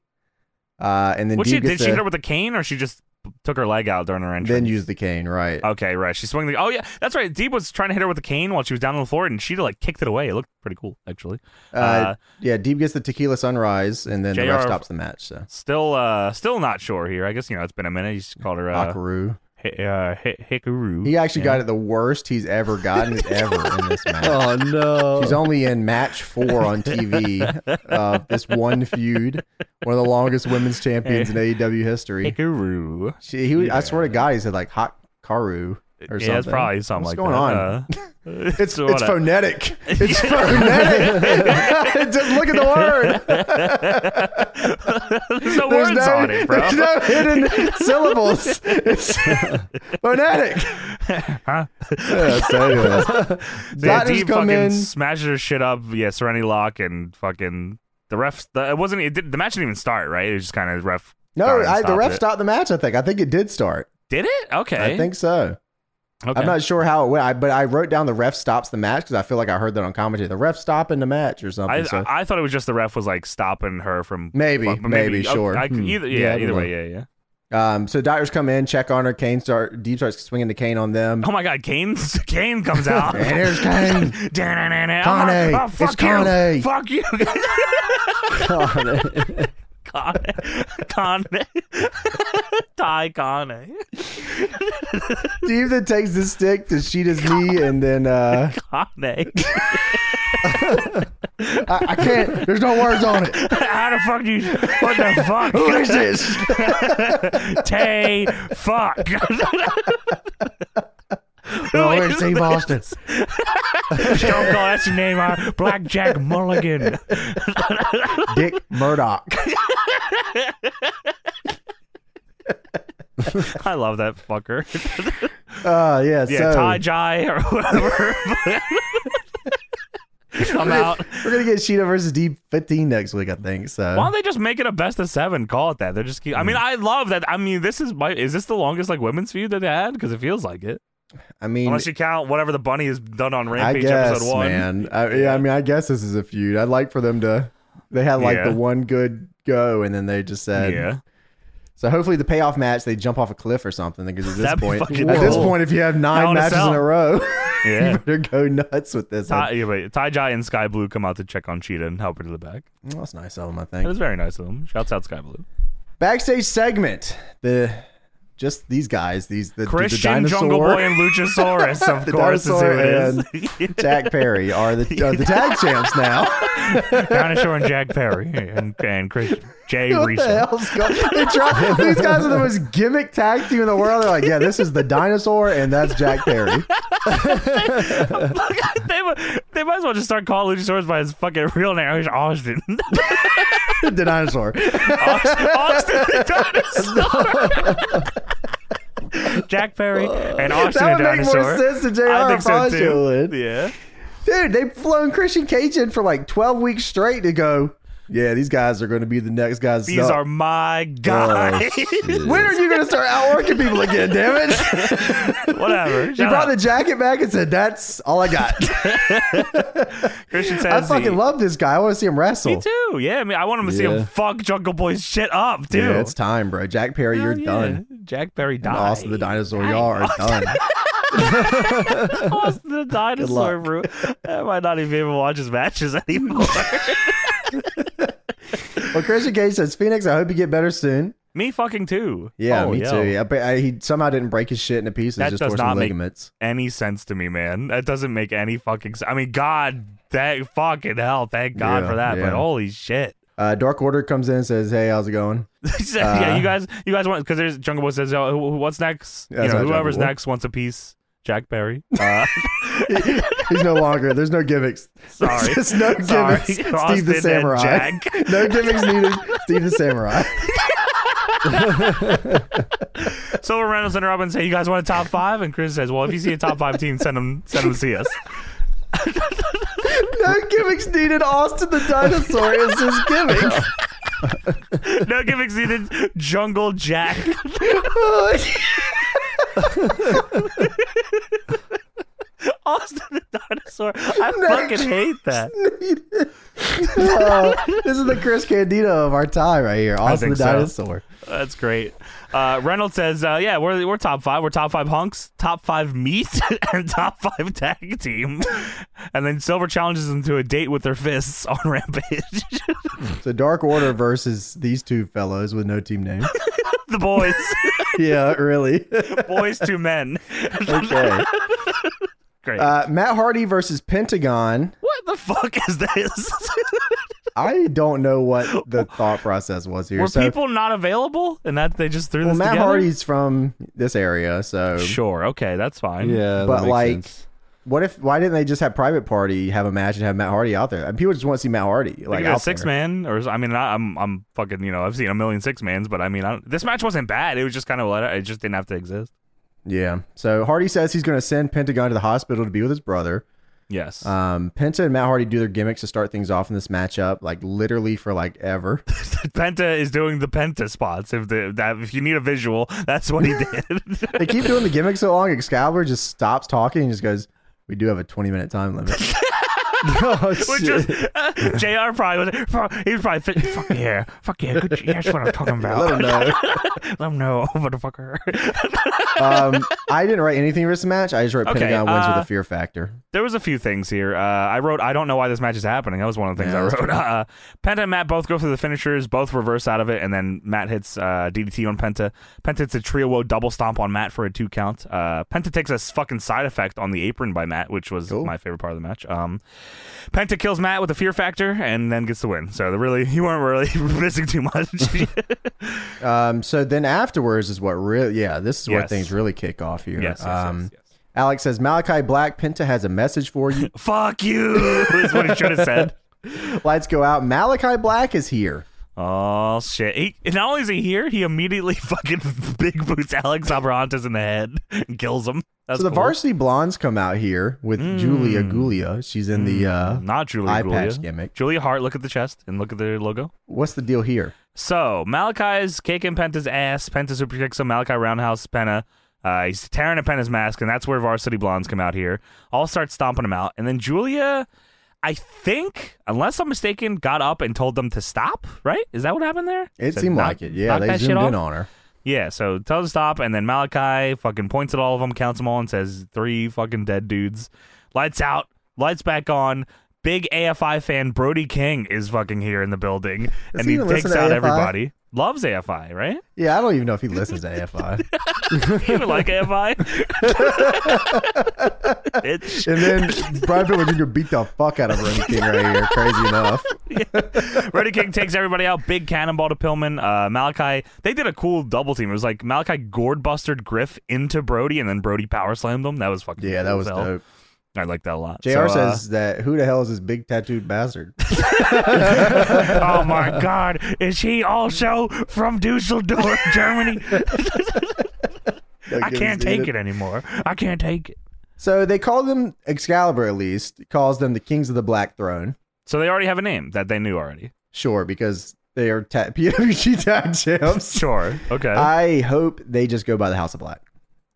Speaker 1: uh, and then
Speaker 2: What
Speaker 1: Deeb
Speaker 2: she did?
Speaker 1: gets
Speaker 2: She hit
Speaker 1: the,
Speaker 2: her with a cane, or she just took her leg out during her entrance. Uh,
Speaker 4: then use the cane, right?
Speaker 2: Okay, right. She swung the. Oh yeah, that's right. Deeb was trying to hit her with a cane while she was down on the floor, and she like kicked it away. It looked pretty cool, actually.
Speaker 4: Uh,
Speaker 2: Uh,
Speaker 4: yeah, Deep gets the tequila sunrise, and then the
Speaker 2: JR
Speaker 4: ref stops the match. So
Speaker 2: Still, uh, still not sure here. I guess you know it's been a minute. He's called her uh,
Speaker 4: Akaru.
Speaker 2: Hi- uh, hi- Hikaru.
Speaker 1: He actually got it the worst he's ever gotten it ever in this match.
Speaker 3: Oh no!
Speaker 1: He's only in match four on TV of this one feud, one of the longest women's champions in AEW history.
Speaker 2: Hikaru.
Speaker 1: She, he, was- I swear to God, he said like hot Karu or something.
Speaker 2: Yeah, it's probably something
Speaker 1: What's
Speaker 2: like
Speaker 1: going on?
Speaker 2: that. on? Uh,
Speaker 1: It's,
Speaker 2: so
Speaker 1: it's
Speaker 2: what I-
Speaker 1: phonetic. It's phonetic. Just look at the word.
Speaker 2: There's no words on it, bro.
Speaker 1: there's no hidden syllables. It's phonetic.
Speaker 2: Huh?
Speaker 1: Yeah, so anyways.
Speaker 2: So yeah,
Speaker 1: Zotti's
Speaker 2: Dean
Speaker 1: come
Speaker 2: fucking
Speaker 1: in.
Speaker 2: smashes her shit up. Yeah, Serenity Lock and fucking the refs. The, it wasn't. It did, the match didn't even start, right? It was just kind of ref.
Speaker 1: No,
Speaker 2: kinda
Speaker 1: I, the
Speaker 2: stopped
Speaker 1: ref
Speaker 2: it. Eh?
Speaker 1: stopped the match. I think. I think it did start.
Speaker 2: Did it? Okay.
Speaker 1: I think so.
Speaker 2: Okay.
Speaker 1: I'm not sure how it went, I, but I wrote down the ref stops the match because I feel like I heard that on commentary. The ref stopping the match or something.
Speaker 2: I,
Speaker 1: so.
Speaker 2: I, I thought it was just the ref was like stopping her from
Speaker 1: Maybe,
Speaker 2: fuck- but
Speaker 1: maybe,
Speaker 2: oh,
Speaker 1: sure.
Speaker 2: I, could-
Speaker 1: Hmm.
Speaker 2: either,
Speaker 1: Yeah, I
Speaker 2: yeah,
Speaker 1: don't
Speaker 2: either
Speaker 1: know.
Speaker 2: way, yeah, yeah.
Speaker 1: um, so doctors come in, check on her. Kane start deep starts swinging the cane on them.
Speaker 2: Oh my god, Kane! Kane comes out.
Speaker 1: And here's Kane.
Speaker 2: Da-na-na-na.
Speaker 1: Kane.
Speaker 2: Oh, oh, fuck
Speaker 1: It's
Speaker 2: you.
Speaker 1: Kane.
Speaker 2: Fuck you.
Speaker 3: God.
Speaker 2: Kane. Kane. Ty Kane.
Speaker 1: Deep then takes the stick to Sheeta's knee, and then uh,
Speaker 2: Kane.
Speaker 1: I, I can't. There's no words on it.
Speaker 2: How the fuck do you? What the fuck?
Speaker 1: Who is this?
Speaker 2: Tay fuck.
Speaker 1: No,
Speaker 2: Who
Speaker 1: it's
Speaker 2: is
Speaker 1: Steve
Speaker 2: this?
Speaker 1: Austin.
Speaker 2: Stone Cold, that's your name. Uh, Blackjack Mulligan.
Speaker 1: Dick Murdoch.
Speaker 2: I love that fucker.
Speaker 1: Uh, yeah.
Speaker 2: Yeah,
Speaker 1: so
Speaker 2: Ty Jai or whatever. I'm out.
Speaker 1: we're gonna get Sheeta versus Deep 15 next week, I think. So
Speaker 2: Why don't they just make it a best of seven? Call it that. They're just. Keep, I mean,
Speaker 1: Mm.
Speaker 2: I love that. I mean, this is my. Is this the longest like women's feud that they had? Because it feels like it.
Speaker 1: I mean,
Speaker 2: Unless you count whatever the bunny has done on
Speaker 1: I
Speaker 2: Rampage
Speaker 1: guess,
Speaker 2: episode one.
Speaker 1: man. I, yeah, I mean, I guess this is a feud. I'd like for them to. They had like
Speaker 2: Yeah.
Speaker 1: the one good go, and then they just said,
Speaker 2: Yeah.
Speaker 1: So hopefully the payoff match they jump off a cliff or something because at this
Speaker 2: That'd be
Speaker 1: point
Speaker 2: fucking
Speaker 1: at this
Speaker 2: cool.
Speaker 1: point if you have
Speaker 2: Hell
Speaker 1: nine
Speaker 2: in a
Speaker 1: matches
Speaker 2: Cell.
Speaker 1: in a row
Speaker 2: Yeah.
Speaker 1: you better go nuts with this.
Speaker 2: Ty, yeah, wait, Ty Jai and Sky Blue come out to check on Cheetah and help her to the back.
Speaker 1: Well, "Oh, that's nice of them, I
Speaker 2: That
Speaker 1: think.
Speaker 2: was very nice of them. Shouts out Sky Blue.
Speaker 1: Backstage segment the just these guys these the
Speaker 2: Christian
Speaker 1: the dinosaur,
Speaker 2: Jungle Boy and Luchasaurus, of
Speaker 1: The
Speaker 2: course, is who
Speaker 1: dinosaur
Speaker 2: it is.
Speaker 1: Jack Perry are the are the tag champs now.
Speaker 2: Dinosaur and Jack Perry and, and Christian Jay
Speaker 1: what the
Speaker 2: Reese.
Speaker 1: hell's going? They try, these guys are the most gimmick tag team in the world. They're like, yeah, this is the dinosaur and that's Jack Perry.
Speaker 2: they, mu- they might as well just start calling Luchasaurus by his fucking real name. It's Austin.
Speaker 1: the dinosaur.
Speaker 2: Austin, Austin the dinosaur. Jack Perry and Austin
Speaker 1: that
Speaker 2: the
Speaker 1: would make
Speaker 2: dinosaur.
Speaker 1: more sense to JR
Speaker 2: I think so
Speaker 1: Apostle
Speaker 2: too.
Speaker 1: would.
Speaker 2: Yeah.
Speaker 1: Dude, they've flown Christian Cage in for like 12 weeks straight to go, yeah, these guys are going to be the next guys.
Speaker 2: These
Speaker 1: up."
Speaker 2: are my guys.
Speaker 1: when are you going to start outworking people again, damn it?
Speaker 2: Whatever.
Speaker 1: She
Speaker 2: Shut
Speaker 1: brought
Speaker 2: up.
Speaker 1: the jacket back and said, that's all I got.
Speaker 2: Christian says
Speaker 1: I fucking
Speaker 2: he-
Speaker 1: love this guy. I want to see him wrestle.
Speaker 2: Me too. Yeah, I mean, I want him to see
Speaker 3: Yeah.
Speaker 2: him fuck Jungle Boy's shit up, dude.
Speaker 1: Yeah, it's time, bro. Jack Perry, you're
Speaker 2: Hell Oh, yeah.
Speaker 1: done.
Speaker 2: Jack Perry died.
Speaker 1: And Austin the dinosaur, y'all are done.
Speaker 2: Austin the dinosaur, bro. I might not even be able to watch his matches anymore.
Speaker 1: Well, Christian Cage says, Phoenix, I hope you get better soon.
Speaker 2: me fucking too.
Speaker 1: Yeah,
Speaker 2: Oh,
Speaker 1: me
Speaker 2: yo.
Speaker 1: too. Yeah, but I, he somehow didn't break his shit into pieces,
Speaker 2: That
Speaker 1: just
Speaker 2: does
Speaker 1: tore some
Speaker 2: not make-
Speaker 1: ligaments.
Speaker 2: Any sense to me, man? That doesn't make any fucking. sense. I mean, God, thank fucking hell, thank God
Speaker 1: Yeah,
Speaker 2: for that.
Speaker 1: yeah.
Speaker 2: But holy shit.
Speaker 1: Uh, Dark Order comes in and says, hey, how's it going?
Speaker 2: He said,
Speaker 1: Uh,
Speaker 2: yeah, you guys, you guys want because there's Jungle Boy says, oh, who- who- "What's next?
Speaker 1: Yeah,
Speaker 2: you
Speaker 1: that's
Speaker 2: know,
Speaker 1: not Jungle
Speaker 2: whoever's
Speaker 1: Boy.
Speaker 2: next wants a piece." Jack Perry. Uh,
Speaker 1: He's no longer. There's no gimmicks.
Speaker 2: sorry,
Speaker 1: There's no
Speaker 2: sorry,
Speaker 1: gimmicks.
Speaker 2: Austin
Speaker 1: Steve the
Speaker 2: and
Speaker 1: Samurai.
Speaker 2: Jack.
Speaker 1: No gimmicks needed. Steve the Samurai.
Speaker 2: Silver Reynolds and Robin say, "You guys want a top five? And Chris says, "Well, if you see a top five team, send them, send them to see us."
Speaker 1: No gimmicks needed. Austin the dinosaur is his gimmick.
Speaker 2: No gimmicks needed. Jungle Jack. Austin the dinosaur. I fucking hate that.
Speaker 1: Uh, this is the Chris Candido of our time right here. Austin
Speaker 2: think
Speaker 1: the
Speaker 2: so.
Speaker 1: dinosaur.
Speaker 2: That's great. Uh, Reynolds says, uh, "Yeah, we're we're top five. We're top five hunks, top five meat, and top five tag team." And then Silver challenges them to a date with their fists on Rampage.
Speaker 1: So Dark Order versus these two fellows with no team name.
Speaker 2: the boys.
Speaker 1: yeah, really.
Speaker 2: boys to men.
Speaker 1: Okay.
Speaker 2: Great.
Speaker 1: Uh, Matt Hardy versus Pentagon.
Speaker 2: what the fuck is this?
Speaker 1: I don't know what the thought process was here.
Speaker 2: Were
Speaker 1: so,
Speaker 2: people not available, and that they just threw
Speaker 1: well,
Speaker 2: this
Speaker 1: Matt
Speaker 2: together?
Speaker 1: Hardy's from this area, so
Speaker 2: Sure. Okay, that's fine.
Speaker 3: Yeah,
Speaker 1: But, like, what if? Why didn't they just have private party, have a match, and have Matt Hardy out there? And people just want to see Matt Hardy
Speaker 2: Like
Speaker 1: like
Speaker 2: a
Speaker 1: out
Speaker 2: six
Speaker 1: there.
Speaker 2: man, or I mean, I, I'm I'm fucking you know I've seen a million six mans, but I mean I don't, this match wasn't bad. It was just kind of let it just didn't have to exist.
Speaker 1: Yeah. So Hardy says he's going to send Pentagon to the hospital to be with his brother.
Speaker 2: Yes,
Speaker 1: Um, Penta and Matt Hardy do their gimmicks to start things off in this matchup, like literally for like ever.
Speaker 2: Penta is doing the Penta spots. If the that if you need a visual, that's what he did.
Speaker 1: they keep doing the gimmick so long, Excalibur just stops talking and just goes, "We do have a twenty minute time limit."
Speaker 2: Which is uh, Jr. Probably was fu- he was probably fit, fuck yeah, fuck yeah, good, yeah, that's what I'm talking about.
Speaker 1: Let him know.
Speaker 2: Let him know, motherfucker.
Speaker 1: Um, I didn't write anything for this match. I just wrote
Speaker 2: Okay,
Speaker 1: Pentagon wins
Speaker 2: uh,
Speaker 1: with a fear factor.
Speaker 2: there was a few things here. Uh, I wrote, I don't know why this match is happening. That was one of the things I wrote. Uh, Penta and Matt both go for the finishers, both reverse out of it, and then Matt hits uh, DDT on Penta. Penta hits a trio woe double stomp on Matt for a two count. Uh, Penta takes a s- fucking side effect on the apron by Matt, which was my favorite part of the match. Um, Penta kills Matt with a fear factor and then gets the win. So they really, you weren't really missing too much.
Speaker 1: Um, so then afterwards is what really, yeah, this is where
Speaker 2: Yes.
Speaker 1: things really kick off here.
Speaker 2: Yes, yes,
Speaker 1: um,
Speaker 2: yes, yes.
Speaker 1: Alex says Malachi Black Penta has a message for you.
Speaker 2: Fuck you is what he should have said.
Speaker 1: Lights go out. Malachi Black is here.
Speaker 2: Oh shit! He and not only is he here, he immediately fucking big boots Alex Abrantes in the head and kills him. That's
Speaker 1: so the
Speaker 2: cool. Mm.
Speaker 1: Varsity Blondes come out here with Julia Gulia. She's in the uh,
Speaker 2: not Julia
Speaker 1: eye
Speaker 2: Julia.
Speaker 1: patch gimmick.
Speaker 2: Julia Hart. Look at the chest and look at the logo.
Speaker 1: What's the deal here?
Speaker 2: So Malachi's kicking Penta's ass. Penta super kicks him. Malachi roundhouse Penta. Uh, he's tearing at Penta's mask, and that's where Varsity Blondes come out here. All start stomping him out, and then Julia, I think, unless I'm mistaken, got up and told them to stop. Right? Is that what happened there?
Speaker 1: It
Speaker 2: Said
Speaker 1: seemed
Speaker 2: knock-
Speaker 1: like it. Yeah,
Speaker 2: knock
Speaker 1: they
Speaker 2: that shit
Speaker 1: zoomed
Speaker 2: off?
Speaker 1: in on her.
Speaker 2: Yeah, so tells to stop, and then Malachi fucking points at all of them, counts them all, and says three fucking dead dudes. Lights out, lights back on. Big AFI fan Brody King is fucking here in the building, and
Speaker 1: he
Speaker 2: he
Speaker 1: even listen
Speaker 2: takes
Speaker 1: to
Speaker 2: out
Speaker 1: AFI?
Speaker 2: everybody. Loves AFI, right?
Speaker 1: Yeah, I don't even know if he listens to AFI.
Speaker 2: You even like AFI? Bitch.
Speaker 1: And then Brian Pillman Jr. beat the fuck out of Randy King right here. Crazy enough.
Speaker 2: Brody King takes everybody out. Big cannonball to Pillman. Uh, Malachi, they did a cool double team. It was like Malachi gourd bustered Griff into Brody, and then Brody power slammed him. That was fucking
Speaker 1: Yeah, that
Speaker 2: cool
Speaker 1: was
Speaker 2: as hell.
Speaker 1: dope.
Speaker 2: I like that a lot.
Speaker 1: JR
Speaker 2: So, uh,
Speaker 1: says that who the hell is this big tattooed bastard?
Speaker 2: oh my god, is he also from Dusseldorf, Germany? I can't take it anymore. I can't take it.
Speaker 1: So they call them Excalibur at least, calls them the Kings of the Black Throne.
Speaker 2: So they already have a name that they knew already.
Speaker 1: Sure, because they are ta- PWG tag champs.
Speaker 2: Sure. Okay.
Speaker 1: I hope they just go by the House of Black.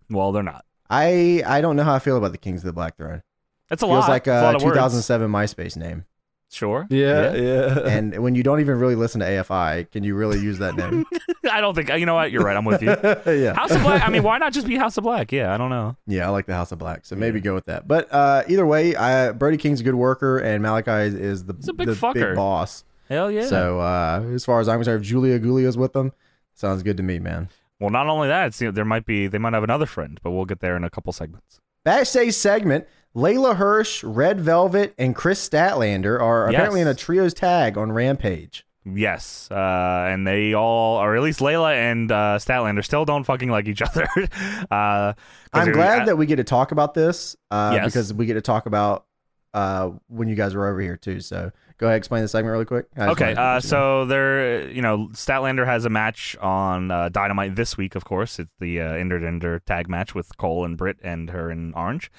Speaker 2: well, they're not.
Speaker 1: I I don't know how I feel about the Kings of the Black Throne.
Speaker 2: That's a
Speaker 1: Feels
Speaker 2: lot.
Speaker 1: like uh,
Speaker 2: It's a lot
Speaker 1: a
Speaker 2: of words.
Speaker 1: 2007 MySpace name.
Speaker 2: Sure.
Speaker 3: yeah, yeah.
Speaker 1: And when you don't even really listen to AFI, can you really use that name?
Speaker 2: I don't think you know what. You're right. I'm with you.
Speaker 1: yeah.
Speaker 2: House of Black. I mean, why not just be House of Black? Yeah. I don't know.
Speaker 1: Yeah, I like the House of Black, so maybe go with that. But uh, either way, I, Brody King's a good worker, and Malachi is, is the,
Speaker 2: a big
Speaker 1: the
Speaker 2: fucker.
Speaker 1: big boss.
Speaker 2: Hell yeah.
Speaker 1: So uh, as far as I'm concerned, if Julia Gulia's with them, sounds good to me, man.
Speaker 2: well, not only that, it's, you know, there might be they might have another friend, but we'll get there in a couple segments.
Speaker 1: Backstage segment: Layla Hirsch, Red Velvet, and Chris Statlander are
Speaker 2: Yes.
Speaker 1: apparently in a trios tag on Rampage.
Speaker 2: Yes, uh, and they all, or at least Layla and uh, Statlander, still don't fucking like each other. uh, 'cause
Speaker 1: I'm
Speaker 2: it-
Speaker 1: glad
Speaker 2: I-
Speaker 1: that we get to talk about this uh,
Speaker 2: Yes.
Speaker 1: because we get to talk about uh, when you guys were over here too. So go ahead, explain the segment really quick. I just
Speaker 2: Okay,
Speaker 1: wanted to let
Speaker 2: uh,
Speaker 1: you know.
Speaker 2: so they're you know Statlander has a match on uh, Dynamite this week. Of course, it's the uh, Ender to Ender tag match with Cole and Britt and her and Orange.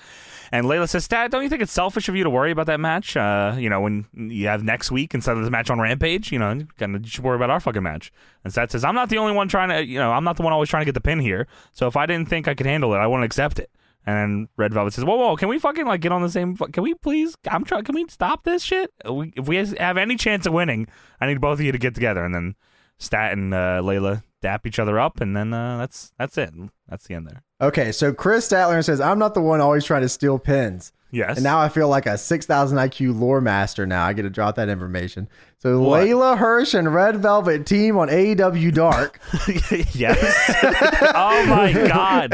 Speaker 2: And Layla says, "Stat, don't you think it's selfish of you to worry about that match? Uh, you know, when you have next week instead of the match on Rampage, you know, you kinda- you should worry about our fucking match." And Stat says, "I'm not the only one trying to, you know, I'm not the one always trying to get the pin here. So if I didn't think I could handle it, I wouldn't accept it." And then Red Velvet says, "Whoa, whoa! Can we fucking like get on the same? fu- Can we please? I'm trying. Can we stop this shit? We, if we have any chance of winning, I need both of you to get together." And then Stat and uh, Layla dap each other up, and then uh, that's that's it. That's the end there.
Speaker 1: Okay, so Chris Statler says, I'm not the one always trying to steal pins.
Speaker 2: Yes.
Speaker 1: And now I feel like a 6,000 IQ lore master now. I get to drop that information. So
Speaker 2: What?
Speaker 1: Layla Hirsch and Red Velvet team on AEW Dark.
Speaker 2: yes. oh my god.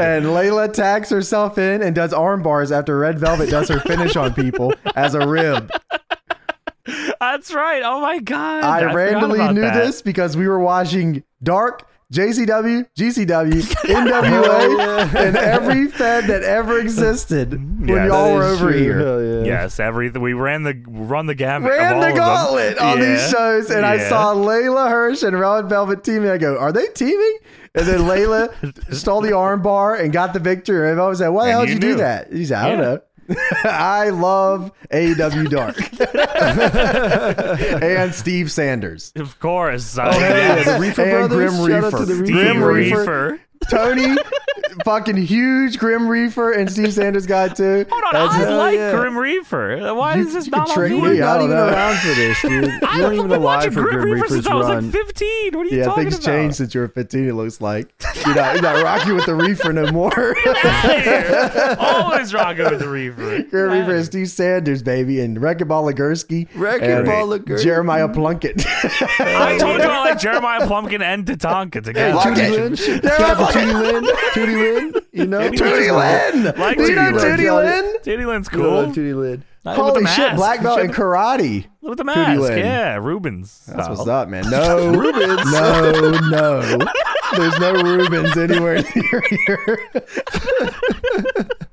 Speaker 1: and Layla tags herself in and does arm bars after Red Velvet does her finish on people as a rib.
Speaker 2: That's right. Oh my god.
Speaker 1: I,
Speaker 2: forgot
Speaker 1: randomly
Speaker 2: about
Speaker 1: knew
Speaker 2: that.
Speaker 1: this because we were watching Dark, JCW, GCW, NWA, and every fed that ever existed when
Speaker 2: Yes.
Speaker 1: y'all
Speaker 3: That
Speaker 1: were
Speaker 3: is
Speaker 1: over
Speaker 3: true.
Speaker 1: here.
Speaker 3: Hell yeah.
Speaker 2: Yes, every we ran the run the gamut. of
Speaker 1: Ran
Speaker 2: all
Speaker 1: the
Speaker 2: of them.
Speaker 1: gauntlet on
Speaker 2: Yeah.
Speaker 1: these shows, and I
Speaker 2: Yeah.
Speaker 1: saw Layla Hirsch and Red Velvet teaming. I go, "Are they teaming?" And then Layla stole the arm bar and got the victory. And I was like, "Why the
Speaker 2: And
Speaker 1: hell
Speaker 2: you
Speaker 1: did you
Speaker 2: knew.
Speaker 1: do that?" He's like, "I
Speaker 2: Yeah.
Speaker 1: don't know." I love AEW Dark and Steve Sanders.
Speaker 2: Of course. Uh,
Speaker 3: Oh, hell yeah.
Speaker 2: yes.
Speaker 3: The Reefer
Speaker 1: And
Speaker 3: Brothers.
Speaker 1: Grim
Speaker 3: Shout out
Speaker 1: Reefer.
Speaker 3: to the Reefer
Speaker 2: Grim
Speaker 1: Grim
Speaker 3: Brothers.
Speaker 1: Reefer.
Speaker 2: Reaper.
Speaker 1: Tony, fucking huge Grim Reaper, and Steve Sanders guy too.
Speaker 2: Hold on,
Speaker 1: That's
Speaker 2: I
Speaker 1: it.
Speaker 2: like
Speaker 3: yeah.
Speaker 2: Grim Reaper. Why is this
Speaker 1: you
Speaker 2: not
Speaker 1: can
Speaker 2: on
Speaker 1: trick
Speaker 3: You're
Speaker 2: board?
Speaker 1: me. Yeah, I
Speaker 3: not
Speaker 1: don't
Speaker 3: even
Speaker 1: know.
Speaker 3: around for this, dude. You
Speaker 2: I
Speaker 3: weren't
Speaker 2: have
Speaker 3: even
Speaker 2: been
Speaker 3: alive
Speaker 2: watching
Speaker 3: for Grim Reaper's
Speaker 2: since I was like
Speaker 3: run.
Speaker 2: 15. What are you
Speaker 1: Yeah,
Speaker 2: talking
Speaker 1: things
Speaker 2: about?
Speaker 1: changed since you were 15. It looks like you're not, you're not rocking with the Reefer no more.
Speaker 2: Hey, Always rocking with the Reaper.
Speaker 1: Grim Reaper and Steve Sanders, baby, and Wrecking Ball Ligursky,
Speaker 3: Wrecking
Speaker 1: and
Speaker 3: Ball Ligursky.
Speaker 1: Jeremiah Plunkett.
Speaker 2: I told you I like Jeremiah Plumpkin and Tatanka together.
Speaker 1: Lock it.
Speaker 3: Tootie Lynn. Shout
Speaker 1: They're
Speaker 3: out
Speaker 1: like-
Speaker 3: to Tootie Lynn. Tootie Lynn. You know?
Speaker 1: Tootie Lynn,
Speaker 2: Like
Speaker 1: Do you know
Speaker 2: Tootie Lynn.
Speaker 1: Tootie Lynn?
Speaker 2: Titty Lynn's
Speaker 3: Cool.
Speaker 2: cool.
Speaker 3: Tootie Lynn.
Speaker 2: with
Speaker 1: Holy
Speaker 2: the
Speaker 1: shit,
Speaker 2: mask.
Speaker 1: black belt in karate.
Speaker 2: With the mask.
Speaker 1: Lynn.
Speaker 2: Yeah, Rubens.
Speaker 1: That's
Speaker 2: style.
Speaker 1: what's up, man. No Rubens. No, no. There's no Rubens anywhere near here.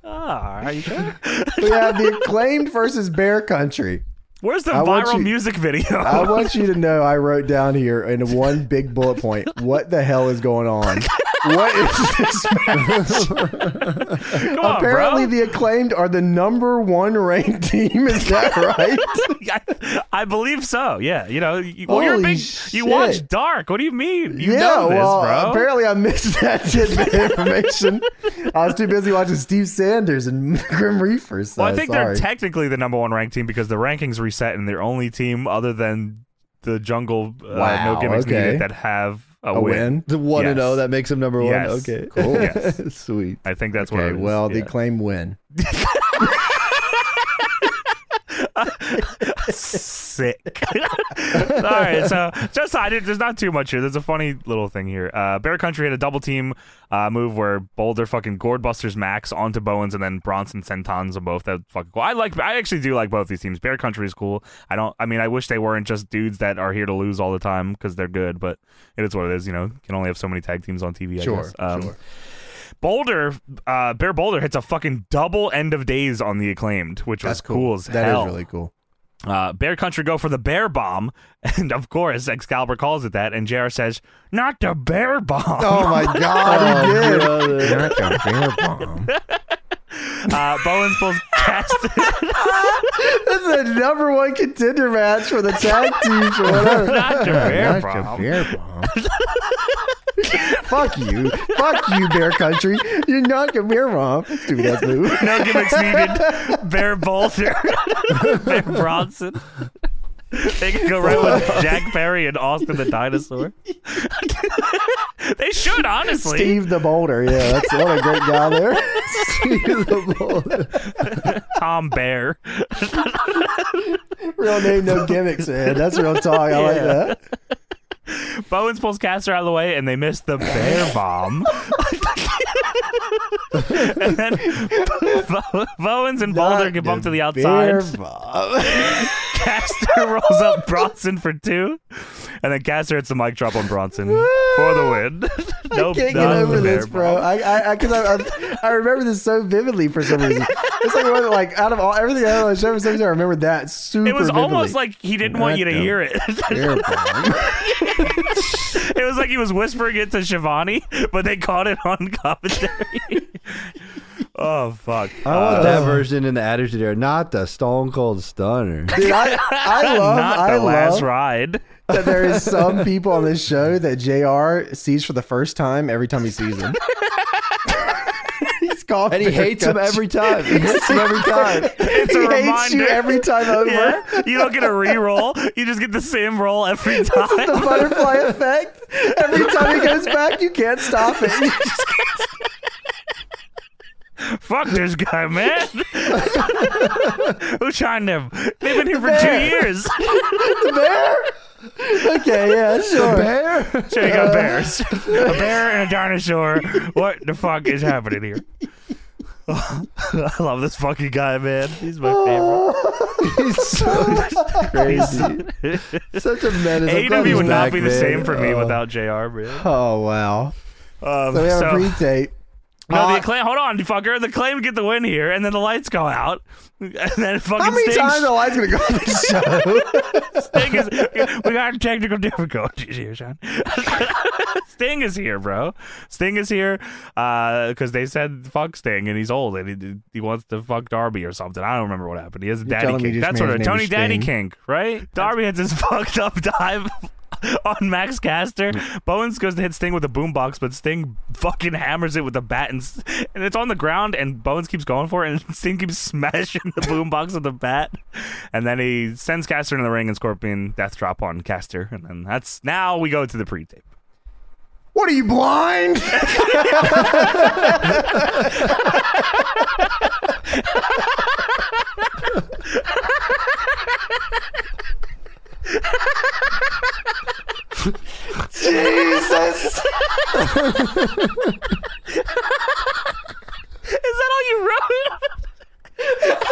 Speaker 2: Ah, are you sure?
Speaker 1: We have the acclaimed versus Bear Country.
Speaker 2: Where's the
Speaker 1: I want
Speaker 2: viral
Speaker 1: you-
Speaker 2: music video?
Speaker 1: I want you to know I wrote down here in one big bullet point what the hell is going on. What is this match?
Speaker 2: Come on,
Speaker 1: Apparently,
Speaker 2: bro.
Speaker 1: the acclaimed are the number one ranked team. Is that right?
Speaker 2: I, I believe so. Yeah, you know, you, well, you're a
Speaker 1: Holy
Speaker 2: big. You
Speaker 1: shit.
Speaker 2: watch Dark. What do you mean? You
Speaker 1: yeah.
Speaker 2: know this,
Speaker 1: well,
Speaker 2: bro.
Speaker 1: apparently, I missed that tidbit of information. I was too busy watching Steve Sanders and Grim Reaper. So,
Speaker 2: well, I think
Speaker 1: sorry.
Speaker 2: they're technically the number one ranked team because the rankings reset, and they're only team other than the Jungle uh,
Speaker 1: Wow,
Speaker 2: No Gimmicks
Speaker 1: okay.
Speaker 2: Needed that have a,
Speaker 1: a win.
Speaker 3: The one
Speaker 2: Yes.
Speaker 3: and oh that makes him number one.
Speaker 2: Yes.
Speaker 3: Okay.
Speaker 2: Cool. Yes.
Speaker 3: Sweet.
Speaker 2: I think that's what.
Speaker 1: Okay,
Speaker 2: it is.
Speaker 1: well, the
Speaker 2: Yeah.
Speaker 1: acclaimed win.
Speaker 2: sick. All right, so just I did, there's not too much here. There's a funny little thing here. Uh, Bear Country had a double team uh, move where Boulder fucking gourd busters Max onto Bowens and then Bronson Centons on both. That fucking cool. I like. I actually do like both these teams. Bear Country is cool. I don't. I mean, I wish they weren't just dudes that are here to lose all the time because they're good. But it is what it is. You know, can only have so many tag teams on TV. I
Speaker 1: Sure,
Speaker 2: guess. Um,
Speaker 1: sure.
Speaker 2: Boulder, uh, Bear Boulder hits a fucking double end of days on the acclaimed, which was cool. as
Speaker 1: That is
Speaker 2: hell.
Speaker 1: really cool.
Speaker 2: Uh, bear Country go for the bear bomb, and of course Excalibur calls it that, and JR says, "Not the bear bomb."
Speaker 1: Oh my God, he did. Not the bear bomb.
Speaker 2: Uh, Bowens pulls cast.
Speaker 1: This is the number one contender match for the tag teams or whatever.
Speaker 2: Not the bear bomb.
Speaker 1: Fuck you. Fuck you, Bear Country. You're not a bear bomb. Stupid ass move.
Speaker 2: No gimmicks needed. Bear Boulder, Bear Bronson. They could go right with Jack Perry and Austin the Dinosaur. they should honestly.
Speaker 1: Steve the Boulder. Yeah, that's what a great guy there.
Speaker 2: Tom Bear.
Speaker 1: Real name, no gimmicks, man. That's real talk. I like that.
Speaker 2: Bowens pulls Caster out of the way, and they miss the bear bomb. and then Bo- Bowens and Boulder get bumped to the outside.
Speaker 1: Bear bomb.
Speaker 2: Caster rolls up Bronson for two, and then Caster hits the mic drop on Bronson for the win. no,
Speaker 1: Can't get
Speaker 2: not the
Speaker 1: over this,
Speaker 2: bear
Speaker 1: bro.
Speaker 2: bomb.
Speaker 1: I, I, I, cause I, I, I remember this so vividly for some reason. It's like, one of the- like oh, out of all everything I know, for some reason I remember that super.
Speaker 2: It was
Speaker 1: vividly.
Speaker 2: almost like he didn't want you to hear it.
Speaker 4: Bear bomb.
Speaker 2: it was like he was whispering it to Shivani, but they caught it on commentary. oh fuck!
Speaker 3: I want that version in the Attitude Era, not the Stone Cold Stunner.
Speaker 1: Dude, I, I love,
Speaker 2: Uh, not the
Speaker 1: I
Speaker 2: last
Speaker 1: love
Speaker 2: ride.
Speaker 1: that there is some people on this show that Jr. sees for the first time every time he sees them. He's scoffed.
Speaker 3: And he
Speaker 1: at her
Speaker 3: hates him
Speaker 1: guts.
Speaker 3: every time. He hates him every time.
Speaker 2: It's a
Speaker 1: he hates
Speaker 2: reminder.
Speaker 1: you every time over.
Speaker 2: Yeah, you don't get a re-roll. You just get the same roll every
Speaker 1: The
Speaker 2: time.
Speaker 1: butterfly effect. Every time he goes back, you can't stop it. You just-
Speaker 2: Fuck this guy, man. Who signed him? They've been here for
Speaker 1: Bear.
Speaker 2: two years.
Speaker 1: okay, yeah, sure.
Speaker 3: Bear?
Speaker 2: So you got bears, a bear and a dinosaur. What the fuck is happening here? I love this fucking guy, man. He's my favorite.
Speaker 3: He's so
Speaker 1: Oh,
Speaker 3: crazy. Such a menace. I'm glad
Speaker 2: AEW
Speaker 3: he's
Speaker 2: would not
Speaker 3: back,
Speaker 2: be the
Speaker 3: man.
Speaker 2: same for me
Speaker 3: Uh,
Speaker 2: without JR, man.
Speaker 1: Oh wow.
Speaker 2: Um,
Speaker 1: So we have
Speaker 2: so-
Speaker 1: a pre-tape.
Speaker 2: no,
Speaker 1: Uh,
Speaker 2: the acclaim. Hold on, fucker. The claim get the win here, and then the lights go out, and then fucking
Speaker 1: How many
Speaker 2: Sting-
Speaker 1: times the light's gonna go on this show?
Speaker 2: Sting is, we got technical difficulties here, Sean. Sting is here, bro. Sting is here because they said fuck Sting, and he's old, and he, he wants to fuck Darby or something. I don't remember what happened. He has a daddy
Speaker 1: telling me
Speaker 2: kink.
Speaker 1: this
Speaker 2: That's what
Speaker 1: man's
Speaker 2: it-
Speaker 1: name
Speaker 2: Tony
Speaker 1: is
Speaker 2: Daddy
Speaker 1: Sting?
Speaker 2: kink, right? Darby hits his fucked up dive. On Max Caster, Bowens goes to hit Sting with a boombox, but Sting fucking hammers it with a bat, and, s- and it's on the ground. And Bowens keeps going for it, and Sting keeps smashing the boombox with the bat. And then he sends Caster in the ring, and Scorpion death drop on Caster, and then that's now we go to the pre-tape.
Speaker 1: What are you blind? Jesus!
Speaker 2: Is that all you wrote?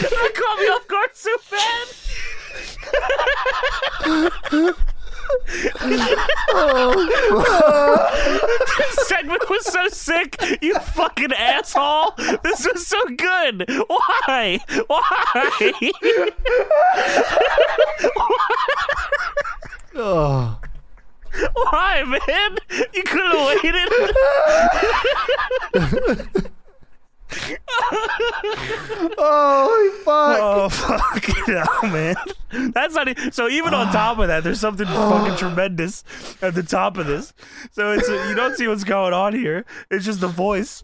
Speaker 2: that caught me off guard so bad. this segment was so sick, you fucking asshole. This was so good. Why? Why?
Speaker 3: Oh.
Speaker 2: Why, man? You could have waited.
Speaker 1: Holy fuck!
Speaker 2: Oh fuck no, man! That's not e- so. Even on top of that, there's something fucking tremendous at the top of this. So it's you don't see what's going on here. It's just the voice,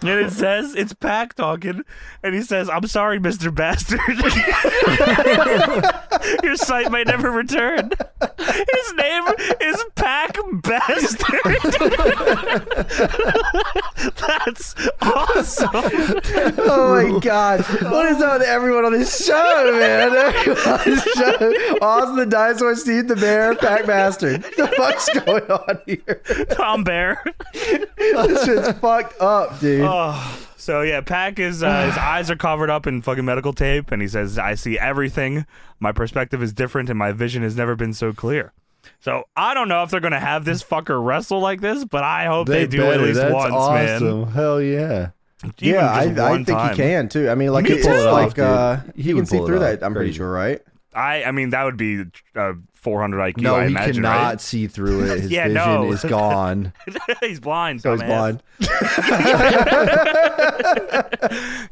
Speaker 2: and it says it's Pac talking, and he says, "I'm sorry, Mister Bastard. Your sight may never return." His name is Pac Bastard. That's awesome.
Speaker 1: Oh my god! What is up with everyone on this show, man? Everyone on this show. Oz the dinosaur, Steve the bear, Pac Bastard. The fuck's going on here?
Speaker 2: Tom Bear.
Speaker 1: This shit's fucked up, dude.
Speaker 2: Oh, so yeah, Pack is uh, his eyes are covered up in fucking medical tape, and he says, "I see everything. My perspective is different, and my vision has never been so clear." So I don't know if they're gonna have this fucker wrestle like this, but I hope they, do at
Speaker 3: better.
Speaker 2: least
Speaker 3: That's
Speaker 2: once, man.
Speaker 3: awesome. Hell yeah.
Speaker 2: Even
Speaker 1: yeah, I,
Speaker 2: just
Speaker 1: I
Speaker 2: one
Speaker 1: think
Speaker 2: time.
Speaker 1: he can too. I mean, like
Speaker 2: Me
Speaker 1: it's
Speaker 2: too.
Speaker 1: just
Speaker 3: Pull it
Speaker 1: like
Speaker 3: off, dude.
Speaker 1: uh,
Speaker 3: He
Speaker 1: he, can
Speaker 3: would
Speaker 1: see
Speaker 3: pull it
Speaker 1: through
Speaker 3: off.
Speaker 1: that. I'm pretty
Speaker 3: Crazy.
Speaker 1: sure, right?
Speaker 2: I, I mean, that would be uh, 400 IQ.
Speaker 3: No,
Speaker 2: I
Speaker 3: he
Speaker 2: imagine,
Speaker 3: cannot
Speaker 2: right?
Speaker 3: see through it. His
Speaker 2: Yeah,
Speaker 3: vision
Speaker 2: no.
Speaker 3: is gone.
Speaker 2: he's blind.
Speaker 1: So he's
Speaker 2: dumbass.
Speaker 1: blind.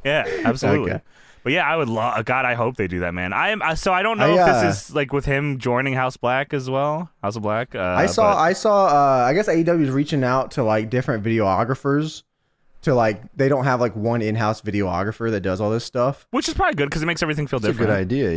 Speaker 2: Yeah, absolutely.
Speaker 1: Okay.
Speaker 2: But yeah, I would love. God, I hope they do that, man. I am. I, so I don't know
Speaker 1: I,
Speaker 2: if
Speaker 1: uh,
Speaker 2: this is like with him joining House Black as well. House of Black. Uh,
Speaker 1: I saw,
Speaker 2: but-
Speaker 1: I saw. Uh, I guess AEW is reaching out to like different videographers to like they don't have like one in-house videographer that does all this stuff.
Speaker 2: which is probably good because it makes everything feel
Speaker 3: That's a
Speaker 2: different.
Speaker 3: good idea,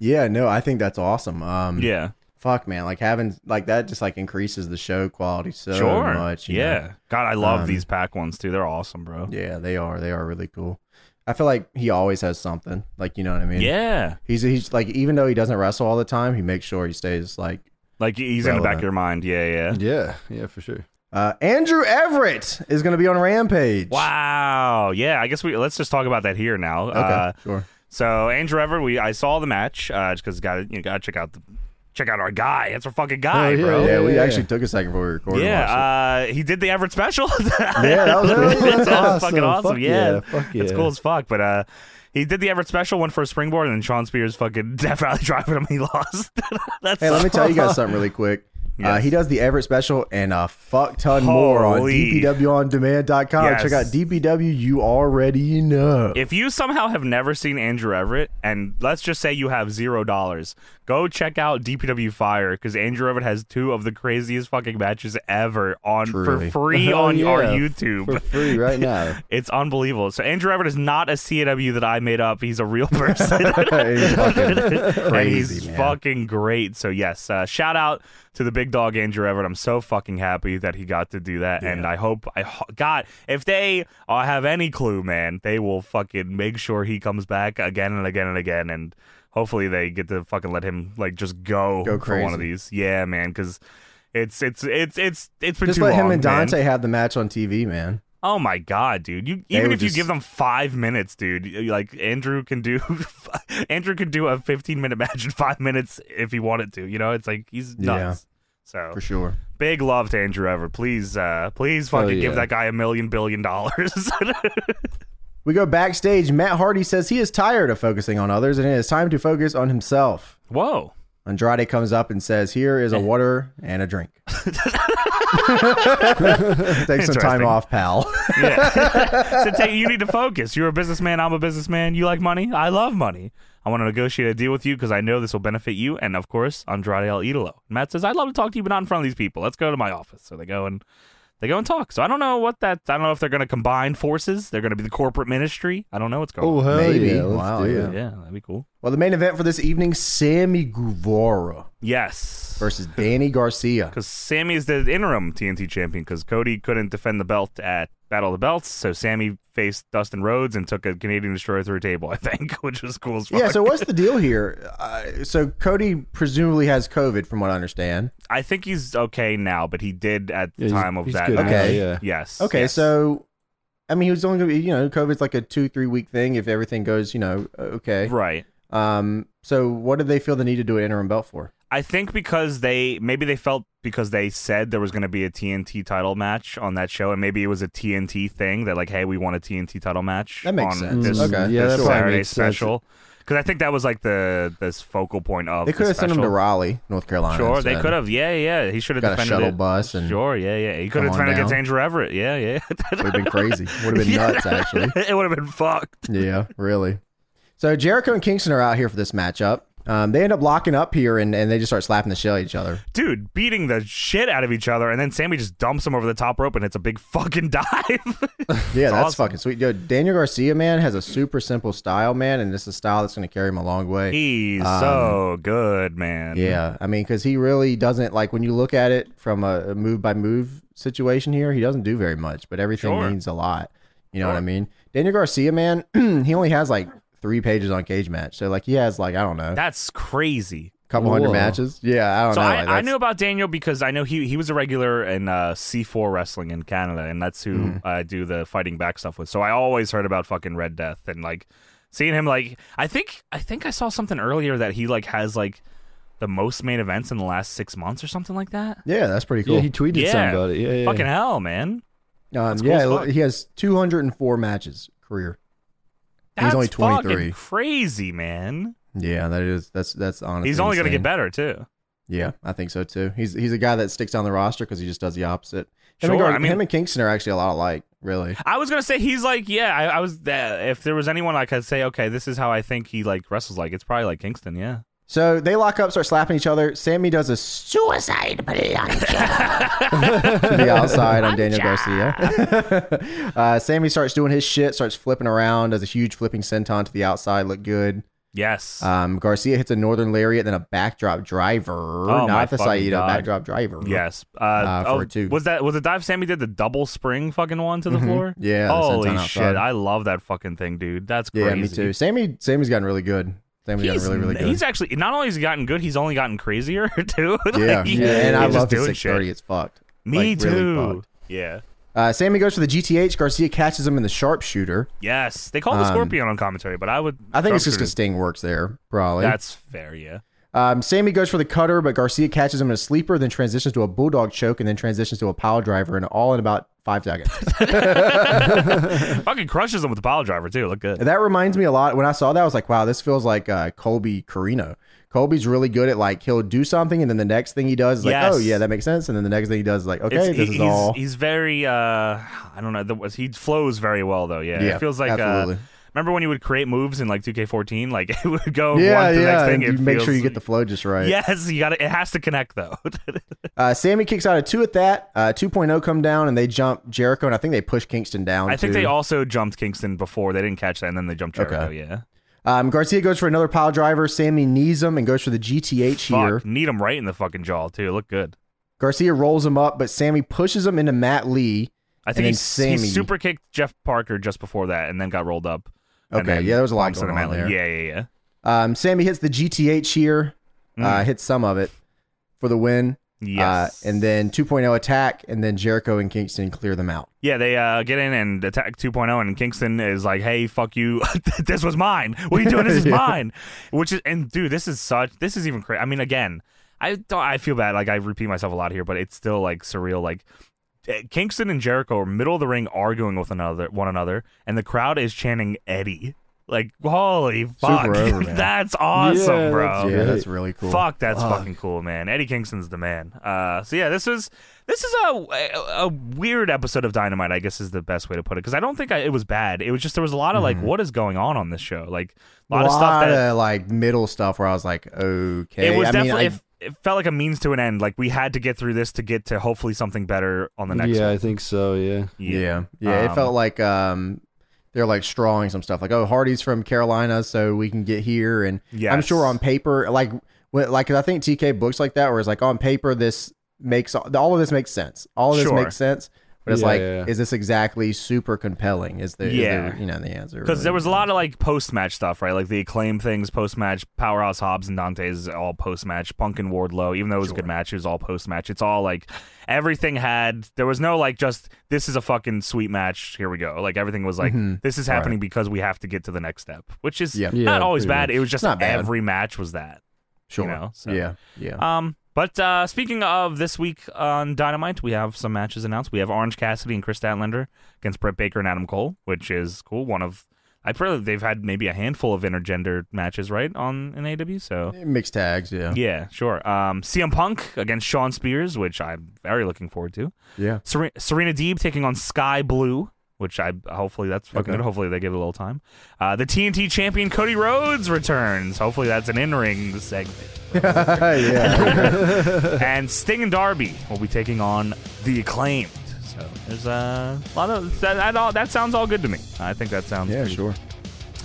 Speaker 3: yeah.
Speaker 1: Yeah, no, I think that's awesome. Um,
Speaker 2: Yeah,
Speaker 1: fuck, man, like having like that just like increases the show quality so
Speaker 2: sure.
Speaker 1: much. you know?
Speaker 2: yeah, God, I love
Speaker 1: Um,
Speaker 2: these pack ones too. They're awesome, bro. Yeah,
Speaker 1: yeah, they are. They are really cool. I feel like he always has something. Like you know what I mean? He's he's like even though he doesn't wrestle all the time, he makes sure he stays like
Speaker 2: like he's in the back
Speaker 1: Relevant.
Speaker 2: of your mind. Yeah, yeah.
Speaker 3: Yeah, yeah, for sure.
Speaker 1: Uh, Andrew Everett is going to be on Rampage.
Speaker 2: Wow. Yeah, I guess we let's just talk about that here now.
Speaker 1: Okay.
Speaker 2: Uh,
Speaker 1: sure.
Speaker 2: so Andrew Everett, we I saw the match uh, just because got you got to check out the check out our guy. That's our fucking guy,
Speaker 3: Oh, yeah,
Speaker 2: bro.
Speaker 1: Yeah,
Speaker 2: Yeah.
Speaker 1: we
Speaker 3: yeah.
Speaker 1: actually took a second before we recorded.
Speaker 2: uh, he did the Everett special.
Speaker 1: yeah, that was really
Speaker 2: That's
Speaker 3: awesome.
Speaker 2: fucking awesome.
Speaker 3: Fuck
Speaker 2: yeah.
Speaker 3: yeah, fuck
Speaker 2: It's
Speaker 3: yeah.
Speaker 2: cool as fuck. But uh, he did the Everett special, one for a springboard, and then Sean Spears fucking Death Valley driving him. He lost. That's
Speaker 1: Hey, let me tell you guys something really quick. Uh,
Speaker 2: Yes.
Speaker 1: he does the Everett special and a fuck ton more on
Speaker 2: Holy.
Speaker 1: dpwondemand.com.
Speaker 2: Yes.
Speaker 1: Check out DPW. You already know.
Speaker 2: If you somehow have never seen Andrew Everett, and let's just say you have zero dollars, go check out DPW Fire because Andrew Everett has two of the craziest fucking matches ever on
Speaker 4: Truly.
Speaker 2: for free
Speaker 3: Oh,
Speaker 2: on our
Speaker 3: yeah.
Speaker 2: YouTube.
Speaker 3: for free right now.
Speaker 2: it's unbelievable. So Andrew Everett is not a CW that I made up. He's a real person.
Speaker 1: He's fucking-
Speaker 2: and
Speaker 1: Crazy,
Speaker 2: he's
Speaker 1: man.
Speaker 2: fucking great. So yes, uh, shout out to the big dog Andrew Everett. I'm so fucking happy that he got to do that, and I hope I ho- God if they uh, have any clue, man, they will fucking make sure he comes back again and again and again, and hopefully they get to fucking let him like just go,
Speaker 1: Go
Speaker 2: for one of
Speaker 1: crazy.
Speaker 2: these. Yeah, man, because. It's it's it's it's it's been
Speaker 1: Just
Speaker 2: too
Speaker 1: let him
Speaker 2: long,
Speaker 1: and
Speaker 2: man.
Speaker 1: Dante have the match on TV, man.
Speaker 2: Oh my god, dude! You even
Speaker 1: would
Speaker 2: if you
Speaker 1: just-
Speaker 2: give them five minutes, dude, you- like Andrew can do, Andrew can do a fifteen minute match in five minutes if he wanted to. You know, it's like he's
Speaker 1: Yeah.
Speaker 2: nuts. So
Speaker 4: for sure.
Speaker 2: big love to Andrew Everett. Please, uh, please
Speaker 3: Hell
Speaker 2: fucking give
Speaker 3: yeah.
Speaker 2: that guy a million billion dollars.
Speaker 1: We go backstage. Matt Hardy says he is tired of focusing on others and it is time to focus on himself.
Speaker 2: Whoa!
Speaker 1: Andrade comes up and says, Here is a water and a drink. Take some time
Speaker 2: Interesting.
Speaker 1: off, pal.
Speaker 2: Yeah. so take, you need to focus. You're a businessman. I'm a businessman. You like money. I love money. I want to negotiate a deal with you because I know this will benefit you. And of course, Andrade El Idolo. Matt says, I'd love to talk to you, but not in front of these people. Let's go to my office. So they go and they go and talk. So I don't know what that. I don't know if they're going to combine forces. They're going to be the corporate ministry. I don't know what's going.
Speaker 3: Oh hell
Speaker 1: Maybe.
Speaker 3: yeah! Let's
Speaker 1: Wow,
Speaker 3: do
Speaker 1: yeah.
Speaker 3: it.
Speaker 2: Yeah, that'd be cool.
Speaker 1: well, the main event for this evening Sammy Guevara
Speaker 2: Yes.
Speaker 1: versus Danny Garcia.
Speaker 2: because Sammy is the interim TNT champion because Cody couldn't defend the belt at Battle of the Belts, so Sammy faced Dustin Rhodes and took a Canadian Destroyer through a table, I think, which was cool as fuck.
Speaker 1: Yeah, so what's the deal here? Uh, so Cody presumably has COVID, from what I understand.
Speaker 2: I think he's okay now, but he did at the
Speaker 3: Yeah, he's-
Speaker 2: time of
Speaker 3: he's
Speaker 2: that.
Speaker 3: good
Speaker 2: match.
Speaker 1: Okay.
Speaker 3: now, yeah.
Speaker 2: Yes.
Speaker 1: Okay,
Speaker 2: yes.
Speaker 1: so I mean, he was only going to be, you know, COVID's like a two, three week thing if everything goes, you know, okay.
Speaker 2: right.
Speaker 1: Um, so what did they feel the need to do an interim belt for?
Speaker 2: I think because they maybe they felt because they said there was going to be a TNT title match on that show, and maybe it was a TNT thing that like, hey, we want a TNT title match.
Speaker 1: That makes
Speaker 2: on
Speaker 1: sense.
Speaker 2: This,
Speaker 1: Okay.
Speaker 3: Yeah,
Speaker 2: this
Speaker 3: that probably
Speaker 2: Saturday
Speaker 3: makes sense.
Speaker 2: special. Because I think that was like the this focal point of
Speaker 1: They
Speaker 2: Oh, the
Speaker 1: could have sent him to
Speaker 2: special.
Speaker 1: Raleigh, North Carolina.
Speaker 2: Sure, they
Speaker 1: instead.
Speaker 2: could have. Yeah, yeah. He should have
Speaker 4: Got a
Speaker 2: defended
Speaker 4: shuttle
Speaker 2: it.
Speaker 4: bus and
Speaker 2: Sure, yeah, yeah. He could have
Speaker 4: on
Speaker 2: defended against
Speaker 4: down.
Speaker 2: Andrew Everett. Yeah, yeah.
Speaker 4: would have been crazy.
Speaker 1: Would have been nuts, actually.
Speaker 2: it would have been fucked.
Speaker 4: yeah, really.
Speaker 1: So Jericho and Kingston are out here for this matchup. Um, they end up locking up here and, and they just start slapping the shit out of each other.
Speaker 2: Dude, beating the shit out of each other, and then Sammy just dumps him over the top rope and it's a big fucking dive.
Speaker 1: Yeah, that's
Speaker 2: awesome.
Speaker 1: fucking sweet. Yo, Daniel Garcia, man, has a super simple style, man, and this is a style that's going to carry him a long way.
Speaker 2: He's so good, man.
Speaker 1: Um, Yeah, I mean, because he really doesn't like when you look at it from a move by move situation here. He doesn't do very much, but everything
Speaker 2: Sure.
Speaker 1: means a lot. You know what I
Speaker 2: Sure.
Speaker 1: mean? Daniel Garcia, man, he only has like three pages on Cage Match, so like he has like I don't know, a
Speaker 2: That's crazy.
Speaker 1: couple hundred
Speaker 3: Whoa.
Speaker 1: matches. Yeah, I don't
Speaker 2: So
Speaker 1: know.
Speaker 2: I,
Speaker 1: Oh, like,
Speaker 2: I
Speaker 1: that's-
Speaker 2: knew about Daniel because I know he he was a regular in uh, C4 wrestling in Canada, and that's who
Speaker 1: Mm-hmm.
Speaker 2: I do the fighting back stuff with. So I always heard about fucking Red Death and like seeing him like I think I think I saw something earlier that he like has like the most main events in the last six months or something like that.
Speaker 1: Yeah, that's pretty cool.
Speaker 3: Yeah, he tweeted
Speaker 2: Yeah.
Speaker 3: something about it. Yeah, yeah.
Speaker 2: Fucking hell, man!
Speaker 1: um,
Speaker 2: cool
Speaker 1: yeah,
Speaker 2: as fuck.
Speaker 1: he has 204 matches career.
Speaker 2: That's
Speaker 1: He's only
Speaker 2: fucking
Speaker 1: 23.
Speaker 2: Crazy, man.
Speaker 1: Yeah, that is that's that's honestly.
Speaker 2: He's only gonna get
Speaker 1: insane.
Speaker 2: better too.
Speaker 1: Yeah, I think so too. He's he's a guy that sticks on the roster because he just does the opposite. Him, and
Speaker 2: Sure,
Speaker 1: Gar-
Speaker 2: I mean-
Speaker 1: him and Kingston are actually a lot alike, really.
Speaker 2: I was gonna say he's like, yeah. I, I was. Uh, if there was anyone I could say, okay, this is how I think he like wrestles. Like it's probably like Kingston, yeah.
Speaker 1: So they lock up, start slapping each other. Sammy does a suicide plunger to the outside on Daniel Garcia. uh, Sammy starts doing his shit, starts flipping around, does a huge flipping senton to the outside, look good.
Speaker 2: Yes.
Speaker 1: Um, Garcia hits a northern lariat, then a backdrop driver,
Speaker 2: Oh, my
Speaker 1: not the
Speaker 2: fucking
Speaker 1: Saito,
Speaker 2: God.
Speaker 1: backdrop driver.
Speaker 2: Yes. Uh,
Speaker 1: for
Speaker 2: oh,
Speaker 1: a two.
Speaker 2: Was that was the dive Sammy did the double spring fucking one to the floor?
Speaker 1: Mm-hmm. Yeah, the senton
Speaker 2: Holy
Speaker 1: outside.
Speaker 2: shit! I love that fucking thing, dude. That's
Speaker 1: yeah,
Speaker 2: crazy.
Speaker 1: me too. Sammy, Sammy's gotten really good. Sammy's
Speaker 2: He's,
Speaker 1: gotten really, really good.
Speaker 2: he's actually not only has he gotten good, he's only gotten crazier too. Like,
Speaker 1: yeah,
Speaker 2: he-
Speaker 1: yeah, and I
Speaker 2: he's just
Speaker 1: love the
Speaker 2: doing
Speaker 1: 630.
Speaker 2: shit.
Speaker 1: It's fucked.
Speaker 2: Me
Speaker 1: like,
Speaker 2: too.
Speaker 1: really fucked.
Speaker 2: yeah.
Speaker 1: Uh, Sammy goes for the GTH. Garcia catches him in the sharpshooter.
Speaker 2: Yes. They call the
Speaker 1: Um,
Speaker 2: Scorpion on commentary, but I would.
Speaker 1: I think it's just
Speaker 2: structure
Speaker 1: because Sting works there,
Speaker 2: it-
Speaker 1: probably.
Speaker 2: that's fair. Yeah.
Speaker 1: Um, Sammy goes for the cutter, but Garcia catches him in a sleeper, then transitions to a bulldog choke, and then transitions to a pile driver, and all in about five seconds.
Speaker 2: Fucking crushes him with the pile driver too. Look good.
Speaker 1: And that reminds me a lot. When I saw that, I was like, wow, this feels like uh, Colby Carino. Colby's really good at like he'll do something, and then the next thing he does is like,
Speaker 2: Yes.
Speaker 1: oh yeah, that makes sense. And then the next thing he does is like, okay,
Speaker 2: It's-
Speaker 1: this
Speaker 2: he-
Speaker 1: is
Speaker 2: he's,
Speaker 1: all.
Speaker 2: he's very uh I don't know the, was- he flows very well though yeah,
Speaker 1: Yeah,
Speaker 2: it feels like uh,
Speaker 1: absolutely.
Speaker 2: remember when you would create moves in like 2K14 like it would go
Speaker 1: yeah,
Speaker 2: one to the next
Speaker 1: yeah.
Speaker 2: thing
Speaker 1: and you
Speaker 2: it
Speaker 1: make sure
Speaker 2: feels-
Speaker 1: you get the flow just right.
Speaker 2: yes you got to it has to connect though
Speaker 1: Uh, Sammy kicks out a two at that. Uh, 2.0 come down, and they jump Jericho, and I think they push Kingston down.
Speaker 2: I think
Speaker 1: too.
Speaker 2: they also jumped Kingston before they didn't catch that and then they jumped Jericho
Speaker 1: Okay.
Speaker 2: yeah
Speaker 1: Um, Garcia goes for another pile driver. Sammy knees him and goes for the GTH here.
Speaker 2: Fuck, need him right in the fucking jaw too look good
Speaker 1: Garcia rolls him up, but Sammy pushes him into Matt Lee.
Speaker 2: I
Speaker 1: then
Speaker 2: think he, he
Speaker 1: Sammy-
Speaker 2: super kicked Jeff Parker just before that and then got rolled up and
Speaker 1: Okay,
Speaker 2: then
Speaker 1: yeah, there was a lot
Speaker 2: bumps
Speaker 1: going
Speaker 2: into
Speaker 1: on
Speaker 2: Matt Lee.
Speaker 1: there.
Speaker 2: yeah yeah yeah
Speaker 1: Um, Sammy hits the GTH here, uh, hits some of it for the win.
Speaker 2: Mm. yes
Speaker 1: Uh, and then 2.0 attack, and then Jericho and Kingston clear them out.
Speaker 2: Yeah, they uh, get in and attack 2.0, and Kingston is like, "Hey, fuck you! this was mine. What are you doing? This is mine." Which is, and dude, this is such. This is even crazy. I mean, again, I don't. I feel bad. Like I repeat myself a lot here, but it's still like surreal. Like eh, Kingston and Jericho are middle of the ring arguing with another one another, and the crowd is chanting Eddie. Like, holy fuck,
Speaker 1: over, man.
Speaker 2: that's awesome,
Speaker 3: Yeah,
Speaker 2: bro.
Speaker 3: that's-
Speaker 1: yeah, that's really cool.
Speaker 2: Oh, Fuck, that's fucking cool, man. Eddie Kingston's the man. Uh, so yeah, this is this is a, a a weird episode of Dynamite. I guess is the best way to put it because I don't think I, it was bad. It was just there was a lot of
Speaker 1: Mm-hmm.
Speaker 2: like, what is going on on this show? Like a lot, of stuff that
Speaker 1: of, like middle stuff where I was like, okay.
Speaker 2: it was
Speaker 1: I mean,
Speaker 2: definitely.
Speaker 1: I-
Speaker 2: it, it felt like a means to an end. Like we had to get through this to get to hopefully something better on the next.
Speaker 3: yeah,
Speaker 2: one.
Speaker 3: I think so. Yeah.
Speaker 1: yeah, yeah. it felt like um, they're like strawing some stuff. Like, oh, Hardy's from Carolina, so we can get here. And I'm
Speaker 2: Yes.
Speaker 1: sure on paper, like, when, like 'cause I think TK books like that, where it's like on paper, this makes all of this makes sense. All of this
Speaker 2: Sure.
Speaker 1: makes sense. But it's
Speaker 3: Yeah,
Speaker 1: like,
Speaker 3: yeah, yeah.
Speaker 1: is this exactly super compelling? Is the,
Speaker 2: Yeah.
Speaker 1: is the you know the answer?
Speaker 2: Because there was a lot of like post match stuff, right? Like the acclaim things, post match, powerhouse Hobbs and Dante's all post match, Punk and Wardlow, even though it was a good match, it was all post match. It's all like everything had there was no like just this is a fucking sweet match, here we go. Like everything was like this is happening because we have to get to the next step. Which is
Speaker 1: Mm-hmm. Yeah.
Speaker 3: Yeah,
Speaker 2: not always
Speaker 3: pretty
Speaker 2: bad. It was just
Speaker 1: Not bad.
Speaker 2: every match was that.
Speaker 1: sure.
Speaker 2: know, so.
Speaker 1: Yeah, yeah.
Speaker 2: Um but uh, speaking of this week on Dynamite, we have some matches announced. We have Orange Cassidy and Chris Statlander against Brett Baker and Adam Cole, which is cool. One of I probably they've had maybe a handful of intergender matches, right, on in AW. So
Speaker 1: Mixed tags, yeah.
Speaker 2: yeah, sure. Um, CM Punk against Sean Spears, which I'm very looking forward to.
Speaker 1: Yeah.
Speaker 2: Serena, Serena Deeb taking on Sky Blue, which I hopefully that's fucking
Speaker 1: Okay.
Speaker 2: good. Hopefully they give it a little time. Uh, the TNT champion Cody Rhodes returns. Hopefully that's an in-ring segment.
Speaker 1: yeah.
Speaker 2: and Sting and Darby will be taking on the acclaimed. So there's uh, a lot of that, that, all, that sounds all good to me. I think that sounds
Speaker 1: Yeah,
Speaker 2: pretty-
Speaker 1: sure.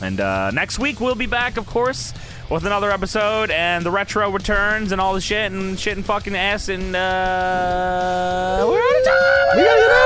Speaker 2: And uh, next week we'll be back, of course, with another episode and the retro returns and all the shit and shit and fucking ass and uh, we're out of time.
Speaker 1: We gotta get out!